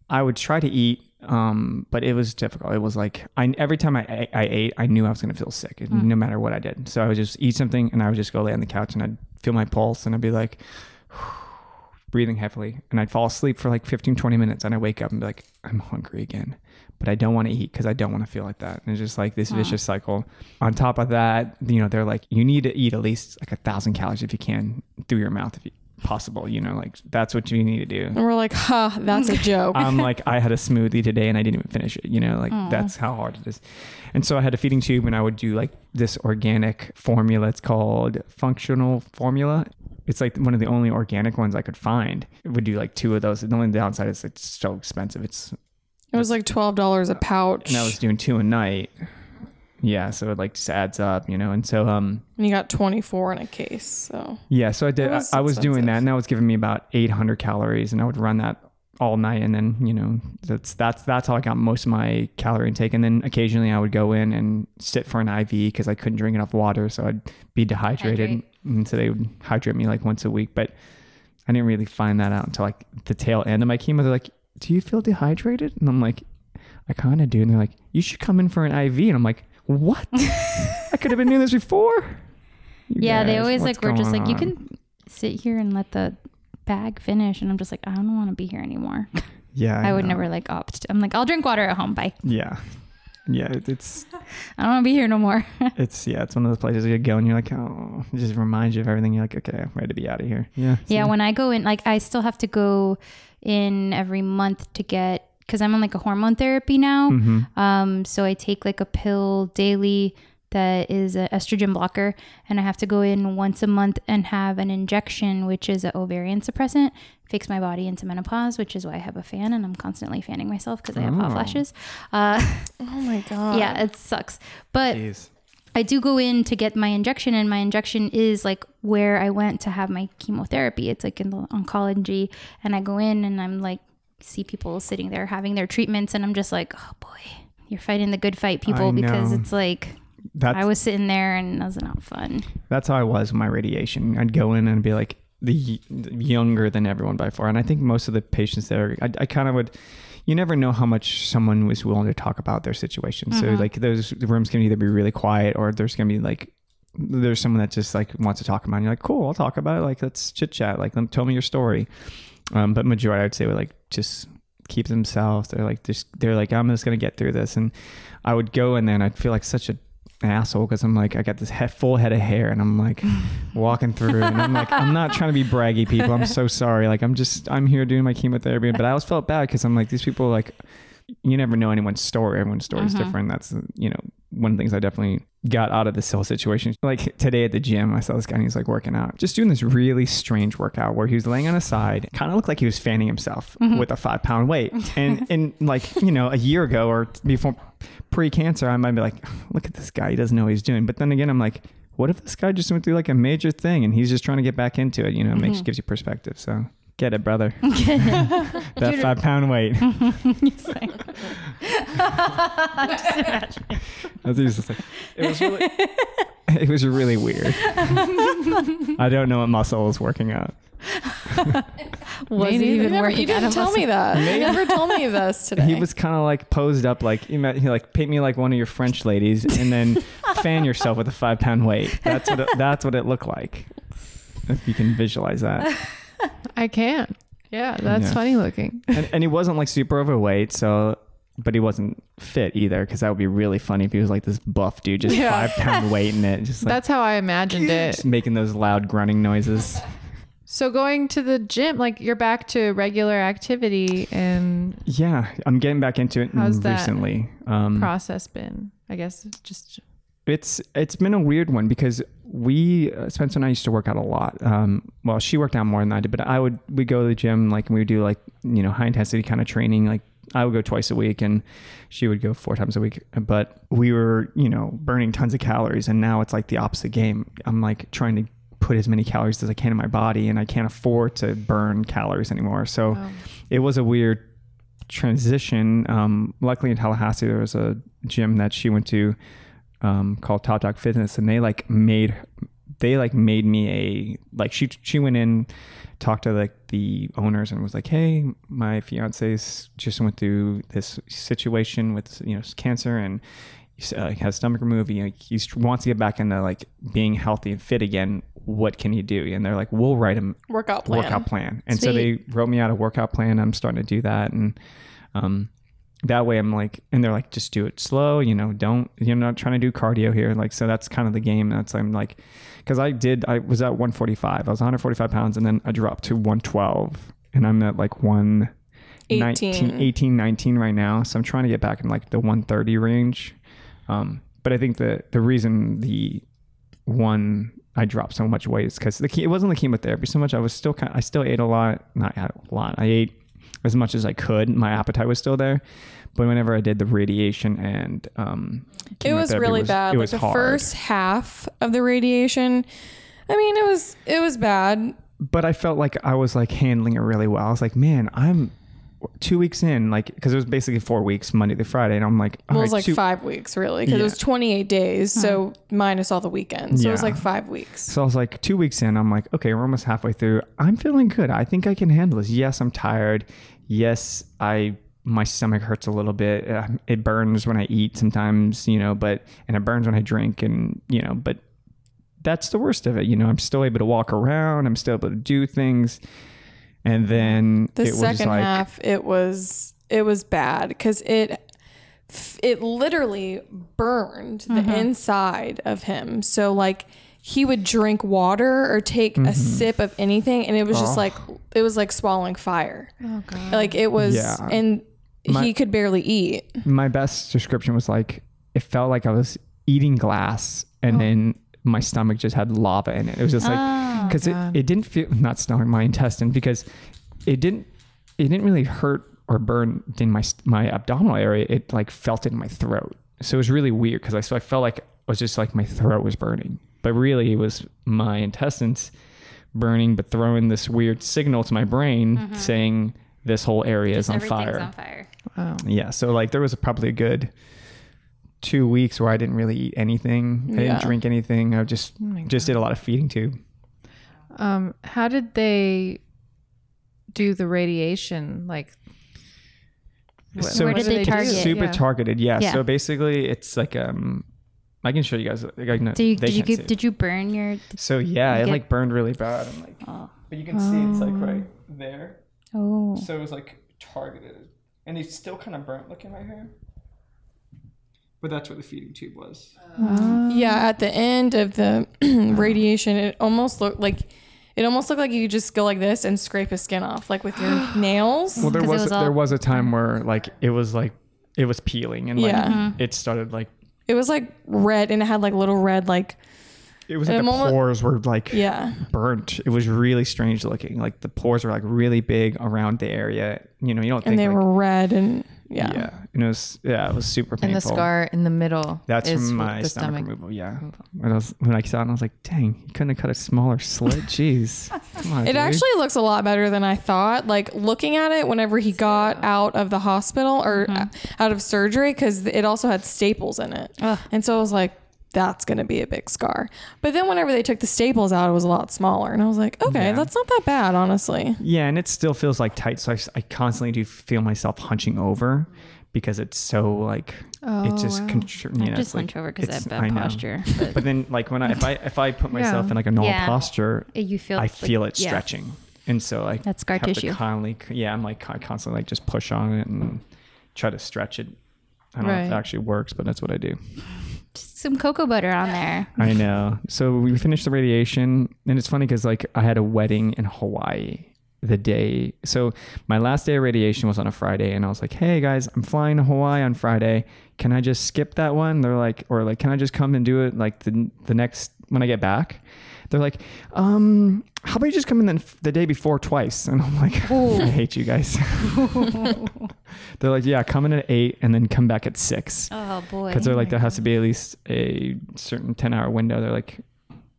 Speaker 4: I would try to eat, um, but it was difficult. It was like I, every time I, a- I ate, I knew I was going to feel sick, no matter what I did. So I would just eat something, and I would just go lay on the couch, and I'd feel my pulse, and I'd be like breathing heavily, and I'd fall asleep for like 15, 20 minutes, and I wake up and be like, I'm hungry again. But I don't want to eat because I don't want to feel like that. And it's just like this vicious cycle. On top of that, you know, they're like, you need to eat at least like a thousand calories if you can through your mouth, if you, possible. You know, like that's what you need to do.
Speaker 5: And we're like, ha, that's a joke.
Speaker 4: I'm like, I had a smoothie today and I didn't even finish it. You know, like that's how hard it is. And so I had a feeding tube and I would do like this organic formula. It's called functional formula. It's like one of the only organic ones I could find. It would do like two of those. The only downside is it's so expensive. It's
Speaker 5: it was like $12 a pouch.
Speaker 4: and I was doing two a night. Yeah, so it like just adds up, you know. And so um
Speaker 5: and you got 24 in a case. So
Speaker 4: Yeah, so I did.
Speaker 5: was
Speaker 4: I, I was doing that,
Speaker 5: expensive.
Speaker 4: and that was giving me about 800 calories, and I would run that all night, and then you know that's that's that's how I got most of my calorie intake, and then occasionally I would go in and sit for an IV because I couldn't drink enough water, so I'd be dehydrated,
Speaker 2: Hydrate.
Speaker 4: and so they would hydrate me like once a week, but I didn't really find that out until like the tail end of my chemo. They're like, do you feel dehydrated? And I'm like, I kind of do. And they're like, you should come in for an IV. And I'm like, what? I could have been doing this before. You
Speaker 2: yeah, they
Speaker 4: guys,
Speaker 2: always
Speaker 4: what's
Speaker 2: like we're just
Speaker 4: going
Speaker 2: like you
Speaker 4: on?
Speaker 2: can sit here and let the bag finish, and I'm just like I don't want to be here anymore.
Speaker 4: Yeah,
Speaker 2: I, would
Speaker 4: know.
Speaker 2: never like opt. I'm like I'll drink water at home. Bye.
Speaker 4: Yeah, yeah. it- It's
Speaker 2: I don't want to be here no more.
Speaker 4: it's yeah. It's one of those places you go and you're like, oh, it just reminds you of everything. You're like, okay, I'm ready to be out of here. Yeah.
Speaker 2: yeah, when I go in, like I still have to go in every month to get because I'm on like a hormone therapy now.
Speaker 4: Mm-hmm.
Speaker 2: Um, so I take like a pill daily that is an estrogen blocker, and I have to go in once a month and have an injection, which is an ovarian suppressant, fakes my body into menopause, which is why I have a fan and I'm constantly fanning myself because I have hot flashes. Uh,
Speaker 5: Oh my god.
Speaker 2: yeah, it sucks, but.
Speaker 4: Jeez.
Speaker 2: I do go in to get my injection, and my injection is like where I went to have my chemotherapy. It's like in the oncology, and I go in and I'm like, see people sitting there having their treatments, and I'm just like, oh boy, you're fighting the good fight, people,
Speaker 4: I
Speaker 2: because
Speaker 4: know.
Speaker 2: it's like
Speaker 4: That's
Speaker 2: I was sitting there and that was not fun.
Speaker 4: that's how I was with my radiation. I'd go in and be like the y- younger than everyone by far, and I think most of the patients there, I, I kind of would. You never know how much someone was willing to talk about their situation. So like those rooms can either be really quiet or there's gonna be like there's someone that just like wants to talk about. it. And you're like, cool, I'll talk about it. Like let's chit chat. Like let- tell me your story. Um, but majority, I'd say, would like just keep themselves. They're like just they're like I'm just gonna get through this. And I would go and then I'd feel like such a an asshole because I'm like I got this he- full head of hair and I'm like walking through and I'm like I'm not trying to be braggy people. I'm so sorry. Like I'm just I'm here doing my chemotherapy, but I always felt bad because I'm like these people like you never know anyone's story. Everyone's story is different. That's you know one of the things I definitely got out of this whole situation. Like today at the gym, I saw this guy and he's like working out, just doing this really strange workout where he was laying on his side, kind of looked like he was fanning himself with a five pound weight. And and like you know a year ago or before pre-cancer, I might be like, look at this guy, he doesn't know what he's doing. But then again, I'm like. What if this guy just went through like a major thing and he's just trying to get back into it? You know, it makes gives you perspective. So get it, brother. that five pound weight. I was just like- it was really, it was really weird. I don't know what muscle was working out.
Speaker 1: Was it
Speaker 5: You,
Speaker 1: even
Speaker 5: never,
Speaker 1: working?
Speaker 5: you didn't tell me that. You never told me this today.
Speaker 4: He was kind of like posed up, like he, met, he like paint me like one of your French ladies, and then fan yourself with a five pound weight. That's what it, that's what it looked like. If you can visualize that,
Speaker 1: I can't. Yeah, that's
Speaker 4: Yeah.
Speaker 1: funny looking.
Speaker 4: and, and he wasn't like super overweight, so but he wasn't fit either, because that would be really funny if he was like this buff dude, just
Speaker 1: Yeah.
Speaker 4: five pound weight in it, just like
Speaker 1: That's how I imagined it.
Speaker 4: just making those loud grunting noises.
Speaker 1: So going to the gym, like you're back to regular activity and
Speaker 4: Yeah, I'm getting back into it
Speaker 1: How's that?
Speaker 4: recently. Um,
Speaker 1: process been, I guess, just
Speaker 4: It's it's been a weird one because we uh, Spencer and I used to work out a lot. Um, well, she worked out more than I did, but I would we go to the gym like we would do like you know high intensity kind of training. Like I would go twice a week and she would go four times a week. But we were you know burning tons of calories, and now it's like the opposite game. I'm like trying to put as many calories as I can in my body, and I can't afford to burn calories anymore. So it was a weird transition. Um, luckily in Tallahassee there was a gym that she went to um, called Top Dog Fitness, and they like made they like made me a like she she went in talked to like the owners and was like hey my fiance's just went through this situation with you know cancer and he's, uh, has stomach removed you know, he wants to get back into like being healthy and fit again what can he do and they're like we'll write him
Speaker 5: workout plan.
Speaker 4: workout plan. And so they wrote me out a workout plan. I'm starting to do that. And um, that way I'm like, and they're like, just do it slow, you know, don't, you're not trying to do cardio here. Like, so that's kind of the game. That's, I'm like, cause I did, I was at 145, I was 145 pounds and then I dropped to 112 and I'm at like 119,
Speaker 5: 18.
Speaker 4: 18, 19 right now. So I'm trying to get back in like the 130 range. Um, but I think the, the reason the one I dropped so much weight is because the ke- it wasn't the chemotherapy so much. I was still kind I still ate a lot, not a lot. I ate as much as I could. My appetite was still there, but whenever I did the radiation and um,
Speaker 5: It was
Speaker 4: chemotherapy
Speaker 5: really bad.
Speaker 4: It
Speaker 5: like
Speaker 4: was
Speaker 5: the
Speaker 4: hard.
Speaker 5: first half of the radiation. I mean, it was it was bad.
Speaker 4: but I felt like I was like handling it really well. I was like, man, I'm two weeks in, like, because it was basically four weeks, Monday to Friday, and I'm like, all
Speaker 5: Well, it was
Speaker 4: right,
Speaker 5: like
Speaker 4: two-
Speaker 5: five weeks, really, because
Speaker 4: Yeah. Uh-huh.
Speaker 5: it was 28 days. So minus all the weekends. So it was
Speaker 4: Yeah.
Speaker 5: like five weeks.
Speaker 4: So I was like, two weeks in, I'm like, okay, we're almost halfway through. I'm feeling good. I think I can handle this. Yes, I'm tired. Yes, I my stomach hurts a little bit. Uh, It burns when I eat sometimes, you know, but and it burns when I drink, and you know, but that's the worst of it. You know, I'm still able to walk around. I'm still able to do things. And then
Speaker 5: The
Speaker 4: it was
Speaker 5: second
Speaker 4: like,
Speaker 5: half, it was it was bad because it it literally burned
Speaker 4: Mm-hmm.
Speaker 5: the inside of him. So like he would drink water or take
Speaker 4: Mm-hmm.
Speaker 5: a sip of anything, and it was
Speaker 4: Oh.
Speaker 5: just like it was like swallowing fire. Oh god! Like it was,
Speaker 4: Yeah.
Speaker 5: and he could barely eat.
Speaker 4: my best description was like it felt like I was eating glass and then my stomach just had lava in it. It was just like because it, it didn't feel not stomach my intestine because it didn't it didn't really hurt or burn in my st- my abdominal area. It like felt in my throat. So it was really weird because I so I felt like it was just like my throat was burning, but really it was my intestines burning, but throwing this weird signal to my brain saying this whole area is on fire.
Speaker 2: on fire.
Speaker 4: Yeah. So like there was probably a good two weeks where I didn't really eat anything. I
Speaker 5: Yeah.
Speaker 4: didn't drink anything. I just
Speaker 2: Oh
Speaker 4: just did a lot of feeding tube.
Speaker 1: Um, how did they do the radiation? Like, what-
Speaker 4: So
Speaker 2: Where did
Speaker 1: what do
Speaker 2: they
Speaker 1: do?
Speaker 2: target?
Speaker 4: Super
Speaker 1: Yeah.
Speaker 4: targeted. Yeah.
Speaker 2: Yeah.
Speaker 4: So basically it's like um I can show you guys like, I know,
Speaker 2: Did you
Speaker 4: they
Speaker 2: did you
Speaker 4: can't see
Speaker 2: get,
Speaker 4: it.
Speaker 2: did you burn your?
Speaker 4: So yeah, it
Speaker 2: get-
Speaker 4: like burned really bad. I'm like but you can see it's like right there.
Speaker 2: Oh,
Speaker 4: So it was like targeted. And it's still kind of burnt. Look at my hair. But that's what the feeding tube was.
Speaker 5: Yeah, at the end of the radiation, it almost looked like it almost looked like you could just go like this and scrape his skin off, like with your nails.
Speaker 4: Well, there
Speaker 2: 'Cause it
Speaker 4: was,
Speaker 2: was all-
Speaker 4: there was a time where like it was like it was peeling and like
Speaker 5: Mm.
Speaker 4: Mm.
Speaker 5: Yeah.
Speaker 4: it started like
Speaker 5: It was like red, and it had like little red, like
Speaker 4: it was like
Speaker 5: And
Speaker 4: the
Speaker 5: I'm almo-
Speaker 4: pores were like
Speaker 5: yeah,
Speaker 4: burnt. It was really strange looking. Like the pores were like really big around the area. You know, you don't think
Speaker 5: and they
Speaker 4: like,
Speaker 5: were red, and yeah.
Speaker 4: yeah. And it was yeah, it was super painful.
Speaker 3: And the scar in the middle.
Speaker 4: That's
Speaker 3: is
Speaker 4: from
Speaker 3: what
Speaker 4: my
Speaker 3: the
Speaker 4: stomach, removal. Yeah. When I, was, when I saw it, I was like, dang, you couldn't have cut a smaller slit. Jeez. Come on,
Speaker 5: It
Speaker 4: dude.
Speaker 5: actually looks a lot better than I thought. Like looking at it, whenever he got out of the hospital or uh, out of surgery, because it also had staples in it, and so I was like, "That's going to be a big scar." But then whenever they took the staples out, it was a lot smaller, and I was like, "Okay,
Speaker 4: Yeah.
Speaker 5: that's not that bad, honestly."
Speaker 4: Yeah, and it still feels like tight. So I, s- I constantly do feel myself hunching over because it's so like
Speaker 2: Oh,
Speaker 4: it just contr- you know,
Speaker 2: I
Speaker 4: it's
Speaker 2: just
Speaker 4: like-
Speaker 2: hunch over because I
Speaker 4: it's-
Speaker 2: have bad
Speaker 4: know.
Speaker 2: posture. But
Speaker 4: But then like when I if I if I put myself
Speaker 1: Yeah.
Speaker 4: in like a normal
Speaker 2: Yeah.
Speaker 4: posture,
Speaker 2: you feel
Speaker 4: I
Speaker 2: like-
Speaker 4: feel it
Speaker 2: yeah.
Speaker 4: stretching, and so like
Speaker 2: That's scar
Speaker 4: have to
Speaker 2: tissue.
Speaker 4: Constantly, yeah, I'm like I constantly like just push on it and try to stretch it. I don't know if it
Speaker 1: Right.
Speaker 4: actually works, but that's what I do.
Speaker 2: Just some cocoa butter on there.
Speaker 4: I know. So we finished the radiation, and it's funny because like I had a wedding in Hawaii the day. So my last day of radiation was on a Friday, and I was like, "Hey guys, I'm flying to Hawaii on Friday. Can I just skip that one?" They're like, "Or like, can I just come and do it like the the next when I get back?" They're like, "Um, how about you just come in the, the day before twice?" And I'm like, "I hate you guys." They're like, "Yeah, come in at eight and then come back at six
Speaker 2: Oh boy.
Speaker 4: because they're like there has to be at least a certain 10 hour window they're like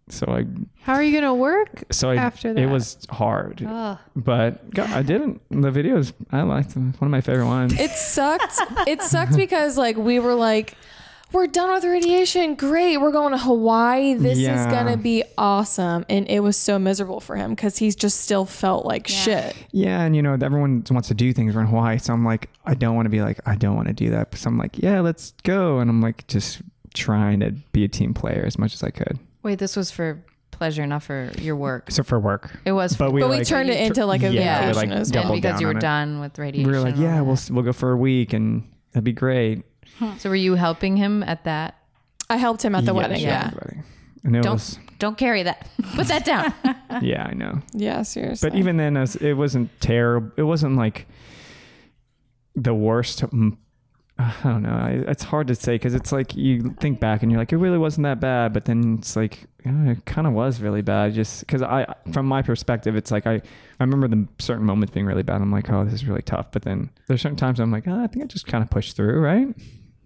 Speaker 4: so i
Speaker 1: How are you going to work?
Speaker 4: so I,
Speaker 1: After
Speaker 4: it
Speaker 1: that.
Speaker 4: was hard
Speaker 2: Oh,
Speaker 4: but God, i didn't the videos i liked them one of my favorite ones
Speaker 5: It sucked. it sucked because like we were like, we're done with radiation. Great, we're going to Hawaii. This is
Speaker 4: Yeah.
Speaker 5: gonna be awesome. And it was so miserable for him because he's just still felt like shit.
Speaker 4: yeah and you know everyone wants to do things in hawaii so i'm like i don't want to be like i don't want to do that so i'm like yeah let's go and i'm like just trying to be a team player as much as i could
Speaker 3: Wait, this was for pleasure, not for your work.
Speaker 4: so for work
Speaker 3: It was for
Speaker 4: we,
Speaker 5: But we
Speaker 4: like-
Speaker 5: turned it into like a
Speaker 4: yeah, we,
Speaker 5: vacation
Speaker 4: like,
Speaker 5: as well.
Speaker 3: and
Speaker 4: doubled
Speaker 3: because
Speaker 4: down
Speaker 3: you were
Speaker 4: on it.
Speaker 3: done with radiation.
Speaker 4: we were like
Speaker 3: and all
Speaker 4: yeah
Speaker 3: that.
Speaker 4: we'll we'll go for a week and that'd be great
Speaker 3: So were you helping him at that?
Speaker 5: I helped him at the
Speaker 4: Yeah,
Speaker 5: wedding.
Speaker 4: sure,
Speaker 5: Yeah.
Speaker 4: at the wedding. and it was
Speaker 3: Don't don't carry that. Put that down.
Speaker 4: Oh yeah i know
Speaker 5: Yeah, seriously.
Speaker 4: But even then, as- it wasn't terrible. It wasn't like the worst. mm, I don't know. I, it's hard to say because it's like you think back and you're like, it really wasn't that bad. But then it's like yeah, it kind of was really bad. Just because I, from my perspective, it's like I, I remember the certain moments being really bad. I'm like, oh, this is really tough. But then there's certain times I'm like, oh, I think I just kind of pushed through, right?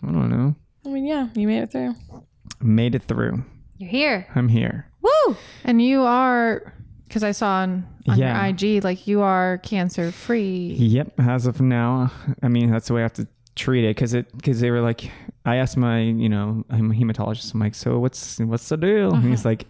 Speaker 4: I don't know.
Speaker 5: I mean, yeah, you made it through.
Speaker 4: Made it through.
Speaker 2: you're here.
Speaker 4: I'm here.
Speaker 2: Woo!
Speaker 1: And you are because I saw on, on
Speaker 4: Yeah.
Speaker 1: your IG like you are cancer free.
Speaker 4: Yep, as of now, I mean that's the way I have to treat it because it because they were like, I asked my you know I'm a hematologist. I'm like, so what's what's the deal? And
Speaker 2: Uh-huh.
Speaker 4: he's like,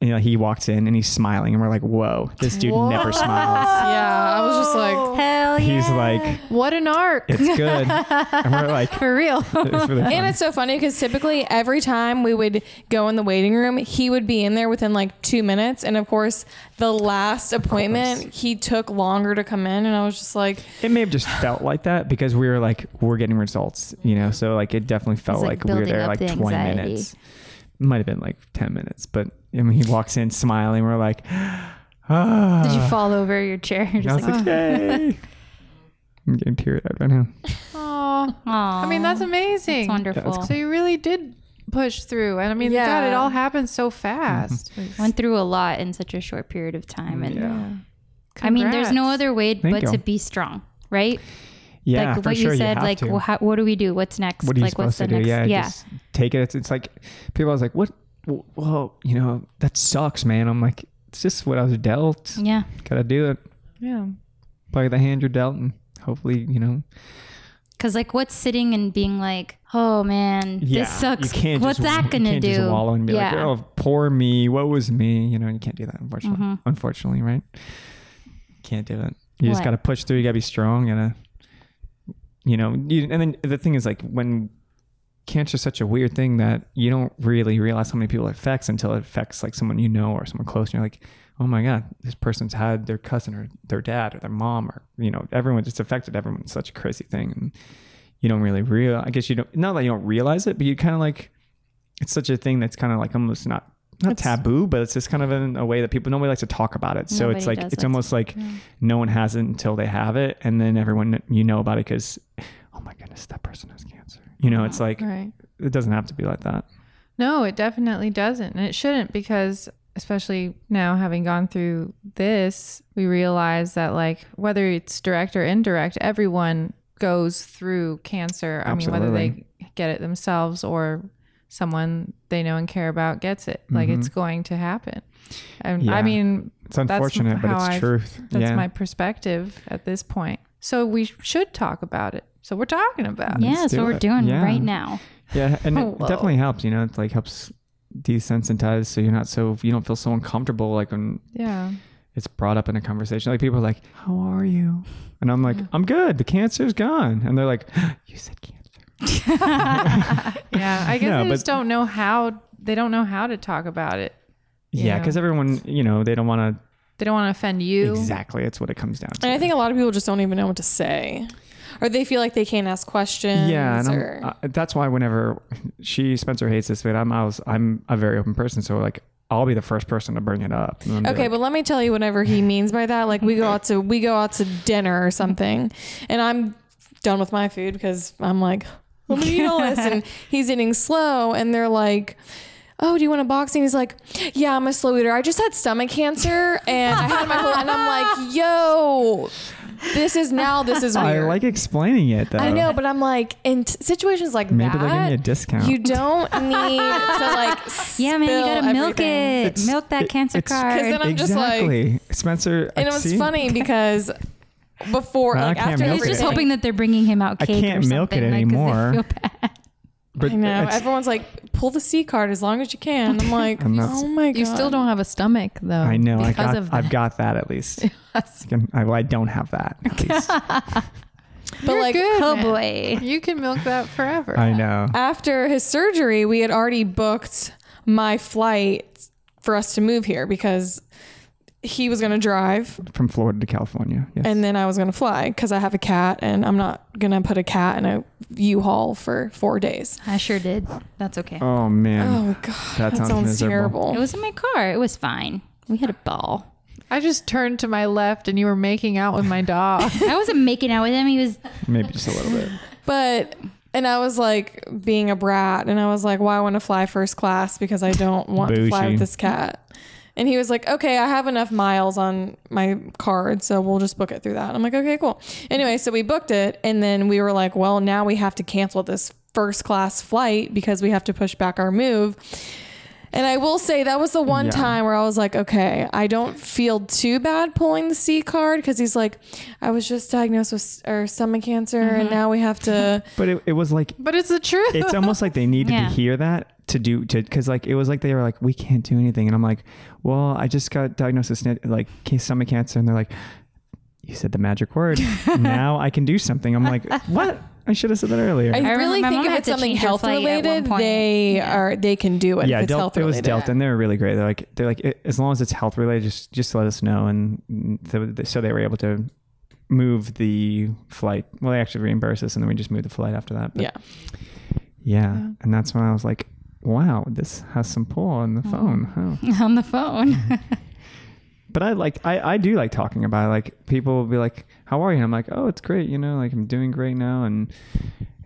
Speaker 4: you know, he walks in and he's smiling, and we're like, whoa, this dude never smiles.
Speaker 5: Yeah, I was just like,
Speaker 2: Hell yeah.
Speaker 4: He's like,
Speaker 1: What an arc!
Speaker 4: it's good, and we're like,
Speaker 2: For real.
Speaker 4: it's really
Speaker 5: and
Speaker 4: fun.
Speaker 5: it's so funny because typically every time we would go in the waiting room, he would be in there within like two minutes, and of course, the last appointment he took longer to come in, and I was just like,
Speaker 4: It may have just felt like that because we were like we're getting results, you know. So like it definitely felt
Speaker 2: It's, like,
Speaker 4: like, we were
Speaker 2: building
Speaker 4: there
Speaker 2: up
Speaker 4: like
Speaker 2: the
Speaker 4: twenty
Speaker 2: anxiety.
Speaker 4: minutes. Might have been like ten minutes, but I mean he walks in smiling. We're like, ah.
Speaker 2: Did you fall over your chair? You're
Speaker 4: I
Speaker 2: Just
Speaker 4: was
Speaker 2: like,
Speaker 4: like, yay. I'm getting teary eyed right now.
Speaker 1: Aw.
Speaker 2: Aw,
Speaker 1: I mean, that's amazing.
Speaker 2: it's wonderful.
Speaker 1: So you really did push through, and I mean,
Speaker 5: Yeah.
Speaker 1: God, it all happened so fast.
Speaker 2: Went through a lot in such a short period of time, and I
Speaker 1: Congrats.
Speaker 2: mean, there's no other way
Speaker 4: Thank
Speaker 2: but
Speaker 4: you.
Speaker 2: to be strong, right?
Speaker 4: Yeah,
Speaker 2: like
Speaker 4: for
Speaker 2: what
Speaker 4: sure.
Speaker 2: you said,
Speaker 4: have
Speaker 2: like
Speaker 4: to.
Speaker 2: wh- how, what do we do? What's next?
Speaker 4: what are you
Speaker 2: like
Speaker 4: supposed
Speaker 2: what's
Speaker 4: to
Speaker 2: the
Speaker 4: do?
Speaker 2: next?
Speaker 4: Yeah, just take it. It's, it's like people. I was like, what? Well, you know, that sucks, man. I'm like, it's just what I was dealt.
Speaker 2: yeah.
Speaker 4: Gotta do it.
Speaker 1: Yeah.
Speaker 4: Play the hand you're dealt, and hopefully, you know,
Speaker 2: Because like, what's sitting and being like, oh man,
Speaker 4: Yeah,
Speaker 2: this sucks.
Speaker 4: You can't
Speaker 2: What's
Speaker 4: just,
Speaker 2: that
Speaker 4: you
Speaker 2: gonna
Speaker 4: can't
Speaker 2: do?
Speaker 4: Just wallow and be
Speaker 2: yeah.
Speaker 4: like, oh, poor me. What was me? You know, you can't do that. Unfortunately, unfortunately, right? Can't do that. You just
Speaker 2: Mm-hmm. What?
Speaker 4: got to push through. You got to be strong. And uh, you know, you, and then the thing is, like, when cancer's such a weird thing that you don't really realize how many people it affects until it affects like someone you know or someone close, and you're like, oh my god, this person's had their cousin or their dad or their mom or you know, everyone just affected. Everyone's such a crazy thing. And, you don't really real. I guess you don't. Not that you don't realize it, but you kind of like. It's such a thing that's kind of like almost not not taboo, but it's just kind of in a way that people nobody likes to talk about it. So it's
Speaker 2: Nobody
Speaker 4: like
Speaker 2: does
Speaker 4: it's
Speaker 2: like to-
Speaker 4: almost like no one has it until they have it, and then everyone you know about it because, oh my goodness, that person has cancer. You know, it's like
Speaker 1: Right.
Speaker 4: it doesn't have to be like that.
Speaker 1: No, it definitely doesn't. And it shouldn't because, especially now having gone through this, we realize that, like, whether it's direct or indirect, everyone goes through cancer. I mean, whether
Speaker 4: Absolutely.
Speaker 1: they get it themselves or someone they know and care about gets it, like, it's going to happen. And I
Speaker 4: Mm-hmm. Yeah.
Speaker 1: mean,
Speaker 4: It's unfortunate, but
Speaker 1: how
Speaker 4: it's
Speaker 1: I've-
Speaker 4: truth.
Speaker 1: that's
Speaker 4: yeah.
Speaker 1: my perspective at this point. So we should talk about it. So we're talking about it.
Speaker 2: Yeah,
Speaker 4: Let's
Speaker 2: that's
Speaker 4: do
Speaker 2: what we're
Speaker 4: it.
Speaker 2: doing
Speaker 4: Yeah.
Speaker 2: right now.
Speaker 4: Yeah, and it
Speaker 1: Hello.
Speaker 4: definitely helps. You know, it like helps desensitize, so you're not so you don't feel so uncomfortable like when
Speaker 1: Yeah.
Speaker 4: it's brought up in a conversation. Like people are like, "How are you?" And I'm like, "I'm good. The cancer's gone." And they're like, "You said cancer."
Speaker 1: Yeah. I guess
Speaker 4: No,
Speaker 1: they just
Speaker 4: but-
Speaker 1: don't know how, they don't know how to talk about it.
Speaker 4: Yeah,
Speaker 1: Yeah.
Speaker 4: because everyone, you know, they don't want
Speaker 1: They don't want to offend
Speaker 4: to.
Speaker 1: you.
Speaker 4: Exactly, it's what it comes down to.
Speaker 5: and I think a lot of people just don't even know what to say, or they feel like they can't ask questions.
Speaker 4: yeah, and
Speaker 5: or,
Speaker 4: I'm, uh, that's why whenever she Spencer hates this, but I'm I was, I'm a very open person, so like I'll be the first person to bring it up. And I'm
Speaker 5: Okay, but let me tell you whatever he means by that. Like we go out to we go out to dinner or something, and I'm done with my food because I'm like, I'm gonna eat all this, and he's eating slow, and they're like. Oh, do you want a box? And he's like, Yeah, I'm a slow eater. I just had stomach cancer and I had my whole, and I'm like, Yo, this is now, this is
Speaker 4: I
Speaker 5: weird.
Speaker 4: like explaining it though.
Speaker 5: I know, but I'm like, in t- situations like
Speaker 4: Maybe
Speaker 5: that,
Speaker 4: they'll give me a discount.
Speaker 5: you don't need to like,
Speaker 2: Yeah, man, you gotta
Speaker 5: spill
Speaker 2: milk
Speaker 5: everything.
Speaker 2: it.
Speaker 4: It's-
Speaker 2: milk that
Speaker 4: it-
Speaker 2: cancer
Speaker 4: it's- 'Cause
Speaker 2: card.
Speaker 5: then I'm just like-
Speaker 4: exactly, Spencer.
Speaker 5: and
Speaker 4: I
Speaker 5: it was
Speaker 4: see-
Speaker 5: funny because before,
Speaker 4: Well, I
Speaker 5: like
Speaker 4: can't
Speaker 5: after
Speaker 4: milk
Speaker 2: He's just
Speaker 5: everything-
Speaker 2: hoping that they're bringing him out
Speaker 4: I
Speaker 2: cake.
Speaker 4: can't
Speaker 2: or
Speaker 4: milk it
Speaker 2: something, like, 'cause they
Speaker 4: anymore.
Speaker 2: feel bad.
Speaker 4: But
Speaker 5: I know
Speaker 4: it's-
Speaker 5: everyone's like, pull the C card as long as you can. I'm like,
Speaker 4: I'm not-
Speaker 5: oh my god,
Speaker 1: You still don't have a stomach though.
Speaker 4: I know. I
Speaker 1: Because
Speaker 4: got,
Speaker 1: of
Speaker 4: I've got that at least. I, can- I- well, I don't have that at least.
Speaker 5: But like
Speaker 1: good.
Speaker 2: Oh
Speaker 1: man.
Speaker 2: boy.
Speaker 1: You can milk that forever.
Speaker 4: I know.
Speaker 5: after his surgery, we had already booked my flight for us to move here because he was gonna drive
Speaker 4: From Florida to California. Yes.
Speaker 5: and then I was gonna fly because I have a cat and I'm not gonna put a cat in a U-Haul for four days.
Speaker 2: I sure did. That's okay.
Speaker 4: oh, man.
Speaker 5: Oh
Speaker 4: that
Speaker 5: god, that,
Speaker 4: sounds
Speaker 5: sounds,
Speaker 4: miserable.
Speaker 5: terrible.
Speaker 2: It was in my car. It was fine. Oh. We had a ball.
Speaker 1: I just turned to my left and you were making out with my dog.
Speaker 2: I wasn't making out with him. He was
Speaker 4: Maybe just a little bit.
Speaker 5: But and I was like being a brat, and I was like, "Well, I want to fly first class because I don't want to fly
Speaker 4: Bougie.
Speaker 5: with this cat." And he was like, "Okay, I have enough miles on my card, so we'll just book it through that." I'm like, "Okay, cool." Anyway, so we booked it, and then we were like, "Well, now we have to cancel this first class flight because we have to push back our move." And I will say that was the one
Speaker 4: Yeah.
Speaker 5: time where I was like, okay, I don't feel too bad pulling the C card because he's like, I was just diagnosed with s- or stomach cancer and
Speaker 2: Mm-hmm.
Speaker 5: now we have to.
Speaker 4: But it, it was like
Speaker 1: But it's the truth.
Speaker 4: it's almost like they needed
Speaker 2: Yeah.
Speaker 4: to hear that to do to because like it was like they were like we can't do anything and I'm like well I just got diagnosed with sni- like ca- stomach cancer and they're like you said the magic word now I can do something I'm like what I should have said that earlier
Speaker 5: I,
Speaker 2: remember
Speaker 5: really
Speaker 2: my
Speaker 5: think
Speaker 2: mom
Speaker 5: if
Speaker 2: had
Speaker 5: it's
Speaker 2: to
Speaker 5: something
Speaker 2: change her
Speaker 5: health
Speaker 2: flight at one
Speaker 5: related,
Speaker 2: point.
Speaker 5: they
Speaker 2: Yeah.
Speaker 5: are they can do it.
Speaker 4: yeah
Speaker 5: if it's
Speaker 4: Del-
Speaker 5: health
Speaker 4: it was
Speaker 5: related.
Speaker 4: Delta and they're really great they're like they're like "I- as long as it's health related just just let us know and mm, so, so they were able to move the flight well they actually reimbursed us and then we just moved the flight after that But
Speaker 5: Yeah.
Speaker 4: yeah, and that's when I was like wow this has some pull on the
Speaker 5: Mm-hmm.
Speaker 4: phone huh.
Speaker 2: on the phone.
Speaker 4: but I like I, I do like talking about it. like people will be like how are you and I'm like oh it's great you know like I'm doing great now and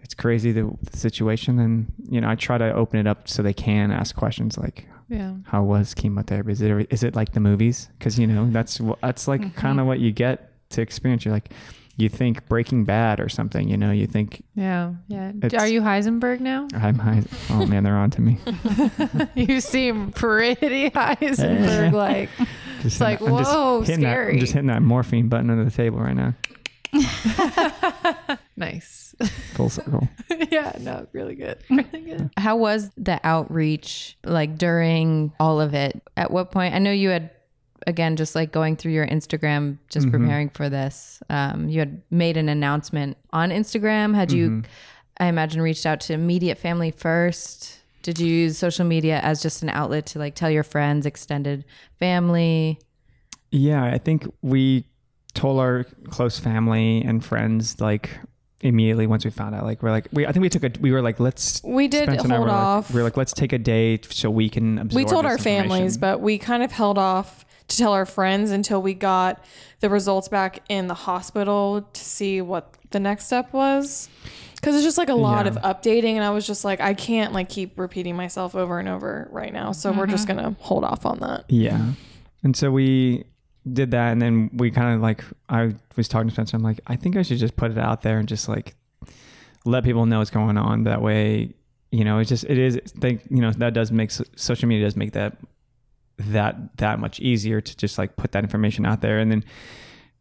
Speaker 4: it's crazy the, the situation and you know I try to open it up so they can ask questions like
Speaker 1: yeah.
Speaker 4: how was chemotherapy is it is it like the movies because you know that's wh- that's like
Speaker 5: Mm-hmm.
Speaker 4: kind of what you get to experience you're like you think Breaking Bad or something you know you think
Speaker 1: Yeah. Yeah.
Speaker 4: It's-
Speaker 1: Are you Heisenberg now?
Speaker 4: I'm high oh man they're on to me
Speaker 1: you seem pretty Heisenberg like. It's
Speaker 4: Just
Speaker 1: like,
Speaker 4: hitting that- I'm just
Speaker 1: whoa,
Speaker 4: hitting that-
Speaker 1: scary.
Speaker 4: I'm just hitting that morphine button under the table right now
Speaker 1: nice.
Speaker 4: full circle
Speaker 1: yeah. No, really good. Really good.
Speaker 3: How was the outreach like during all of it? At what point? I know you had again just like going through your Instagram just preparing for this. Um you had made an announcement on Instagram. Had you I imagine reached out to immediate family first? Did you use social media as just an outlet to like tell your friends, extended family?
Speaker 4: Yeah, I think we told our close family and friends like immediately once we found out. Like we're like we I think we took a we were like let's
Speaker 5: We did
Speaker 4: Spence and I
Speaker 5: hold
Speaker 4: were like-
Speaker 5: off.
Speaker 4: we were like let's take a day so we can absorb
Speaker 5: we told
Speaker 4: this
Speaker 5: our families,
Speaker 4: information.
Speaker 5: but we kind of held off to tell our friends until we got the results back in the hospital to see what the next step was. Cause it's just like a lot
Speaker 4: Yeah.
Speaker 5: of updating, and I was just like, I can't like keep repeating myself over and over right now, so we're just gonna hold off on that.
Speaker 4: Yeah. And so we did that and then we kind of like I was talking to Spencer I'm like I think I should just put it out there and just like let people know what's going on that way you know it's just it is think you know that does make so- social media does make that that that much easier to just like put that information out there and then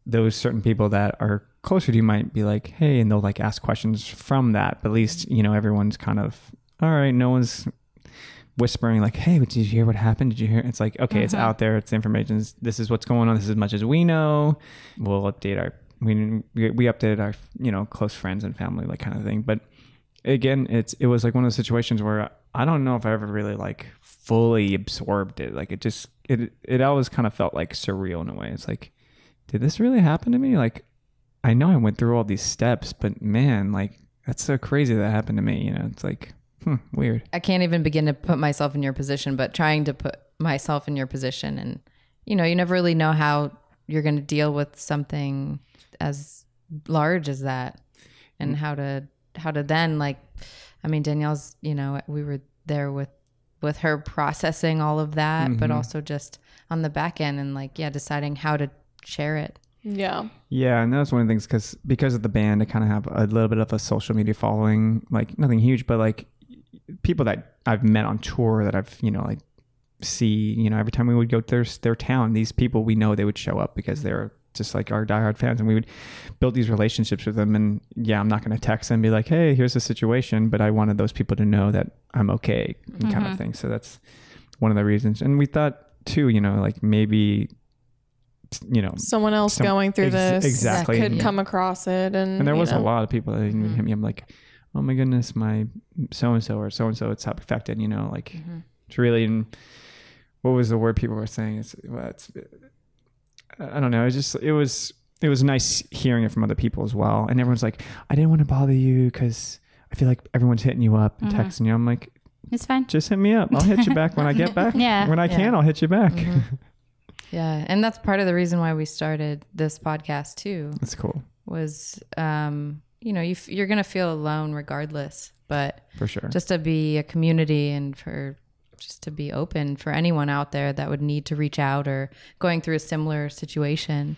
Speaker 4: those certain people that are closer to you might be like hey and they'll like ask questions from that but at least you know everyone's kind of all right no one's whispering like hey did you hear what happened did you hear it's like okay it's out there it's the information this is what's going on this is as much as we know we'll update our we we we updated our you know close friends and family like kind of thing but again it's it was like one of those situations where i don't know if i ever really like fully absorbed it like it just it it always kind of felt like surreal in a way it's like did this really happen to me like i know i went through all these steps but man like that's so crazy that happened to me you know it's like hmm, weird
Speaker 3: I can't even begin to put myself in your position, but trying to put myself in your position and you know, you never really know how you're going to deal with something as large as that and how to how to then like I mean Danielle's, you know, we were there with with her processing all of that, but also just on the back end and like yeah, deciding how to share it.
Speaker 5: Yeah,
Speaker 4: Yeah, and that's one of the things because because of the band, I kind of have a little bit of a social media following, like nothing huge, but like people that I've met on tour that I've you know like see you know every time we would go to their their town, these people we know they would show up because they're just like our diehard fans, and we would build these relationships with them. And yeah, I'm not going to text them and be like, hey, here's the situation, but I wanted those people to know that I'm okay, kind of thing. So that's one of the reasons. And we thought too, you know, like maybe you know
Speaker 5: someone else
Speaker 4: Some-
Speaker 5: going through
Speaker 4: ex-
Speaker 5: this
Speaker 4: exactly.
Speaker 5: could
Speaker 4: Yeah.
Speaker 5: come across it, and,
Speaker 4: and there
Speaker 5: you
Speaker 4: was a
Speaker 2: Mm-hmm.
Speaker 5: know.
Speaker 4: lot of people that even hit me. I'm like, oh my goodness, my so and so or so and so, it's affected. You know, like
Speaker 2: Mm-hmm.
Speaker 4: it's really. And what was the word people were saying? It's well, it's. I don't know. It was just it was it was nice hearing it from other people as well. And everyone's like, I didn't want to bother you because I feel like everyone's hitting you up
Speaker 2: Mm-hmm.
Speaker 4: and texting you. I'm like,
Speaker 2: It's fine.
Speaker 4: just hit me up. I'll hit you back when I get back.
Speaker 2: Yeah. Mm-hmm.
Speaker 4: When I can, I'll hit you back.
Speaker 3: Yeah, and that's part of the reason why we started this podcast too.
Speaker 4: That's cool
Speaker 3: was um, you know you f- you're gonna feel alone regardless, but
Speaker 4: for sure.
Speaker 3: just to be a community and for just to be open for anyone out there that would need to reach out or going through a similar situation.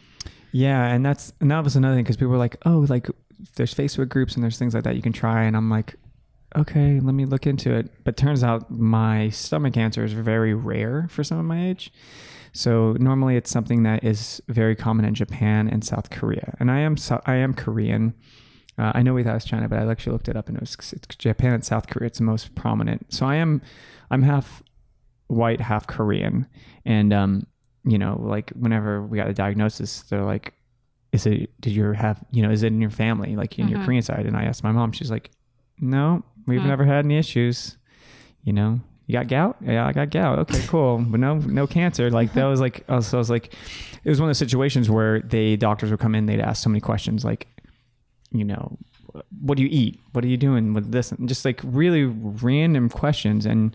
Speaker 4: Yeah, and that's and that was another thing because people were like, "Oh, like there's Facebook groups and there's things like that you can try," and I'm like, okay, let me look into it. But turns out my stomach cancer is very rare for someone my age. So normally it's something that is very common in Japan and South Korea. And I am so- I am Korean. Uh, I know we thought it was China, but I actually looked it up, and it was it's Japan and South Korea. It's the most prominent. So I am, I'm half white, half Korean, and um, you know, like whenever we got the diagnosis, they're like, "Is it? Did you have? You know, is it in your family, like in your Korean side?" And I asked my mom. She's like, "No, we've never had any issues." You know, you got gout? Yeah, I got gout. Okay, cool. but no, no cancer. Like that was like, I was, I was like, it was one of those situations where they doctors would come in, they'd ask so many questions, like you know, what do you eat? What are you doing with this? And just like really random questions. And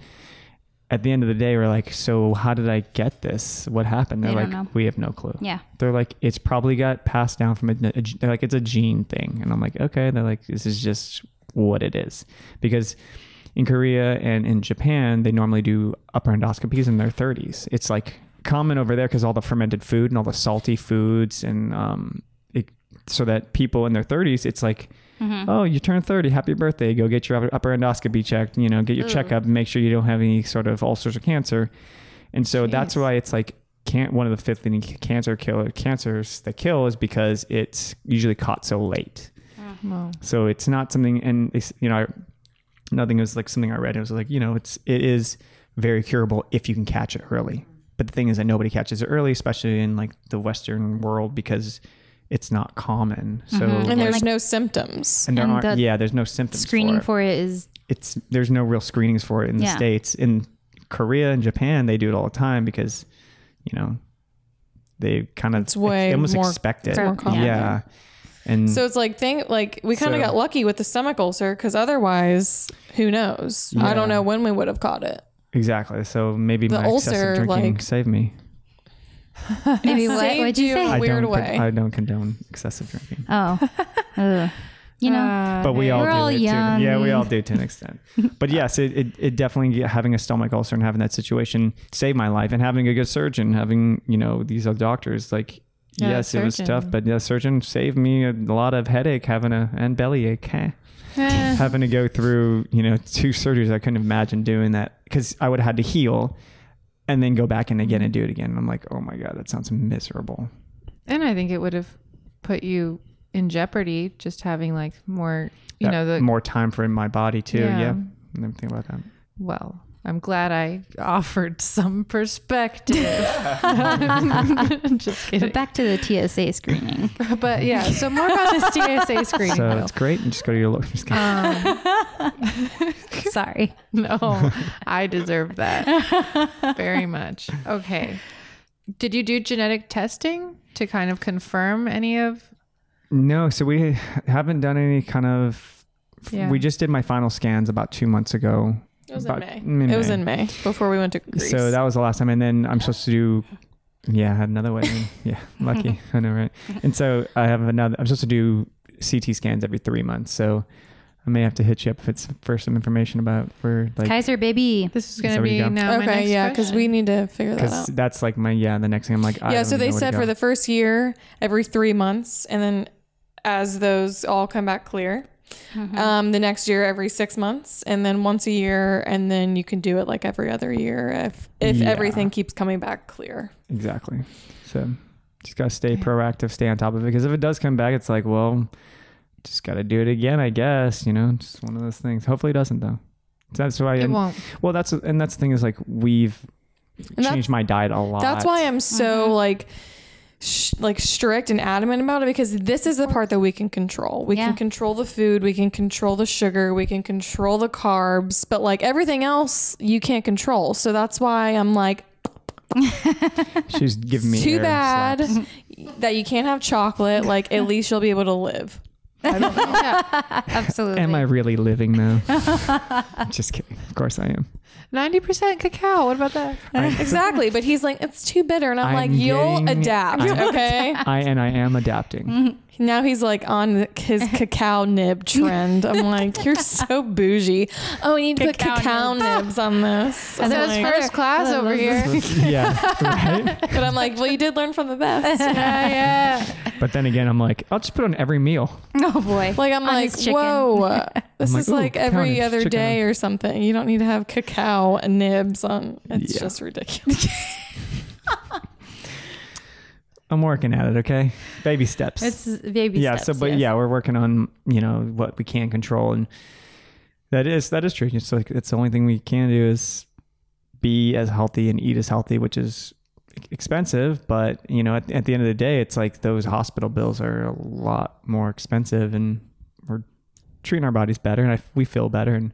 Speaker 4: at the end of the day, we're like, so how did I get this? What happened? They're
Speaker 2: They
Speaker 4: like,
Speaker 2: don't know.
Speaker 4: we have no clue.
Speaker 2: Yeah.
Speaker 4: They're like, it's probably got passed down from a, a g- they're like, it's a gene thing. And I'm like, okay. They're like, this is just what it is. Because in Korea and in Japan, they normally do upper endoscopies in their 30s. It's like common over there because all the fermented food and all the salty foods and, um, it, so that people in their 30s, it's like, oh, you turned 30, happy birthday, go get your upper- upper endoscopy checked, you know, get your checkup, make sure you don't have any sort of ulcers or cancer. And so that's why it's like can't one of the fifth leading c- cancer killer cancers that kill is because it's usually caught so late.
Speaker 1: Well,
Speaker 4: So it's not something, and they, s- you know, I, nothing was like something I read. It was like you know, it's it is very curable if you can catch it early. But the thing is that nobody catches it early, especially in like the Western world, because it's not common. So
Speaker 5: And
Speaker 4: like-
Speaker 5: there's no symptoms.
Speaker 4: and there
Speaker 2: And
Speaker 4: aren't,
Speaker 2: the
Speaker 4: yeah, there's no symptoms.
Speaker 2: Screening
Speaker 4: for it.
Speaker 2: for it is
Speaker 4: it's there's no real screenings for it in the
Speaker 2: Yeah.
Speaker 4: states. In Korea and Japan, they do it all the time because you know they kind of
Speaker 5: It's way
Speaker 4: they almost
Speaker 5: more-
Speaker 4: expect it.
Speaker 5: it's more common.
Speaker 4: Yeah, and
Speaker 5: So it's like thing like we kind of
Speaker 4: So-
Speaker 5: got lucky with the stomach ulcer because otherwise, who knows? I don't
Speaker 4: Yeah.
Speaker 5: know when we would have caught it.
Speaker 4: exactly. So maybe
Speaker 5: The
Speaker 4: my excessive
Speaker 5: ulcer,
Speaker 4: drinking
Speaker 5: like-
Speaker 4: saved me.
Speaker 2: maybe what?
Speaker 5: Saved
Speaker 2: What'd you
Speaker 5: you in
Speaker 2: say?
Speaker 5: a weird
Speaker 4: don't con-
Speaker 5: way.
Speaker 4: I don't condone excessive drinking.
Speaker 2: Oh, Ugh. you know,
Speaker 1: uh,
Speaker 4: but we all
Speaker 2: We're
Speaker 4: do
Speaker 2: all
Speaker 4: it To, yeah, we
Speaker 2: young.
Speaker 4: all do to an extent. but yes, it, it, it definitely having a stomach ulcer and having that situation saved my life, and having a good surgeon, having you know these other doctors like.
Speaker 1: Yeah,
Speaker 4: yes, it was tough,
Speaker 1: surgeon.
Speaker 4: but the surgeon saved me a lot of headache having a and bellyache. Heh.
Speaker 1: eh,
Speaker 4: having to go through you know two surgeries i couldn't imagine doing that because i would have had to heal and then go back in again and do it again and i'm like oh my god that sounds miserable
Speaker 1: and I think it would have put you in jeopardy just having like more, you
Speaker 4: That-
Speaker 1: know, the
Speaker 4: more time for my body too yeah,
Speaker 1: Yeah.
Speaker 4: yeah. I didn't think about that
Speaker 1: Well, I'm glad I offered some perspective.
Speaker 2: Uh,
Speaker 1: Just kidding.
Speaker 2: but back to the TSA screening.
Speaker 1: But yeah, so more about this TSA screening.
Speaker 4: so
Speaker 1: though.
Speaker 4: it's great and just go to your look just kidding.
Speaker 2: Sorry.
Speaker 1: Um, no, I deserve that very much. Okay. Did you do genetic testing to kind of confirm any of?
Speaker 4: no so we haven't done any kind of
Speaker 1: Yeah.
Speaker 4: we just did my final scans about two months ago
Speaker 5: It was
Speaker 4: About-
Speaker 5: in May. It was in May before we went to Greece.
Speaker 4: So that was the last time, and then I'm supposed to do. Yeah, I had another wedding. yeah, lucky. I know, right? And so I have another. I'm supposed to do CT scans every three months. So I may have to hit you up if it's for some information about where like
Speaker 2: Kaiser baby.
Speaker 1: This is
Speaker 4: that
Speaker 1: going to
Speaker 4: where
Speaker 1: be
Speaker 4: you go?
Speaker 1: now. Oh, my
Speaker 5: okay,
Speaker 1: next
Speaker 5: yeah, because we
Speaker 1: question.
Speaker 5: need to figure that
Speaker 4: because
Speaker 5: out.
Speaker 4: that's like my yeah. The next thing I'm like I
Speaker 5: Yeah,
Speaker 4: don't
Speaker 5: so
Speaker 4: know
Speaker 5: they
Speaker 4: where to
Speaker 5: said for
Speaker 4: go.
Speaker 5: the first year, every three months, and then as those all come back clear,
Speaker 1: Mm-hmm.
Speaker 5: um, the next year every six months, and then once a year, and then you can do it like every other year if if
Speaker 4: Yeah.
Speaker 5: everything keeps coming back clear.
Speaker 4: exactly. So just gotta stay proactive, stay on top of it. Because if it does come back, it's like well, just gotta do it again. I guess you know, it's one of those things. Hopefully it doesn't though. That's why
Speaker 1: It
Speaker 4: I'm-
Speaker 1: won't.
Speaker 4: Well, that's and that's the thing is like we've
Speaker 5: And that's-
Speaker 4: changed my diet a lot.
Speaker 5: That's why I'm so like sh- like strict and adamant about it because this is the part that we can control. We
Speaker 2: Yeah.
Speaker 5: can control the food, we can control the sugar, we can control the carbs, but like everything else you can't control. So that's why I'm like
Speaker 4: she's giving me
Speaker 5: too
Speaker 4: air
Speaker 5: bad
Speaker 4: slaps.
Speaker 5: that you can't have chocolate. Like at least you'll be able to live.
Speaker 2: Absolutely.
Speaker 4: Am I really living though? Just kidding. Of course I am.
Speaker 1: 90% cacao. What about that?
Speaker 4: I,
Speaker 5: Exactly. But he's like, it's too bitter. And I'm,
Speaker 4: I'm
Speaker 5: like, you'll
Speaker 4: getting-
Speaker 5: adapt.
Speaker 4: I-
Speaker 5: okay.
Speaker 4: I and I am adapting.
Speaker 5: Now he's like on his cacao nib trend. I'm like, you're so bougie. Oh, we need to
Speaker 2: Cacao
Speaker 5: put cacao nibs on this. I'm
Speaker 1: So it's
Speaker 5: like-
Speaker 1: first class over here.
Speaker 5: Mm-hmm.
Speaker 4: yeah, right.
Speaker 5: but I'm like, well, you did learn from the best.
Speaker 1: yeah, yeah.
Speaker 4: But then again, I'm like, I'll just put on every meal.
Speaker 2: Oh boy.
Speaker 5: Like I'm
Speaker 2: On
Speaker 5: like,
Speaker 2: his chicken.
Speaker 5: whoa, This
Speaker 4: I'm like,
Speaker 5: is
Speaker 4: "Ooh,
Speaker 5: like every
Speaker 4: carnage,
Speaker 5: other
Speaker 4: chicken."
Speaker 5: day or something. You don't need to have cacao and nibs on. It's
Speaker 4: Yeah.
Speaker 5: just ridiculous.
Speaker 4: I'm working at it. Okay, baby steps.
Speaker 3: It's baby
Speaker 4: yeah.
Speaker 3: steps.
Speaker 4: so, but
Speaker 3: yes.
Speaker 4: yeah, we're working on you know what we can control, and that is that is true. It's like it's the only thing we can do is be as healthy and eat as healthy, which is expensive. But you know, at, at the end of the day, it's like those hospital bills are a lot more expensive, and we're treating our bodies better, and I, we feel better. And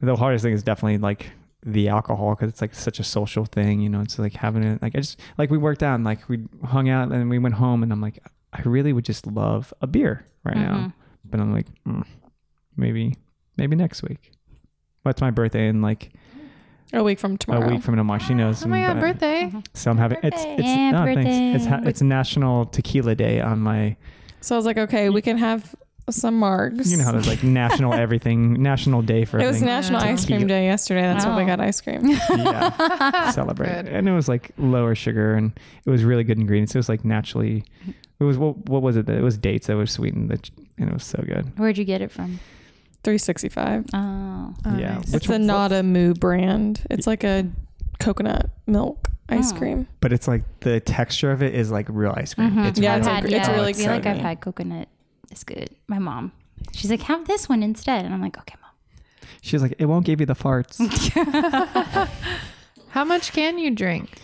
Speaker 4: the hardest thing is definitely like the alcohol because it's like such a social thing you know it's like having it like i just like we worked out and like we hung out and we went home and i'm like i really would just love a beer right now but i'm like mm, maybe maybe next week that's my birthday in like
Speaker 5: A week from tomorrow.
Speaker 4: a week from now my she knows
Speaker 1: Oh my god,
Speaker 4: but-
Speaker 1: birthday.
Speaker 5: Uh-huh.
Speaker 4: so i'm having it's it's
Speaker 2: Yeah,
Speaker 4: no, thanks.
Speaker 2: birthday.
Speaker 4: it's ha- it's national tequila day on my
Speaker 5: So I was like, okay, we can have some margs.
Speaker 4: you know how there's like national everything national day for
Speaker 5: it was
Speaker 4: everything.
Speaker 5: National
Speaker 1: Yeah.
Speaker 5: Ice Cream Day yesterday. That's why we
Speaker 2: Wow.
Speaker 5: got ice cream.
Speaker 4: yeah, celebrate.
Speaker 1: Good.
Speaker 4: And it was like lower sugar, and it was really good ingredients. It was like naturally, it was what, what was it? That it was dates that were sweetened, that, and it was so good.
Speaker 2: Where'd you get it from?
Speaker 5: 365.
Speaker 2: Oh.
Speaker 1: Oh,
Speaker 4: yeah,
Speaker 1: nice.
Speaker 4: which
Speaker 5: It's a not a moo brand. It's like a coconut milk ice
Speaker 2: Oh.
Speaker 5: cream.
Speaker 4: but it's like the texture of it is like real ice cream. It's
Speaker 5: Yeah,
Speaker 2: I've
Speaker 4: really
Speaker 2: had,
Speaker 5: it's
Speaker 4: good.
Speaker 2: Mm-hmm. yeah,
Speaker 5: really
Speaker 2: I feel like I've
Speaker 5: exciting.
Speaker 2: had coconut. It's good. My mom. She's like, have this one instead. And I'm like, okay, mom.
Speaker 4: She's like, it won't give you the farts.
Speaker 1: How much can you drink?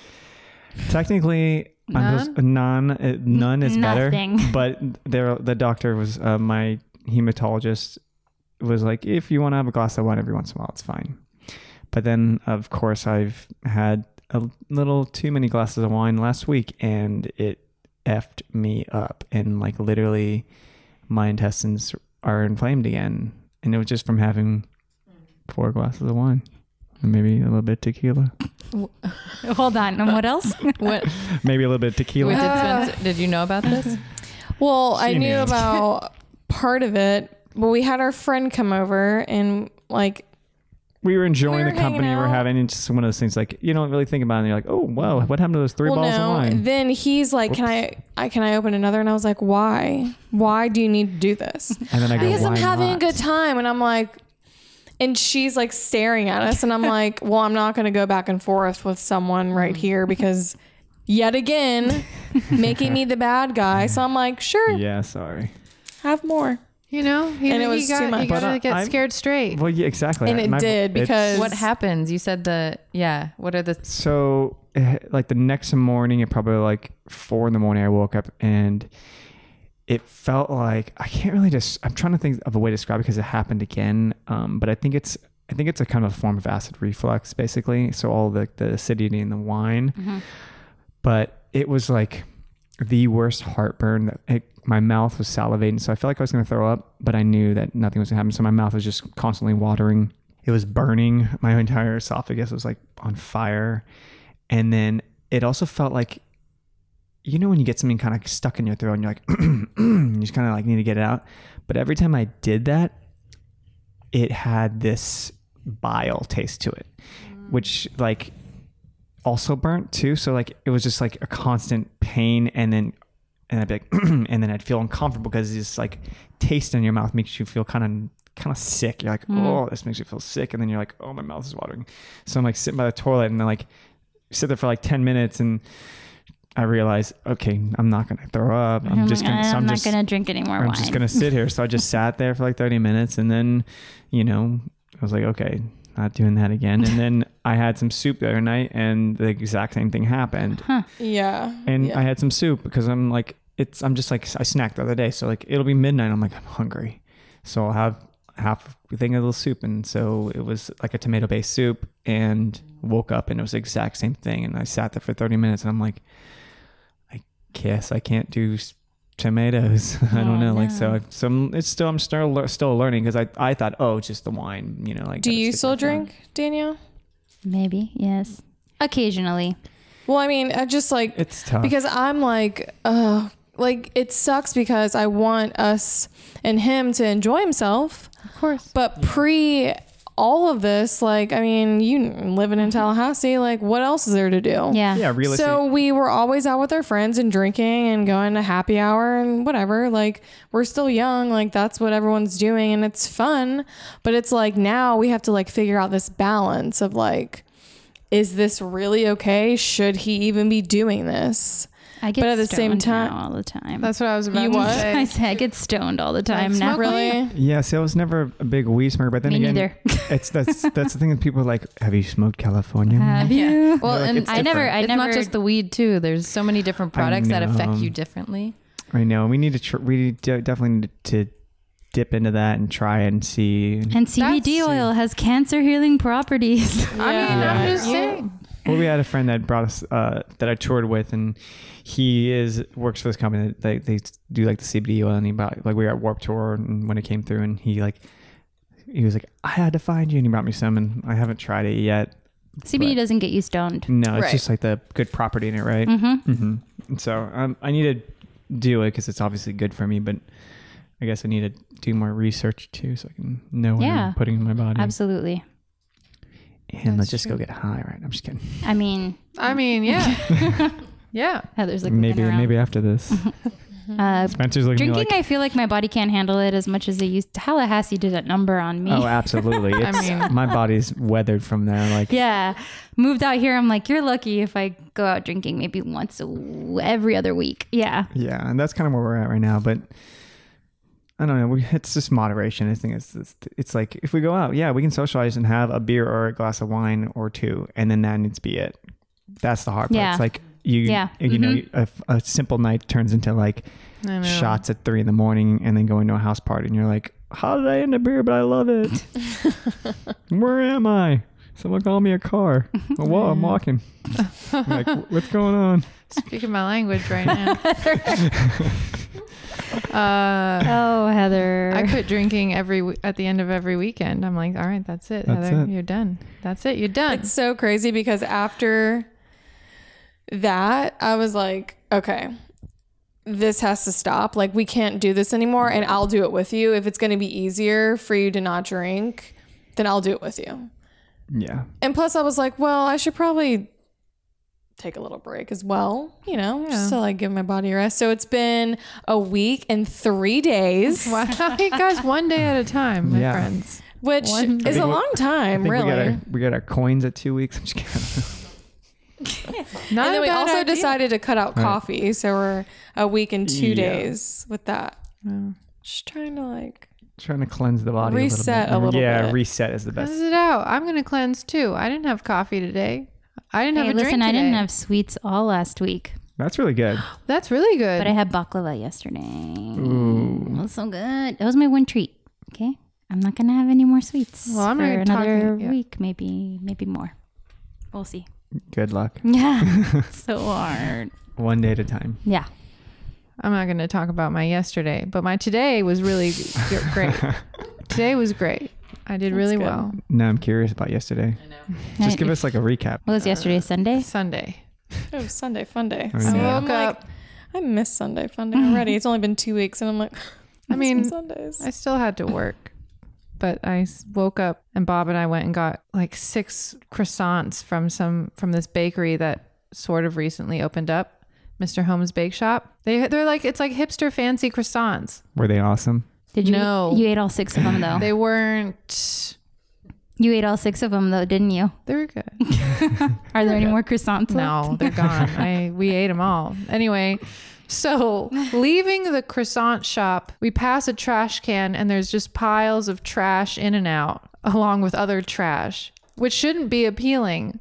Speaker 4: Technically, I'm just, none, uh, none is
Speaker 2: Nothing.
Speaker 4: better. But there, the doctor was uh, my hematologist was like, if you want to have a glass of wine every once in a while, it's fine. But then, of course, I've had a little too many glasses of wine last week, and it effed me up, and like literally, my intestines are inflamed again, and it was just from having four glasses of wine. and Maybe a little bit tequila.
Speaker 2: Hold on. And what else?
Speaker 3: What,
Speaker 4: Maybe a little bit
Speaker 3: what
Speaker 5: Uh,
Speaker 4: tequila.
Speaker 3: did, Spencer, did you know about this?
Speaker 5: Well, I
Speaker 4: She
Speaker 5: knew
Speaker 4: knew.
Speaker 5: about part of it, but we had our friend come over and like
Speaker 4: we were enjoying
Speaker 5: We were
Speaker 4: the company
Speaker 5: hanging
Speaker 4: we're
Speaker 5: out.
Speaker 4: having. It's just one of those things like you don't really think about it. And you're like, oh wow, what happened to those three
Speaker 5: well
Speaker 4: balls
Speaker 5: no.
Speaker 4: of wine?
Speaker 5: Then he's like, Can I I can I open another? And I was like, Why? Why do you need to do this?
Speaker 4: and then I go,
Speaker 5: Because I'm
Speaker 4: "Why
Speaker 5: having
Speaker 4: not?"
Speaker 5: a good time and I'm like and she's like staring at us and I'm like, Well, I'm not gonna go back and forth with someone right here because yet again making me the bad guy. So I'm like, Sure,
Speaker 4: Yeah, sorry.
Speaker 5: have more.
Speaker 1: You know, he,
Speaker 5: And it
Speaker 1: he
Speaker 5: was
Speaker 1: got,
Speaker 5: too much.
Speaker 1: You
Speaker 5: But
Speaker 1: gotta
Speaker 4: I-
Speaker 1: get
Speaker 4: I'm-
Speaker 1: scared straight.
Speaker 4: Well, yeah, exactly.
Speaker 5: And it
Speaker 4: My-
Speaker 5: did
Speaker 4: it's-
Speaker 5: because-
Speaker 3: What happens? You said the yeah. What are the
Speaker 4: so eh, like the next morning at probably like four in the morning i woke up and it felt like i can't really just i'm trying to think of a way to describe it because it happened again um, but i think it's i think it's a kind of a form of acid reflux basically so all the, the acidity in the wine but it was like the worst heartburn that it, my mouth was salivating so i felt like i was going to throw up but i knew that nothing was going to happen so my mouth was just constantly watering it was burning my entire esophagus was like on fire and then it also felt like you know when you get something kind of stuck in your throat and you're like you just kind of like need to get it out but every time i did that it had this bile taste to it
Speaker 2: Mm.
Speaker 4: which like also burnt too so like it was just like a constant pain and then and i'd be like and then i'd feel uncomfortable because this like taste in your mouth makes you feel kind of kind of sick you're like
Speaker 2: Mm.
Speaker 4: oh this makes you feel sick and then you're like oh my mouth is watering so i'm like sitting by the toilet and then like sit there for like 10 minutes and I realize, okay, I'm not gonna throw up. I'm, just
Speaker 2: like, "Eh,
Speaker 4: gonna, so
Speaker 2: I'm
Speaker 4: I'm
Speaker 2: not
Speaker 4: just,
Speaker 2: gonna drink any more
Speaker 4: I'm
Speaker 2: wine.
Speaker 4: just gonna sit here. So I just sat there for like 30 minutes, and then, you know, I was like, okay, not doing that again. And then I had some soup the other night, and the exact same thing happened.
Speaker 5: Yeah.
Speaker 4: And
Speaker 5: yeah.
Speaker 4: I had some soup because I'm like, it's I'm just like I snacked the other day, so like it'll be midnight. I'm like I'm hungry, so I'll have half a thing of the soup, and so it was like a tomato based soup, and woke up and it was the exact same thing, and I sat there for 30 minutes, and I'm like, I guess I can't do s- tomatoes. I don't know, like so. I, so I'm- it's still I'm still lear- still learning because I I thought oh it's just the wine, you know, like
Speaker 5: Do
Speaker 4: gotta
Speaker 5: you
Speaker 4: stick
Speaker 5: still
Speaker 4: with that.
Speaker 5: drink, Danielle?
Speaker 2: Maybe. Yes. Occasionally.
Speaker 5: Well, I mean, I just like
Speaker 4: It's tough
Speaker 5: because I'm like, uh, like it sucks because I want us and him to enjoy himself,
Speaker 1: Of course.
Speaker 5: but pre all of this, like, I mean, you living in Tallahassee, like, what else is there to do?
Speaker 2: Yeah.
Speaker 4: Yeah, realistic.
Speaker 5: So we were always out with our friends and drinking and going to happy hour and whatever. Like we're still young, like that's what everyone's doing and it's fun, but it's like now we have to like figure out this balance of like is this really okay? Should he even be doing this?
Speaker 2: I get
Speaker 5: But at the same
Speaker 2: stoned
Speaker 5: time-
Speaker 2: now all the time.
Speaker 1: That's what I was about
Speaker 5: You
Speaker 1: to
Speaker 5: what?
Speaker 1: say.
Speaker 2: I say I get stoned all the time
Speaker 1: Like,
Speaker 2: now.
Speaker 1: smoke weed?
Speaker 5: Really?
Speaker 4: yeah, see, I was never a big weed smoker, but then
Speaker 2: Me
Speaker 4: again,
Speaker 2: neither.
Speaker 4: it's that's that's the thing that people are like, have you smoked California?
Speaker 2: Have
Speaker 3: Yeah.
Speaker 2: you?
Speaker 3: Well,
Speaker 4: They're like,
Speaker 3: and
Speaker 4: "It's
Speaker 2: I never. I
Speaker 3: it's
Speaker 2: never.
Speaker 3: not just the weed too. There's so many different
Speaker 4: I
Speaker 3: products that
Speaker 4: know.
Speaker 3: affect you differently.
Speaker 4: I know. We need to. Tr- we de- definitely need to dip into that and try and see.
Speaker 2: and CBD
Speaker 4: That's-
Speaker 2: oil has cancer healing properties.
Speaker 1: I mean,
Speaker 5: Yeah.
Speaker 1: I'm just
Speaker 5: Yeah.
Speaker 1: saying.
Speaker 4: Well, we had a friend that brought us uh, that I toured with, and he is works for this company that they, they do like the CBD oil, and he bought like we were at Warp Tour, and when it came through, and he like he was like, I had to find you, and he brought me some, and I haven't tried it yet.
Speaker 2: CBD
Speaker 4: Right.
Speaker 2: doesn't get you stoned.
Speaker 4: No, it's
Speaker 5: Right.
Speaker 4: just like the good property in it, right? Mm-hmm. And so um, I need to do it because it's obviously good for me, but I guess I need to do more research too, so I can know what
Speaker 2: Yeah.
Speaker 4: I'm putting in my body.
Speaker 2: Absolutely.
Speaker 4: And let's just go get high, right? I'm just kidding.
Speaker 2: I mean,
Speaker 1: I mean, yeah. yeah.
Speaker 2: Heather's like
Speaker 4: maybe
Speaker 2: looking around.
Speaker 4: maybe after this,
Speaker 2: Uh,
Speaker 4: Spencer's looking at me
Speaker 2: drinking,
Speaker 4: like,
Speaker 2: I feel like my body can't handle it as much as it used. Tallahassee did a number on me.
Speaker 4: oh, absolutely. It's,
Speaker 1: mean-
Speaker 4: my body's weathered from there. Like,
Speaker 2: yeah, moved out here. I'm like, you're lucky if I go out drinking maybe once a w- every other week. Yeah,
Speaker 4: yeah, and that's kind of where we're at right now. But I don't know. We, it's just moderation. I think it's, it's it's like if we go out, yeah, we can socialize and have a beer or a glass of wine or two, and then that needs to be it. That's the hard part.
Speaker 2: Yeah.
Speaker 4: It's like you,
Speaker 2: Yeah.
Speaker 4: you know, a, a simple night turns into like
Speaker 1: I know.
Speaker 4: shots at three in the morning, and then going to a house party, and you're like, how did I end up here? But I love it. Where am I? Someone call me a car. Well, whoa, I'm walking. I'm like, what's going on?
Speaker 1: Speaking my language right now. uh,
Speaker 2: Oh, Heather.
Speaker 1: I quit drinking every w- at the end of every weekend. I'm like, all right, that's it.
Speaker 4: That's
Speaker 1: Heather,
Speaker 4: it.
Speaker 1: you're done. That's it. You're done.
Speaker 5: It's so crazy because after that, I was like, okay, this has to stop. Like, we can't do this anymore, and I'll do it with you. If it's going to be easier for you to not drink, then I'll do it with you.
Speaker 4: Yeah.
Speaker 5: And plus, I was like, well, I should probably take a little break as well, you know, just to like give my body a rest. So it's been a week and three days,
Speaker 1: wow, you guys, one day at a time, my
Speaker 4: Yeah.
Speaker 1: friends.
Speaker 5: which
Speaker 1: One-
Speaker 5: is
Speaker 4: I
Speaker 5: a
Speaker 4: think we-
Speaker 5: long time,
Speaker 4: think We got,
Speaker 5: really.
Speaker 4: our, we got our coins at two weeks. I'm just kidding.
Speaker 1: Not
Speaker 5: And
Speaker 1: a
Speaker 5: then we
Speaker 1: bad
Speaker 5: also
Speaker 1: idea.
Speaker 5: decided to cut out
Speaker 4: Right.
Speaker 5: coffee, so we're a week and two
Speaker 4: Yeah.
Speaker 5: days with that.
Speaker 1: Wow.
Speaker 5: Just trying to like
Speaker 4: Trying to cleanse the body.
Speaker 5: Reset
Speaker 4: a
Speaker 5: a
Speaker 4: little bit.
Speaker 5: little
Speaker 4: yeah,
Speaker 5: bit.
Speaker 4: reset is the
Speaker 1: Cleanse
Speaker 4: best.
Speaker 1: it out. I'm gonna cleanse too. I didn't have coffee today. I didn't
Speaker 2: Hey,
Speaker 1: have a
Speaker 2: listen,
Speaker 1: drink.
Speaker 2: I didn't
Speaker 1: today.
Speaker 2: have sweets all last week,
Speaker 4: That's really good.
Speaker 1: That's really good.
Speaker 2: but I had baklava yesterday. It was so good. That was my one treat. Okay, I'm not gonna have any more sweets
Speaker 1: Well, I'm
Speaker 2: for
Speaker 1: not
Speaker 2: another
Speaker 1: talking- yeah.
Speaker 2: week, maybe, maybe more. We'll see.
Speaker 4: Good luck.
Speaker 2: Yeah, so hard.
Speaker 4: One day at a time.
Speaker 2: Yeah,
Speaker 1: I'm not going to talk about my yesterday, but my today was really g- great. today was great. I did really
Speaker 5: good.
Speaker 1: well.
Speaker 4: Now I'm curious about yesterday. I know. Just give us like a recap.
Speaker 2: What was
Speaker 1: Uh,
Speaker 2: yesterday? Sunday.
Speaker 1: Sunday.
Speaker 5: oh Sunday fun day.
Speaker 4: I
Speaker 5: So
Speaker 4: know.
Speaker 5: I'm
Speaker 1: Woke
Speaker 5: like,
Speaker 1: up.
Speaker 5: I miss Sunday fun day already. it's only been two weeks, and I'm like,
Speaker 1: I mean,
Speaker 5: Sundays.
Speaker 1: I still had to work, but I s- woke up and Bob and I went and got like six croissants from some from this bakery that sort of recently opened up, Mr. Holmes Bake Shop. They they're like it's like hipster fancy croissants.
Speaker 4: Were they awesome?
Speaker 2: Did you?
Speaker 1: No.
Speaker 2: You ate all six of them though.
Speaker 1: They weren't.
Speaker 2: you ate all six of them though, didn't you?
Speaker 1: They were good.
Speaker 2: Are there any more croissants?
Speaker 1: No, they're gone. I we ate them all. Anyway, so leaving the croissant shop, we pass a trash can and there's just piles of trash in and out along with other trash, which shouldn't be appealing.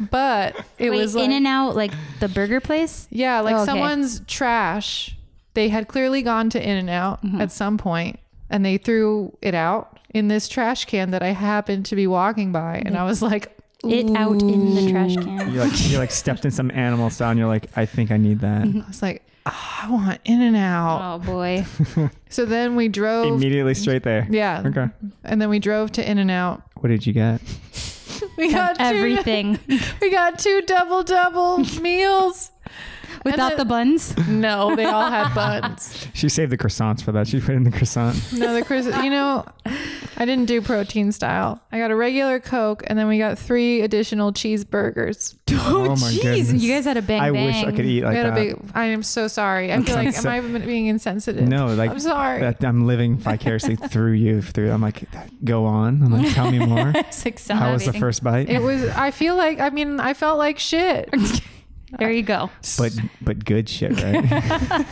Speaker 1: But it
Speaker 2: Wait,
Speaker 1: was like
Speaker 2: in and out like the burger place.
Speaker 1: yeah, like
Speaker 2: Oh, okay.
Speaker 1: someone's trash. They had clearly gone to In and Out at some point and they threw it out in this trash can that I happened to be walking by and I was like
Speaker 2: It out in the trash can.
Speaker 4: You like you like stepped in some animal style and you're like, I think I need that.
Speaker 1: I was like "Ah, I want In and Out.
Speaker 2: Oh boy.
Speaker 1: So then we drove.
Speaker 4: Immediately straight there.
Speaker 1: Yeah.
Speaker 4: Okay.
Speaker 1: And then we drove to In and Out.
Speaker 4: What did you get?
Speaker 1: We got two,
Speaker 2: Everything.
Speaker 1: we got two double double meals.
Speaker 2: without the buns.
Speaker 1: No, they all had buns.
Speaker 4: She saved the croissants for that. She put in the croissant.
Speaker 1: No, the Chris, you know, I didn't do protein style. I got a regular Coke, and then we got three additional cheeseburgers.
Speaker 4: Oh, my goodness.
Speaker 2: You guys had a bang
Speaker 4: I
Speaker 2: bang.
Speaker 4: wish I could eat
Speaker 1: I
Speaker 4: like
Speaker 1: got a
Speaker 4: that.
Speaker 1: big. I am so sorry. I feel like am I being insensitive?
Speaker 4: No, like
Speaker 1: I'm sorry.
Speaker 4: that- I'm living vicariously through you. Through I'm like, go on. I'm like, tell me more. How was the first bite?
Speaker 1: It was. I feel like. I mean, I felt like shit.
Speaker 2: There you go.
Speaker 4: but but good shit, right?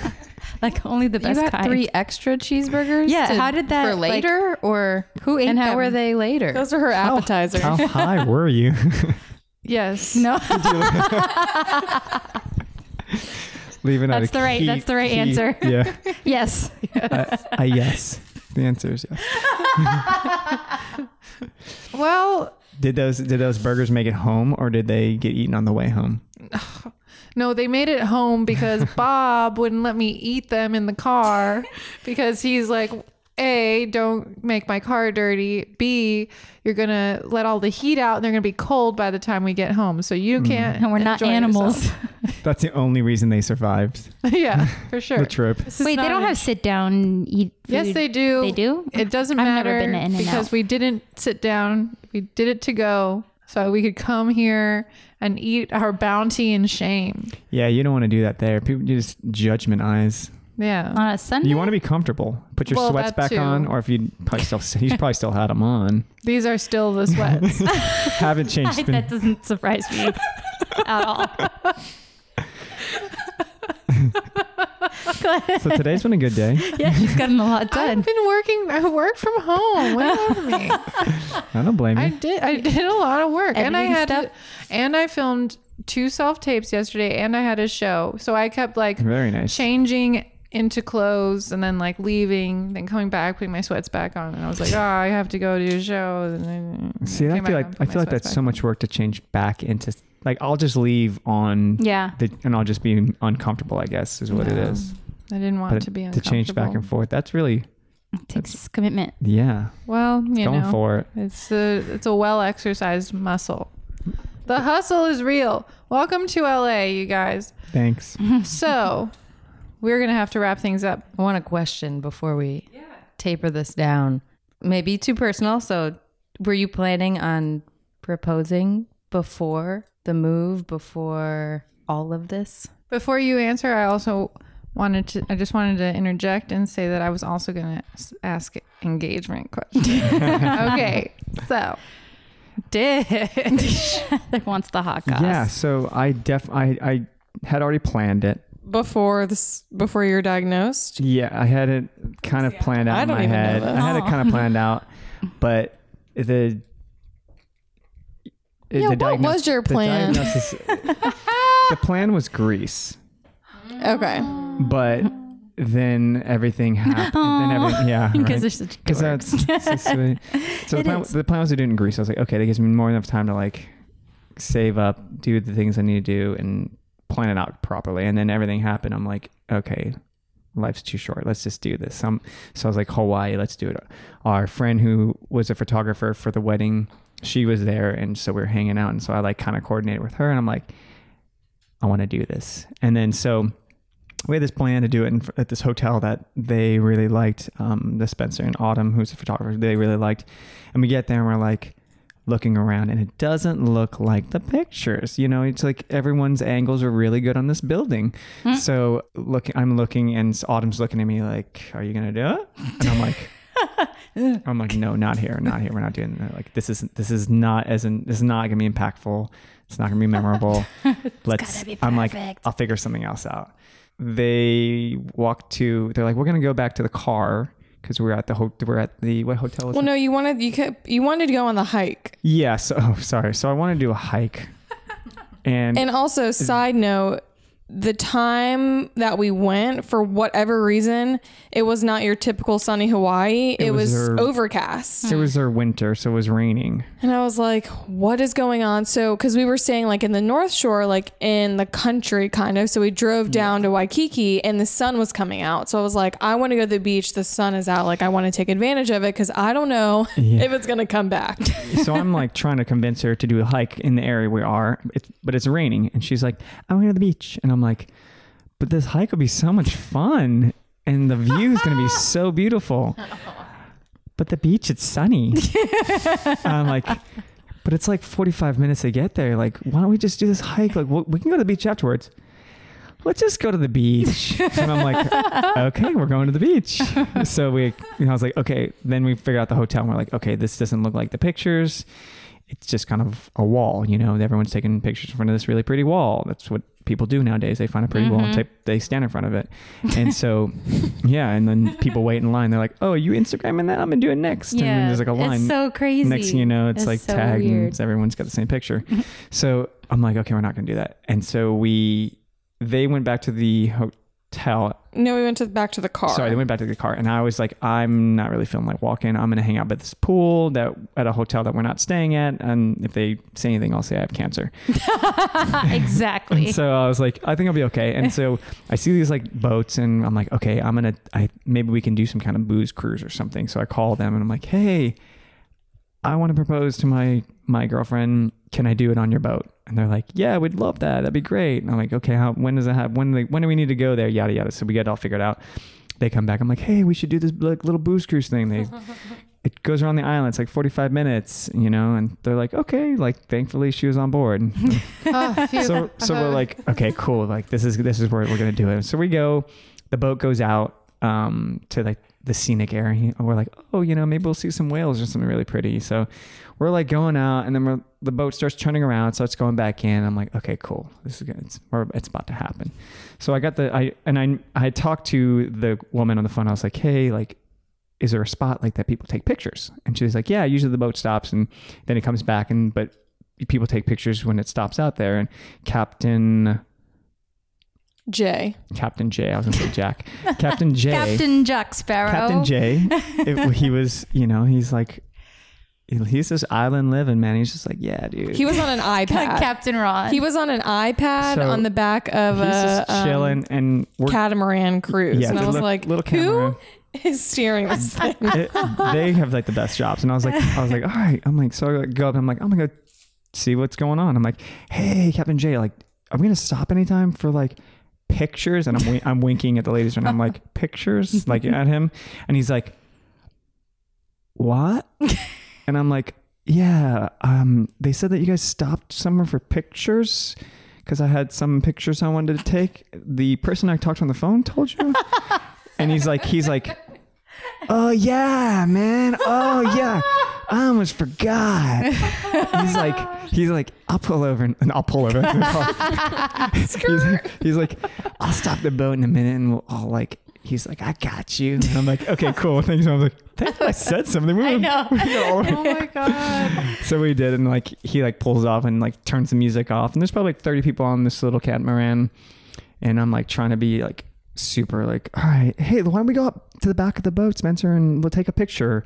Speaker 2: Like only the
Speaker 3: You
Speaker 2: best
Speaker 3: got
Speaker 2: kind.
Speaker 3: three extra cheeseburgers.
Speaker 2: Yeah,
Speaker 3: to-
Speaker 2: how did that,
Speaker 3: for
Speaker 2: like-
Speaker 3: later or
Speaker 2: Who ate
Speaker 3: and how
Speaker 2: them?
Speaker 3: were they later?
Speaker 5: Those are her appetizers.
Speaker 4: How high were you?
Speaker 1: Yes.
Speaker 2: No,
Speaker 4: Leaving out
Speaker 2: That's
Speaker 4: a
Speaker 2: the right-
Speaker 4: key-
Speaker 2: that's the right
Speaker 4: key-
Speaker 2: answer.
Speaker 4: Yeah.
Speaker 2: yes.
Speaker 4: I, I yes. The answer is yes.
Speaker 1: Well,
Speaker 4: Did those did those burgers make it home or did they get eaten on the way home?
Speaker 1: No, they made it home because Bob wouldn't let me eat them in the car because he's like, A, don't make my car dirty. B, you're going to let all the heat out and they're going to be cold by the time we get home. So you can't.
Speaker 2: And we're not
Speaker 1: enjoy
Speaker 2: animals.
Speaker 4: That's the only reason they survived
Speaker 1: yourself. yeah, for sure.
Speaker 4: the trip.
Speaker 1: This is
Speaker 2: Wait, they
Speaker 1: not
Speaker 2: don't
Speaker 1: an
Speaker 2: have sit down eat. Food.
Speaker 1: Yes, they do.
Speaker 2: They do?
Speaker 1: It doesn't
Speaker 2: I've
Speaker 1: matter
Speaker 2: never been to In-N-Out.
Speaker 1: because we didn't sit down. We did it to go so we could come here and eat our bounty in shame.
Speaker 4: Yeah, you don't want to do that there. People just judgment eyes.
Speaker 1: Yeah.
Speaker 2: on a Sunday.
Speaker 4: You want to be comfortable. Put your
Speaker 1: Well,
Speaker 4: sweats
Speaker 1: that
Speaker 4: back
Speaker 1: too.
Speaker 4: on, or if you probably still he's probably still had them on.
Speaker 1: These are still the sweats.
Speaker 4: Haven't changed. It's been-
Speaker 2: that doesn't surprise me at all.
Speaker 4: so today's been a good day.
Speaker 2: Yeah, she's gotten a lot done.
Speaker 1: I've been working. I work from home. What do you want from me?
Speaker 4: I don't blame
Speaker 1: I
Speaker 4: you.
Speaker 1: did. I did a lot of work, and I
Speaker 2: Editing
Speaker 1: had,
Speaker 2: stuff?
Speaker 1: and I filmed two self tapes yesterday, and I had a show. So I kept like
Speaker 4: Very nice.
Speaker 1: changing into clothes, and then like leaving, then coming back, putting my sweats back on, and I was like, oh, I have to go do a show. And then
Speaker 4: See, I
Speaker 1: came back
Speaker 4: feel
Speaker 1: home,
Speaker 4: like
Speaker 1: put
Speaker 4: I
Speaker 1: my
Speaker 4: feel like
Speaker 1: sweats
Speaker 4: that's
Speaker 1: back
Speaker 4: so much work to change back into. Like I'll just leave on.
Speaker 2: Yeah.
Speaker 4: The, and I'll just be uncomfortable. I guess is what it
Speaker 1: No.
Speaker 4: is.
Speaker 1: on. I didn't want
Speaker 4: But
Speaker 1: to be
Speaker 4: to
Speaker 1: uncomfortable.
Speaker 4: change back and forth, that's really
Speaker 2: It takes commitment.
Speaker 4: yeah.
Speaker 1: Well, you
Speaker 4: going
Speaker 1: know,
Speaker 4: for it.
Speaker 1: It's a it's a well exercised muscle. The hustle is real. Welcome to LA, you guys.
Speaker 4: Thanks.
Speaker 1: So we're gonna have to wrap things up.
Speaker 3: I want a question before we taper this down. Maybe too personal. So, were you planning on proposing before the move, before all of this?
Speaker 1: Before you answer, I also wanted to. I just wanted to interject and say that I was also going to ask engagement questions. okay, so did
Speaker 2: Like wants the hot goss.
Speaker 4: Yeah. So I def I I had already planned it.
Speaker 5: Before this, before you're diagnosed,
Speaker 4: Yeah, I had it kind of planned out
Speaker 5: I
Speaker 4: in
Speaker 5: don't
Speaker 4: my
Speaker 5: even know
Speaker 4: head.
Speaker 5: this.
Speaker 4: I had it kind of planned out, but the
Speaker 5: Yeah, what was your plan?
Speaker 4: The, diagnosis- the plan was Greece,
Speaker 5: okay.
Speaker 4: but then everything happened. then everything, yeah,
Speaker 2: Because
Speaker 4: right.
Speaker 2: they're such
Speaker 4: Because that's so sweet. So the plan, the plan was to do it in Greece. I was like, okay, that gives me more than enough time to like save up, do the things I need to do, and plan it out properly. And then everything happened. I'm like, okay, life's too short. Let's just do this. Um, so I was like, Hawaii, let's do it. Our friend who was a photographer for the wedding, she was there, and so we were hanging out. And so I like kind of coordinated with her, and I'm like, I want to do this. And then so we had this plan to do it in, at this hotel that they really liked. Um, the Spencer and Autumn, who's a photographer, they really liked. And we get there and we're like looking around, and it doesn't look like the pictures. You know, it's like everyone's angles are really good on this building.
Speaker 2: Hmm.
Speaker 4: So look, I'm looking, and Autumn's looking at me like, "Are you gonna do it?" And I'm like. I'm like, no, not here, not here. We're not doing that. Like, this isn't, this is not as in, this is not gonna be impactful. It's not gonna be memorable. Let's.
Speaker 2: gotta be
Speaker 4: I'm like,
Speaker 2: perfect.
Speaker 4: I'll figure something else out. They walk to. They're like, we're gonna go back to the car because we're at the ho- we're at the what hotel is
Speaker 5: Well,
Speaker 4: it?
Speaker 5: no, you wanted you kept, you wanted to go on the hike,
Speaker 4: Yeah. So oh, sorry. So I want to do a hike, and,
Speaker 5: and also side note, the time that we went for whatever reason, it was not your typical sunny Hawaii. It,
Speaker 4: was
Speaker 5: was,
Speaker 4: her-
Speaker 5: overcast,
Speaker 4: it was their winter, so it was raining.
Speaker 5: and I was like, "What is going on?" So, because we were staying like in the North Shore, like in the country, kind of. So we drove down to Waikiki, and the sun was coming out. So I was like, "I want to go to the beach. The sun is out. Like I want to take advantage of it because I don't know
Speaker 4: Yeah.
Speaker 5: if it's gonna come back."
Speaker 4: so I'm like trying to convince her to do a hike in the area we are, it's, but it's raining, and she's like, "I want to go to the beach," and I'm like, But this hike will be so much fun, and the view is going to be so beautiful. But the beach, it's sunny. And I'm like, but it's like 45 minutes to get there. Like, why don't we just do this hike? Like, we we can go to the beach afterwards. Let's just go to the beach. and I'm like, okay, we're going to the beach. So we, you know, I was like, okay. Then we figured out the hotel, and we're like, okay, this doesn't look like the pictures it's just kind of a wall, you know. Everyone's taking pictures in front of this really pretty wall. That's what people do nowadays. They find a pretty wall
Speaker 2: Mm-hmm.
Speaker 4: and take, they stand in front of it. And so, yeah. And then people wait in line. They're like, "Oh, are you Instagramming that? I'm gonna do it next." And then there's like a line.
Speaker 2: It's so crazy.
Speaker 4: Next thing you know, it's,
Speaker 2: It's
Speaker 4: like
Speaker 2: so
Speaker 4: tagged and
Speaker 2: weird.
Speaker 4: it's- everyone's got the same picture. so I'm like, okay, we're not gonna do that. And so we, they went back to the hotel.
Speaker 5: No, we went to back to the car.
Speaker 4: Sorry, they went back to the car, and I was like, I'm not really feeling like walking. I'm gonna hang out by this pool that at a hotel that we're not staying at, and if they say anything, I'll say I have cancer.
Speaker 2: exactly.
Speaker 4: And so I was like, I think I'll be okay. And so I see these like boats, and I'm like, okay, I'm gonna, I maybe we can do some kind of booze cruise or something. So I call them, and I'm like, hey, I want to propose to my my girlfriend. Can I do it on your boat? And they're like, yeah, we'd love that. That'd be great. And I'm like, okay, how, when does that happen? When do they, when do we need to go there? Yada yada. So we get it all figured out. They come back. I'm like, hey, we should do this like little booze cruise thing. They it goes around the island. It's like 45 minutes, you know. And they're like, okay. Like thankfully she was on board
Speaker 1: Oh, phew.
Speaker 4: so so we're like okay cool like this is this is where we're gonna do it so we go the boat goes out um to like the scenic area and we're like oh you know maybe we'll see some whales or something really pretty so we're like going out and then we're, the boat starts turning around so it's going back in i'm like okay cool this is good it's, we're, it's about to happen so i got the i and i i talked to the woman on the phone i was like hey like is there a spot like that people take pictures and she was like yeah usually the boat stops and then it comes back and but people take pictures when it stops out there and captain
Speaker 5: Jay.
Speaker 4: captain j i was gonna say jack captain j
Speaker 2: Captain Jack Sparrow.
Speaker 4: Captain J, it- he was, you know, he's like, he's this island living man. He's just like, yeah, dude.
Speaker 5: He was on an
Speaker 1: Uh,
Speaker 5: iPad.
Speaker 2: Captain Ron.
Speaker 5: he was on an iPad
Speaker 4: So,
Speaker 5: on the back of
Speaker 4: he's
Speaker 5: a
Speaker 4: just chilling and
Speaker 5: um,
Speaker 4: we're
Speaker 5: catamaran cruise,
Speaker 4: yeah,
Speaker 5: and I was
Speaker 4: little-
Speaker 5: like,
Speaker 4: little
Speaker 5: "Who
Speaker 4: camera.
Speaker 5: is steering this thing?"
Speaker 4: it- they have like the best jobs. And I was like, I was like, all right. I'm like, so I go up. I'm like, I'm gonna go see what's going on. I'm like, hey, Captain J, like, are we gonna stop anytime for like pictures? And I'm wi- I'm winking at the ladies, and I'm like, pictures, like at him, and he's like, what? and I'm like, yeah. Um, they said that you guys stopped somewhere for pictures. Because I had some pictures I wanted to take. The person I talked to on the phone told you, and he's like, he's like, Oh yeah, man. Oh yeah. I almost forgot. He's like, he's like, I'll pull over and, and I'll pull over. he's, he's like, I'll stop the boat in a minute and we'll all like. He's like, I got you. And I'm like, okay, cool. Thanks. And I was like, thank God I said something. We I know.
Speaker 1: oh my god.
Speaker 4: So we did, and like he like pulls off and like turns the music off, and there's probably like 30 people on this little catamaran, and I'm like trying to be like super like, all right, hey, why don't we go up to the back of the boat, Spencer, and we'll take a picture?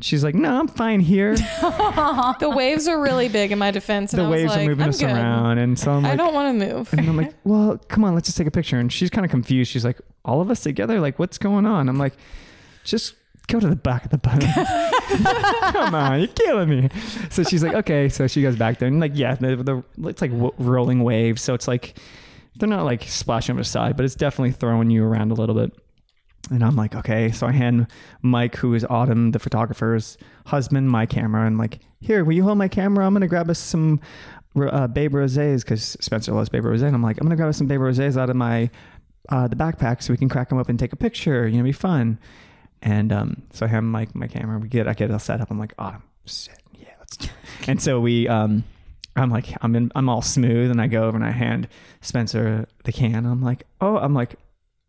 Speaker 4: She's like, no, I'm fine here.
Speaker 5: the waves are really big in my defense, and
Speaker 4: the
Speaker 5: I was
Speaker 4: waves
Speaker 5: like,
Speaker 4: are moving
Speaker 5: "I'm
Speaker 4: us
Speaker 5: good.
Speaker 4: around, and so I'm
Speaker 5: I
Speaker 4: like,
Speaker 5: don't want to move."
Speaker 4: and I'm like, well, come on, let's just take a picture. And she's kind of confused. She's like, all of us together, like, what's going on? I'm like, just go to the back of the boat. come on, you're killing me. So she's like, okay. So she goes back there, and like, yeah, the, the it's like w- rolling waves, so it's like they're not like splashing over the side, but it's definitely throwing you around a little bit. And I'm like, okay. So I hand Mike, who is Autumn, the photographer's husband, my camera. And like, here, will you hold my camera? I'm going to grab us some uh, Babe Rosés because Spencer loves Babe Rosé. And I'm like, I'm going to grab us some Babe Rosés out of my, uh, the backpack so we can crack them up and take a picture. You know, it'd be fun. And um, so I hand Mike my camera. We get, I get it all set up. I'm like, Autumn, sit. Yeah, let's do it. And so we, um, I'm like, I'm in, I'm all smooth. And I go over and I hand Spencer the can. I'm like, oh, I'm like,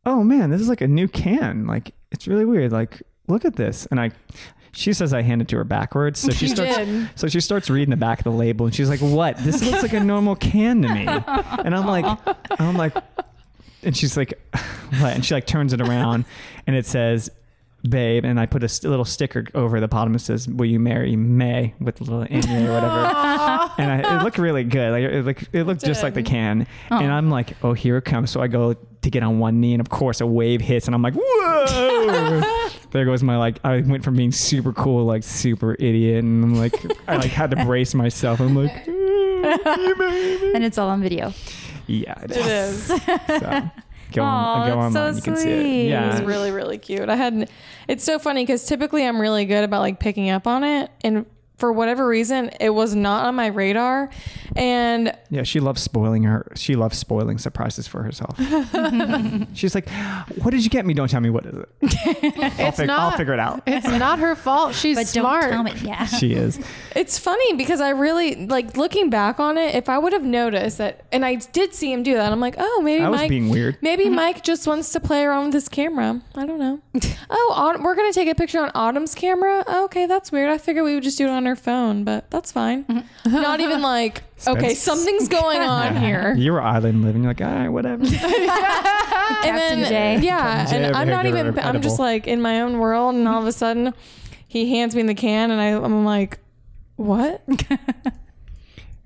Speaker 4: oh man, this is like a new can. Like it's really weird. Like look at this. And I, she says I hand it to her backwards. So she starts.
Speaker 5: did.
Speaker 4: So she starts reading the back of the label, and she's like, "What? This looks like a normal can to me." And I'm like, I'm like, and she's like, "What?" And she like turns it around, and it says. Babe, and I put a st- little sticker over the bottom that says, "Will you marry May?" with a little Amy or whatever, and I, it looked really good. Like it looked, it looked just like the
Speaker 5: did.
Speaker 4: can. And I'm like, "Oh, here it comes!" So I go to get on one knee, and of course, a wave hits, and I'm like, "Whoa!" there goes my like I went from being super cool like super idiot and I'm like I like had to brace myself. I'm like
Speaker 2: and it's all on video.
Speaker 4: yeah. It
Speaker 5: It
Speaker 4: is.
Speaker 5: is.
Speaker 4: So, Go on,
Speaker 1: Aw,
Speaker 4: go
Speaker 1: that's so
Speaker 4: online. you can see it.
Speaker 1: sweet.
Speaker 5: It
Speaker 4: Yeah.
Speaker 5: was really, really cute. I had, it's so funny because typically I'm really good about like picking up on it. And for whatever reason, it was not on my radar. And
Speaker 4: Yeah, she loves spoiling her. She loves spoiling surprises for herself. She's like, "What did you get me? Don't tell me what is it. I'll, fig- I'll
Speaker 1: not-
Speaker 4: figure it out."
Speaker 1: It's not her fault. She's
Speaker 2: But don't
Speaker 1: smart.
Speaker 2: tell me. Yeah.
Speaker 4: She is.
Speaker 5: it's funny because I really, like looking back on it, if I would have noticed that, and I did see him do that, I'm like, oh, maybe
Speaker 4: I was
Speaker 5: Mike.
Speaker 4: being weird.
Speaker 5: Maybe Mike just wants to play around with his camera. I don't know. oh, Autumn, we're going to take a picture on Autumn's camera. Oh, okay, that's weird. I figured we would just do it on her phone, but that's fine. Not even like, okay,
Speaker 4: Spence.
Speaker 5: something's going on here.
Speaker 4: You were island living. You're like, all right, whatever.
Speaker 5: and
Speaker 2: Captain
Speaker 5: then,
Speaker 2: J.
Speaker 5: Yeah,
Speaker 4: J
Speaker 5: and
Speaker 4: over
Speaker 5: I'm
Speaker 4: here
Speaker 5: not
Speaker 4: giving
Speaker 5: even.
Speaker 4: her
Speaker 5: I'm just
Speaker 4: edible.
Speaker 5: like in my own world, and all of a sudden, he hands me the can, and I, I'm like, what?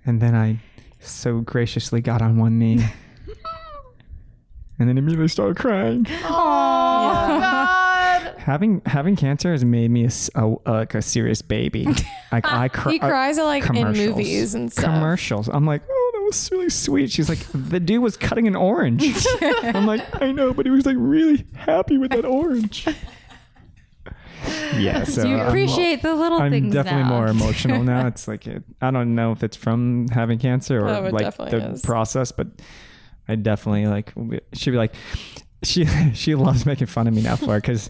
Speaker 4: and then I so graciously got on one knee, and then immediately started crying. Having having cancer has made me a, s- a- a- like a serious baby. Like I cry. uh,
Speaker 5: He cries at, like in
Speaker 4: commercials.
Speaker 5: movies and stuff.
Speaker 4: Commercials. I'm like, oh, that was really sweet. She's like, the dude was cutting an orange. I'm like, I know, but he was like really happy with that orange. Yeah, so
Speaker 2: you
Speaker 4: I'm-
Speaker 2: appreciate the little
Speaker 4: I'm,
Speaker 2: things
Speaker 4: definitely
Speaker 2: now.
Speaker 4: more emotional now. It's like it, I don't know if it's from having cancer or
Speaker 5: Oh, it
Speaker 4: like
Speaker 5: definitely
Speaker 4: the
Speaker 5: is.
Speaker 4: process, but I definitely like she'd be like she she loves making fun of me now for because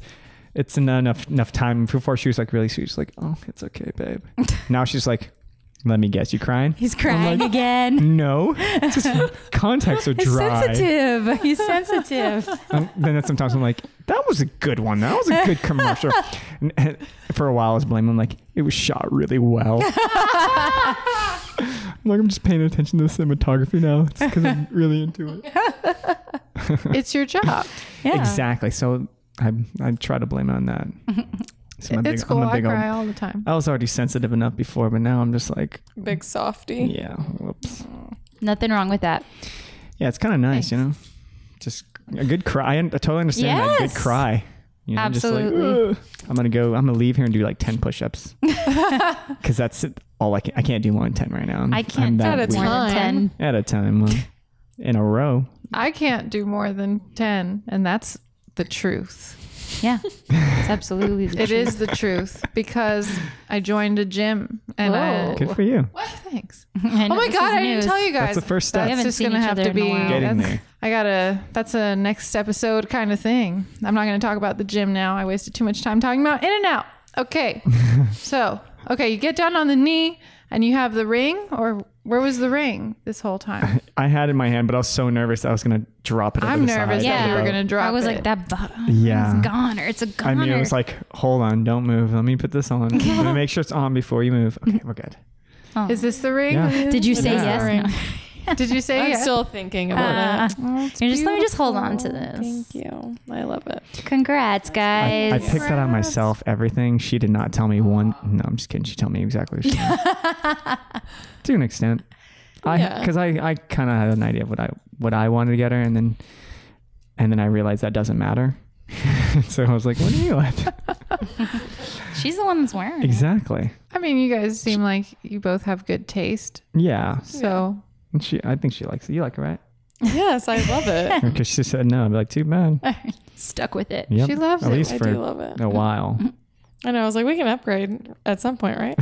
Speaker 4: it's not enough enough time before she was like really sweet. She's like, oh, it's okay, babe. now she's like, let me guess, you crying?
Speaker 2: He's crying again.
Speaker 4: No, It's just contacts are
Speaker 2: He's
Speaker 4: dry.
Speaker 2: sensitive. He's sensitive.
Speaker 4: Um, then sometimes I'm like, that was a good one. That was a good commercial. and, and for a while, I was blaming. I'm like, it was shot really well. I'm like, I'm just paying attention to the cinematography now. It's because I'm really into it.
Speaker 1: It's your job.
Speaker 2: Yeah.
Speaker 4: Exactly. So I I try to blame it on that. So I'm a
Speaker 1: it's
Speaker 4: big-
Speaker 1: cool.
Speaker 4: I'm a
Speaker 1: I
Speaker 4: big old-
Speaker 1: cry all the time.
Speaker 4: I was already sensitive enough before, but now I'm just like,
Speaker 5: Big softy.
Speaker 4: yeah, whoops.
Speaker 2: Nothing wrong with that.
Speaker 4: Yeah, it's kind of nice, you know. Just a good cry. I, I totally understand that
Speaker 2: Yes.
Speaker 4: good cry. You know,
Speaker 2: Absolutely.
Speaker 4: Just like, "Ugh." I'm gonna go. I'm gonna leave here and do like ten push-ups because that's it- all I can. I can't do more than ten right now. I'm,
Speaker 2: I
Speaker 4: I'm
Speaker 2: can't
Speaker 4: that
Speaker 5: At a
Speaker 2: do
Speaker 4: weak.
Speaker 2: more than
Speaker 5: time.
Speaker 2: ten.
Speaker 4: At a time, well, in a row.
Speaker 1: I can't do more than 10, and that's the truth.
Speaker 2: Yeah, it's absolutely. The
Speaker 1: It is the truth because I joined a gym and I.
Speaker 4: Good for you.
Speaker 1: What? Thanks. Oh my god, I didn't tell you guys.
Speaker 4: That's the first step.
Speaker 2: We
Speaker 1: That's
Speaker 2: haven't
Speaker 1: just
Speaker 2: seen
Speaker 1: gonna
Speaker 2: each
Speaker 1: have
Speaker 2: other in
Speaker 1: to
Speaker 2: a
Speaker 1: be.
Speaker 2: while.
Speaker 4: Getting
Speaker 1: Oh, that's-
Speaker 4: there.
Speaker 1: I gotta. That's a next episode kind of thing. I'm not gonna talk about the gym now. I wasted too much time talking about In and Out. Okay, so okay, you get down on the knee and you have the ring, or where was the ring this whole time?
Speaker 4: I had it in my hand, but I was so nervous I was gonna drop it. over
Speaker 1: I'm
Speaker 4: the
Speaker 1: nervous
Speaker 4: side
Speaker 1: that
Speaker 4: of
Speaker 1: you
Speaker 4: the
Speaker 1: were
Speaker 4: boat.
Speaker 1: gonna drop.
Speaker 2: I was like
Speaker 1: it.
Speaker 2: that. Bu-
Speaker 4: Yeah.
Speaker 2: it's gone or it's a goner.
Speaker 4: I mean, it was like, hold on, don't move. Let me put this on. Let me make sure it's on before you move. Okay, we're good.
Speaker 1: Is this the ring?
Speaker 4: Yeah.
Speaker 2: Did you say
Speaker 4: Yeah.
Speaker 2: yes? No.
Speaker 1: Did you say
Speaker 5: I'm
Speaker 1: yes?
Speaker 5: still thinking about
Speaker 2: Uh,
Speaker 5: it.
Speaker 2: you're just let me just hold on to this.
Speaker 5: Thank you. I love it.
Speaker 2: Congrats,
Speaker 4: I, I
Speaker 2: guys.
Speaker 4: picked that out myself. Everything she did not tell me one. No, I'm just kidding. She told me exactly. What she did. to an extent, I
Speaker 5: Yeah.
Speaker 4: because I I kind of had an idea of what I what I wanted to get her, and then and then I realized that doesn't matter. so I was like, "What do you want?"
Speaker 2: She's the one that's wearing. it.
Speaker 4: exactly.
Speaker 1: I mean, you guys seem like you both have good taste,
Speaker 4: Yeah.
Speaker 1: so
Speaker 4: And she, I think she likes it. You like it, right?
Speaker 5: Yes, I love it.
Speaker 4: Because she said no. I'd be like, "Too bad."
Speaker 2: Stuck with it.
Speaker 4: Yep. Oh,
Speaker 1: She loves
Speaker 4: At
Speaker 1: it.
Speaker 4: least
Speaker 5: I
Speaker 4: for
Speaker 5: do love it.
Speaker 4: a while.
Speaker 5: And I was like, we can upgrade at some point, right?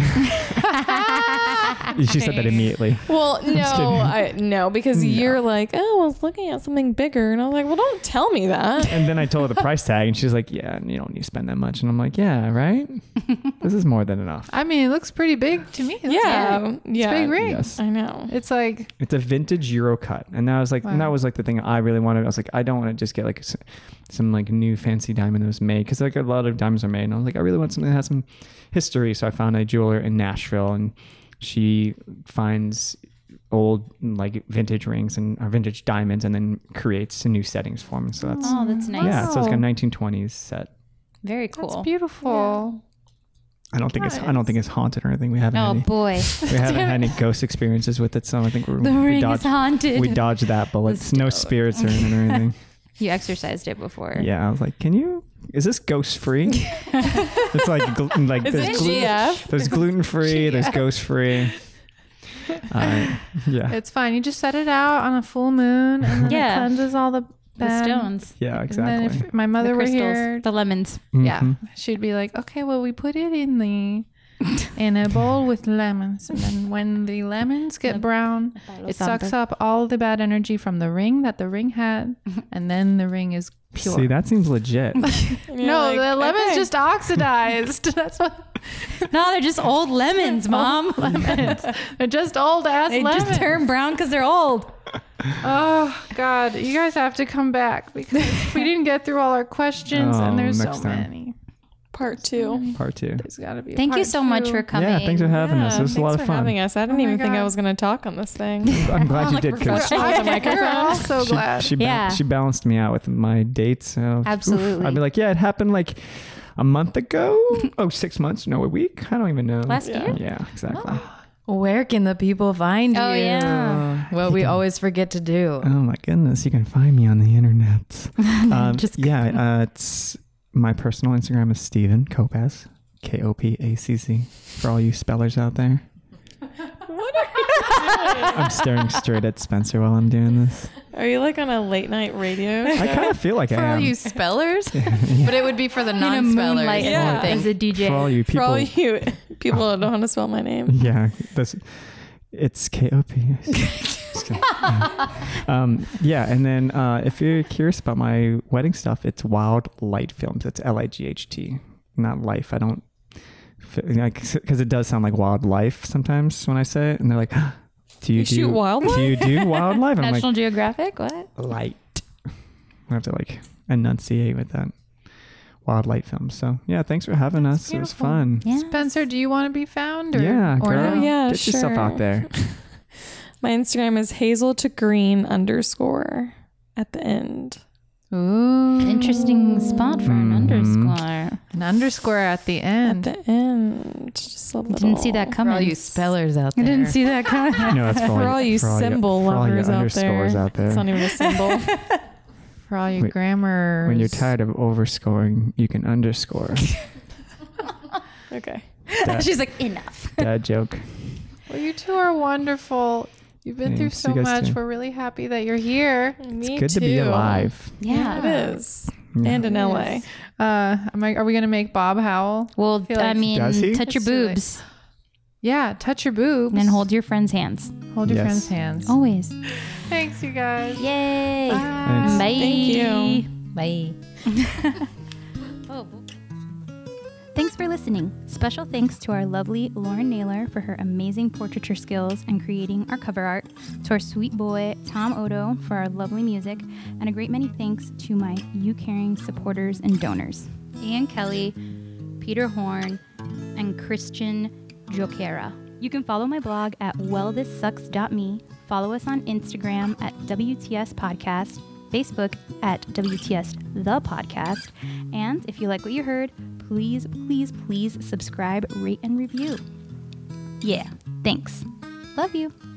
Speaker 4: she said that immediately.
Speaker 5: Well, no,
Speaker 4: kidding.
Speaker 5: I no, because you're like, oh, I was looking at something bigger, and I was like, well, don't tell me that.
Speaker 4: And then I told her the price tag, and she's like, "Yeah, and you don't need to spend that much." And I'm like, "Yeah, right. this is more than enough."
Speaker 1: I mean, it looks pretty big to me. It looks big.
Speaker 5: Yeah,
Speaker 1: it's
Speaker 5: yeah,
Speaker 1: a big ring.
Speaker 4: Yes,
Speaker 5: I know.
Speaker 1: It's like
Speaker 4: it's a vintage Euro cut, and that was like and that was like the thing I really wanted. I was like, I don't want to just get like s- some like new fancy diamond that was made because like a lot of diamonds are made, and I was like, I really want something that has some history. So I found a jeweler in Nashville, and she finds old like vintage rings and or vintage diamonds, and then creates some new settings for them. So that's
Speaker 2: Oh,
Speaker 1: Mm-hmm.
Speaker 2: that's nice.
Speaker 4: yeah, so it's like a
Speaker 1: Wow.
Speaker 4: 1920s set.
Speaker 2: Very
Speaker 1: it's
Speaker 2: cool.
Speaker 1: beautiful.
Speaker 4: I don't think it's I don't think it's haunted or anything. We haven't
Speaker 2: Oh
Speaker 4: had any,
Speaker 2: boy,
Speaker 4: we haven't had any ghost experiences with it, so I think we're,
Speaker 2: the
Speaker 4: we
Speaker 2: ring is
Speaker 4: dodged
Speaker 2: haunted.
Speaker 4: we dodged that bullet. It's no spirits or anything. Or anything.
Speaker 2: you exercised it before.
Speaker 4: yeah, I was like, can you? Is this ghost free? it's like gl- like
Speaker 5: Is it
Speaker 4: there's, gluten,
Speaker 5: GF?
Speaker 4: there's gluten free, there's ghost free. Uh, yeah,
Speaker 1: It's fine. You just set it out on a full moon and then
Speaker 2: Yeah.
Speaker 1: it cleanses all the
Speaker 2: the
Speaker 4: Um,
Speaker 2: stones,
Speaker 4: Yeah,
Speaker 1: And then
Speaker 4: exactly. Mm-hmm.
Speaker 1: if my mother
Speaker 2: the
Speaker 1: were
Speaker 2: crystals,
Speaker 1: here,
Speaker 2: the lemons.
Speaker 1: yeah, she'd be like, okay, well, we put it in the in a bowl with lemons, and then when the lemons get brown, it sucks up all the bad energy from the ring that the ring had, and then the ring is pure.
Speaker 4: See, that seems legit.
Speaker 5: And you're
Speaker 1: no,
Speaker 5: like,
Speaker 1: the lemons
Speaker 5: okay.
Speaker 1: just oxidized. That's what
Speaker 2: No, they're just old lemons, mom.
Speaker 1: lemons. They're just old ass
Speaker 2: They
Speaker 1: lemons.
Speaker 2: just turn brown because they're old.
Speaker 1: oh God, you guys have to come back because we didn't get through all our questions,
Speaker 4: Oh,
Speaker 1: and there's so
Speaker 4: next time.
Speaker 1: many.
Speaker 5: part two.
Speaker 4: Part two.
Speaker 1: There's got to be. a
Speaker 2: Thank you
Speaker 1: part
Speaker 2: so much
Speaker 1: two.
Speaker 2: for coming.
Speaker 4: Yeah, thanks for having us. It was a lot of
Speaker 5: Thanks for
Speaker 4: fun.
Speaker 5: having us. I didn't
Speaker 1: Oh my
Speaker 5: even think I
Speaker 1: God.
Speaker 5: was going to talk on this thing.
Speaker 4: I'm glad you
Speaker 2: like
Speaker 4: did, Chris.
Speaker 2: professional.
Speaker 1: I-
Speaker 2: the microphone.
Speaker 1: We're all so glad.
Speaker 4: She, ba-
Speaker 2: Yeah.
Speaker 4: she balanced me out with my dates. So, oof.
Speaker 2: Absolutely.
Speaker 4: I'd be like, yeah, it happened like a month ago. oh, six months? No, a week? I don't even know.
Speaker 2: Last year?
Speaker 4: Yeah, exactly.
Speaker 3: Where can the people find
Speaker 2: Oh,
Speaker 3: you?
Speaker 2: yeah.
Speaker 3: Well, we always forget to do.
Speaker 4: Oh my goodness, you can find me on the internet. Um, yeah, uh, it's my personal Instagram is Steven Kopaz, K O P A C C, for all you spellers out there.
Speaker 5: What are you doing?
Speaker 4: I'm staring straight at Spencer while I'm doing this.
Speaker 5: Are you like on a late night radio?
Speaker 4: I kind of feel like
Speaker 3: For
Speaker 4: I
Speaker 3: all
Speaker 4: am.
Speaker 3: you spellers, but it would be for the non-spellers.
Speaker 2: moonlight
Speaker 5: Yeah.
Speaker 3: thing.
Speaker 2: as a DJ.
Speaker 4: for all you
Speaker 5: For
Speaker 4: people.
Speaker 5: all you people that don't know how to spell my name.
Speaker 4: yeah, this it's K O P. um, yeah, and then uh, if you're curious about my wedding stuff, it's Wild Light Films. It's L I G H T, not life. I don't because it does sound like wildlife sometimes when I say it, and they're like, "Do you,
Speaker 5: You
Speaker 4: do Oh,
Speaker 5: shoot wildlife?"
Speaker 4: Do you do wildlife?" I'm like,
Speaker 2: National Geographic? What?
Speaker 4: "Light." I have to like enunciate with that. Wild Light Films. So yeah, thanks for having us. It was
Speaker 1: beautiful.
Speaker 4: fun.
Speaker 2: Yeah.
Speaker 1: Spencer, do you want to be found? Or,
Speaker 4: Yeah,
Speaker 1: or
Speaker 4: girl.
Speaker 1: no?
Speaker 5: Yeah,
Speaker 4: Get yourself
Speaker 5: sure.
Speaker 4: out there.
Speaker 5: My Instagram is hazel to green underscore at the end.
Speaker 1: Ooh,
Speaker 2: Interesting spot for an
Speaker 4: Mhm.
Speaker 2: underscore.
Speaker 1: An underscore at the
Speaker 5: At
Speaker 1: end.
Speaker 5: the end. Just a little.
Speaker 2: Didn't see that
Speaker 3: For
Speaker 2: coming.
Speaker 3: all you spellers out
Speaker 2: I
Speaker 3: there.
Speaker 2: didn't see that coming.
Speaker 4: No, that's for,
Speaker 5: For all you symbol
Speaker 4: for all you
Speaker 5: lovers out there.
Speaker 4: underscores out there.
Speaker 5: It's not even a symbol.
Speaker 1: For all you
Speaker 4: Wait,
Speaker 1: grammar.
Speaker 4: When you're tired of overscoring, you can underscore.
Speaker 5: okay.
Speaker 4: dad,
Speaker 2: She's like, enough.
Speaker 4: dad joke.
Speaker 1: Well, you two are wonderful. You've been through
Speaker 4: Thanks. You
Speaker 1: so
Speaker 4: guys
Speaker 1: much.
Speaker 4: too.
Speaker 1: We're really happy that you're here.
Speaker 5: Me
Speaker 4: It's good to be
Speaker 5: too.
Speaker 4: alive.
Speaker 2: Yeah.
Speaker 5: It is.
Speaker 4: Yeah.
Speaker 5: And in LA.
Speaker 1: Uh, am I, are we going to make Bob howl?
Speaker 2: Well,
Speaker 1: He
Speaker 2: I
Speaker 1: likes-
Speaker 2: mean,
Speaker 4: Does he?
Speaker 2: touch your
Speaker 1: It's too late.
Speaker 2: boobs
Speaker 1: Yeah, touch your boobs.
Speaker 2: and then hold Oh, your friend's hands.
Speaker 1: Hold your
Speaker 4: Yes.
Speaker 1: friend's hands.
Speaker 2: Always.
Speaker 1: Thanks, you guys.
Speaker 2: Yay.
Speaker 4: Thanks.
Speaker 2: Bye.
Speaker 5: Thank you. Oh.
Speaker 3: Bye.
Speaker 2: Thanks for listening. Special thanks to our lovely Lauren Naylor for her amazing portraiture skills and creating our cover art, to our sweet boy Tom Odo for our lovely music, and a great many thanks to my You Caring supporters and donors Ian Kelly, Peter Horn, and Christian Jokera. You can follow my blog at wellthissucks.me, follow us on Instagram at WTS Podcast, Facebook at WTS The Podcast, and if you like what you heard, please, please, please subscribe, rate, and review. Yeah, thanks. Love you.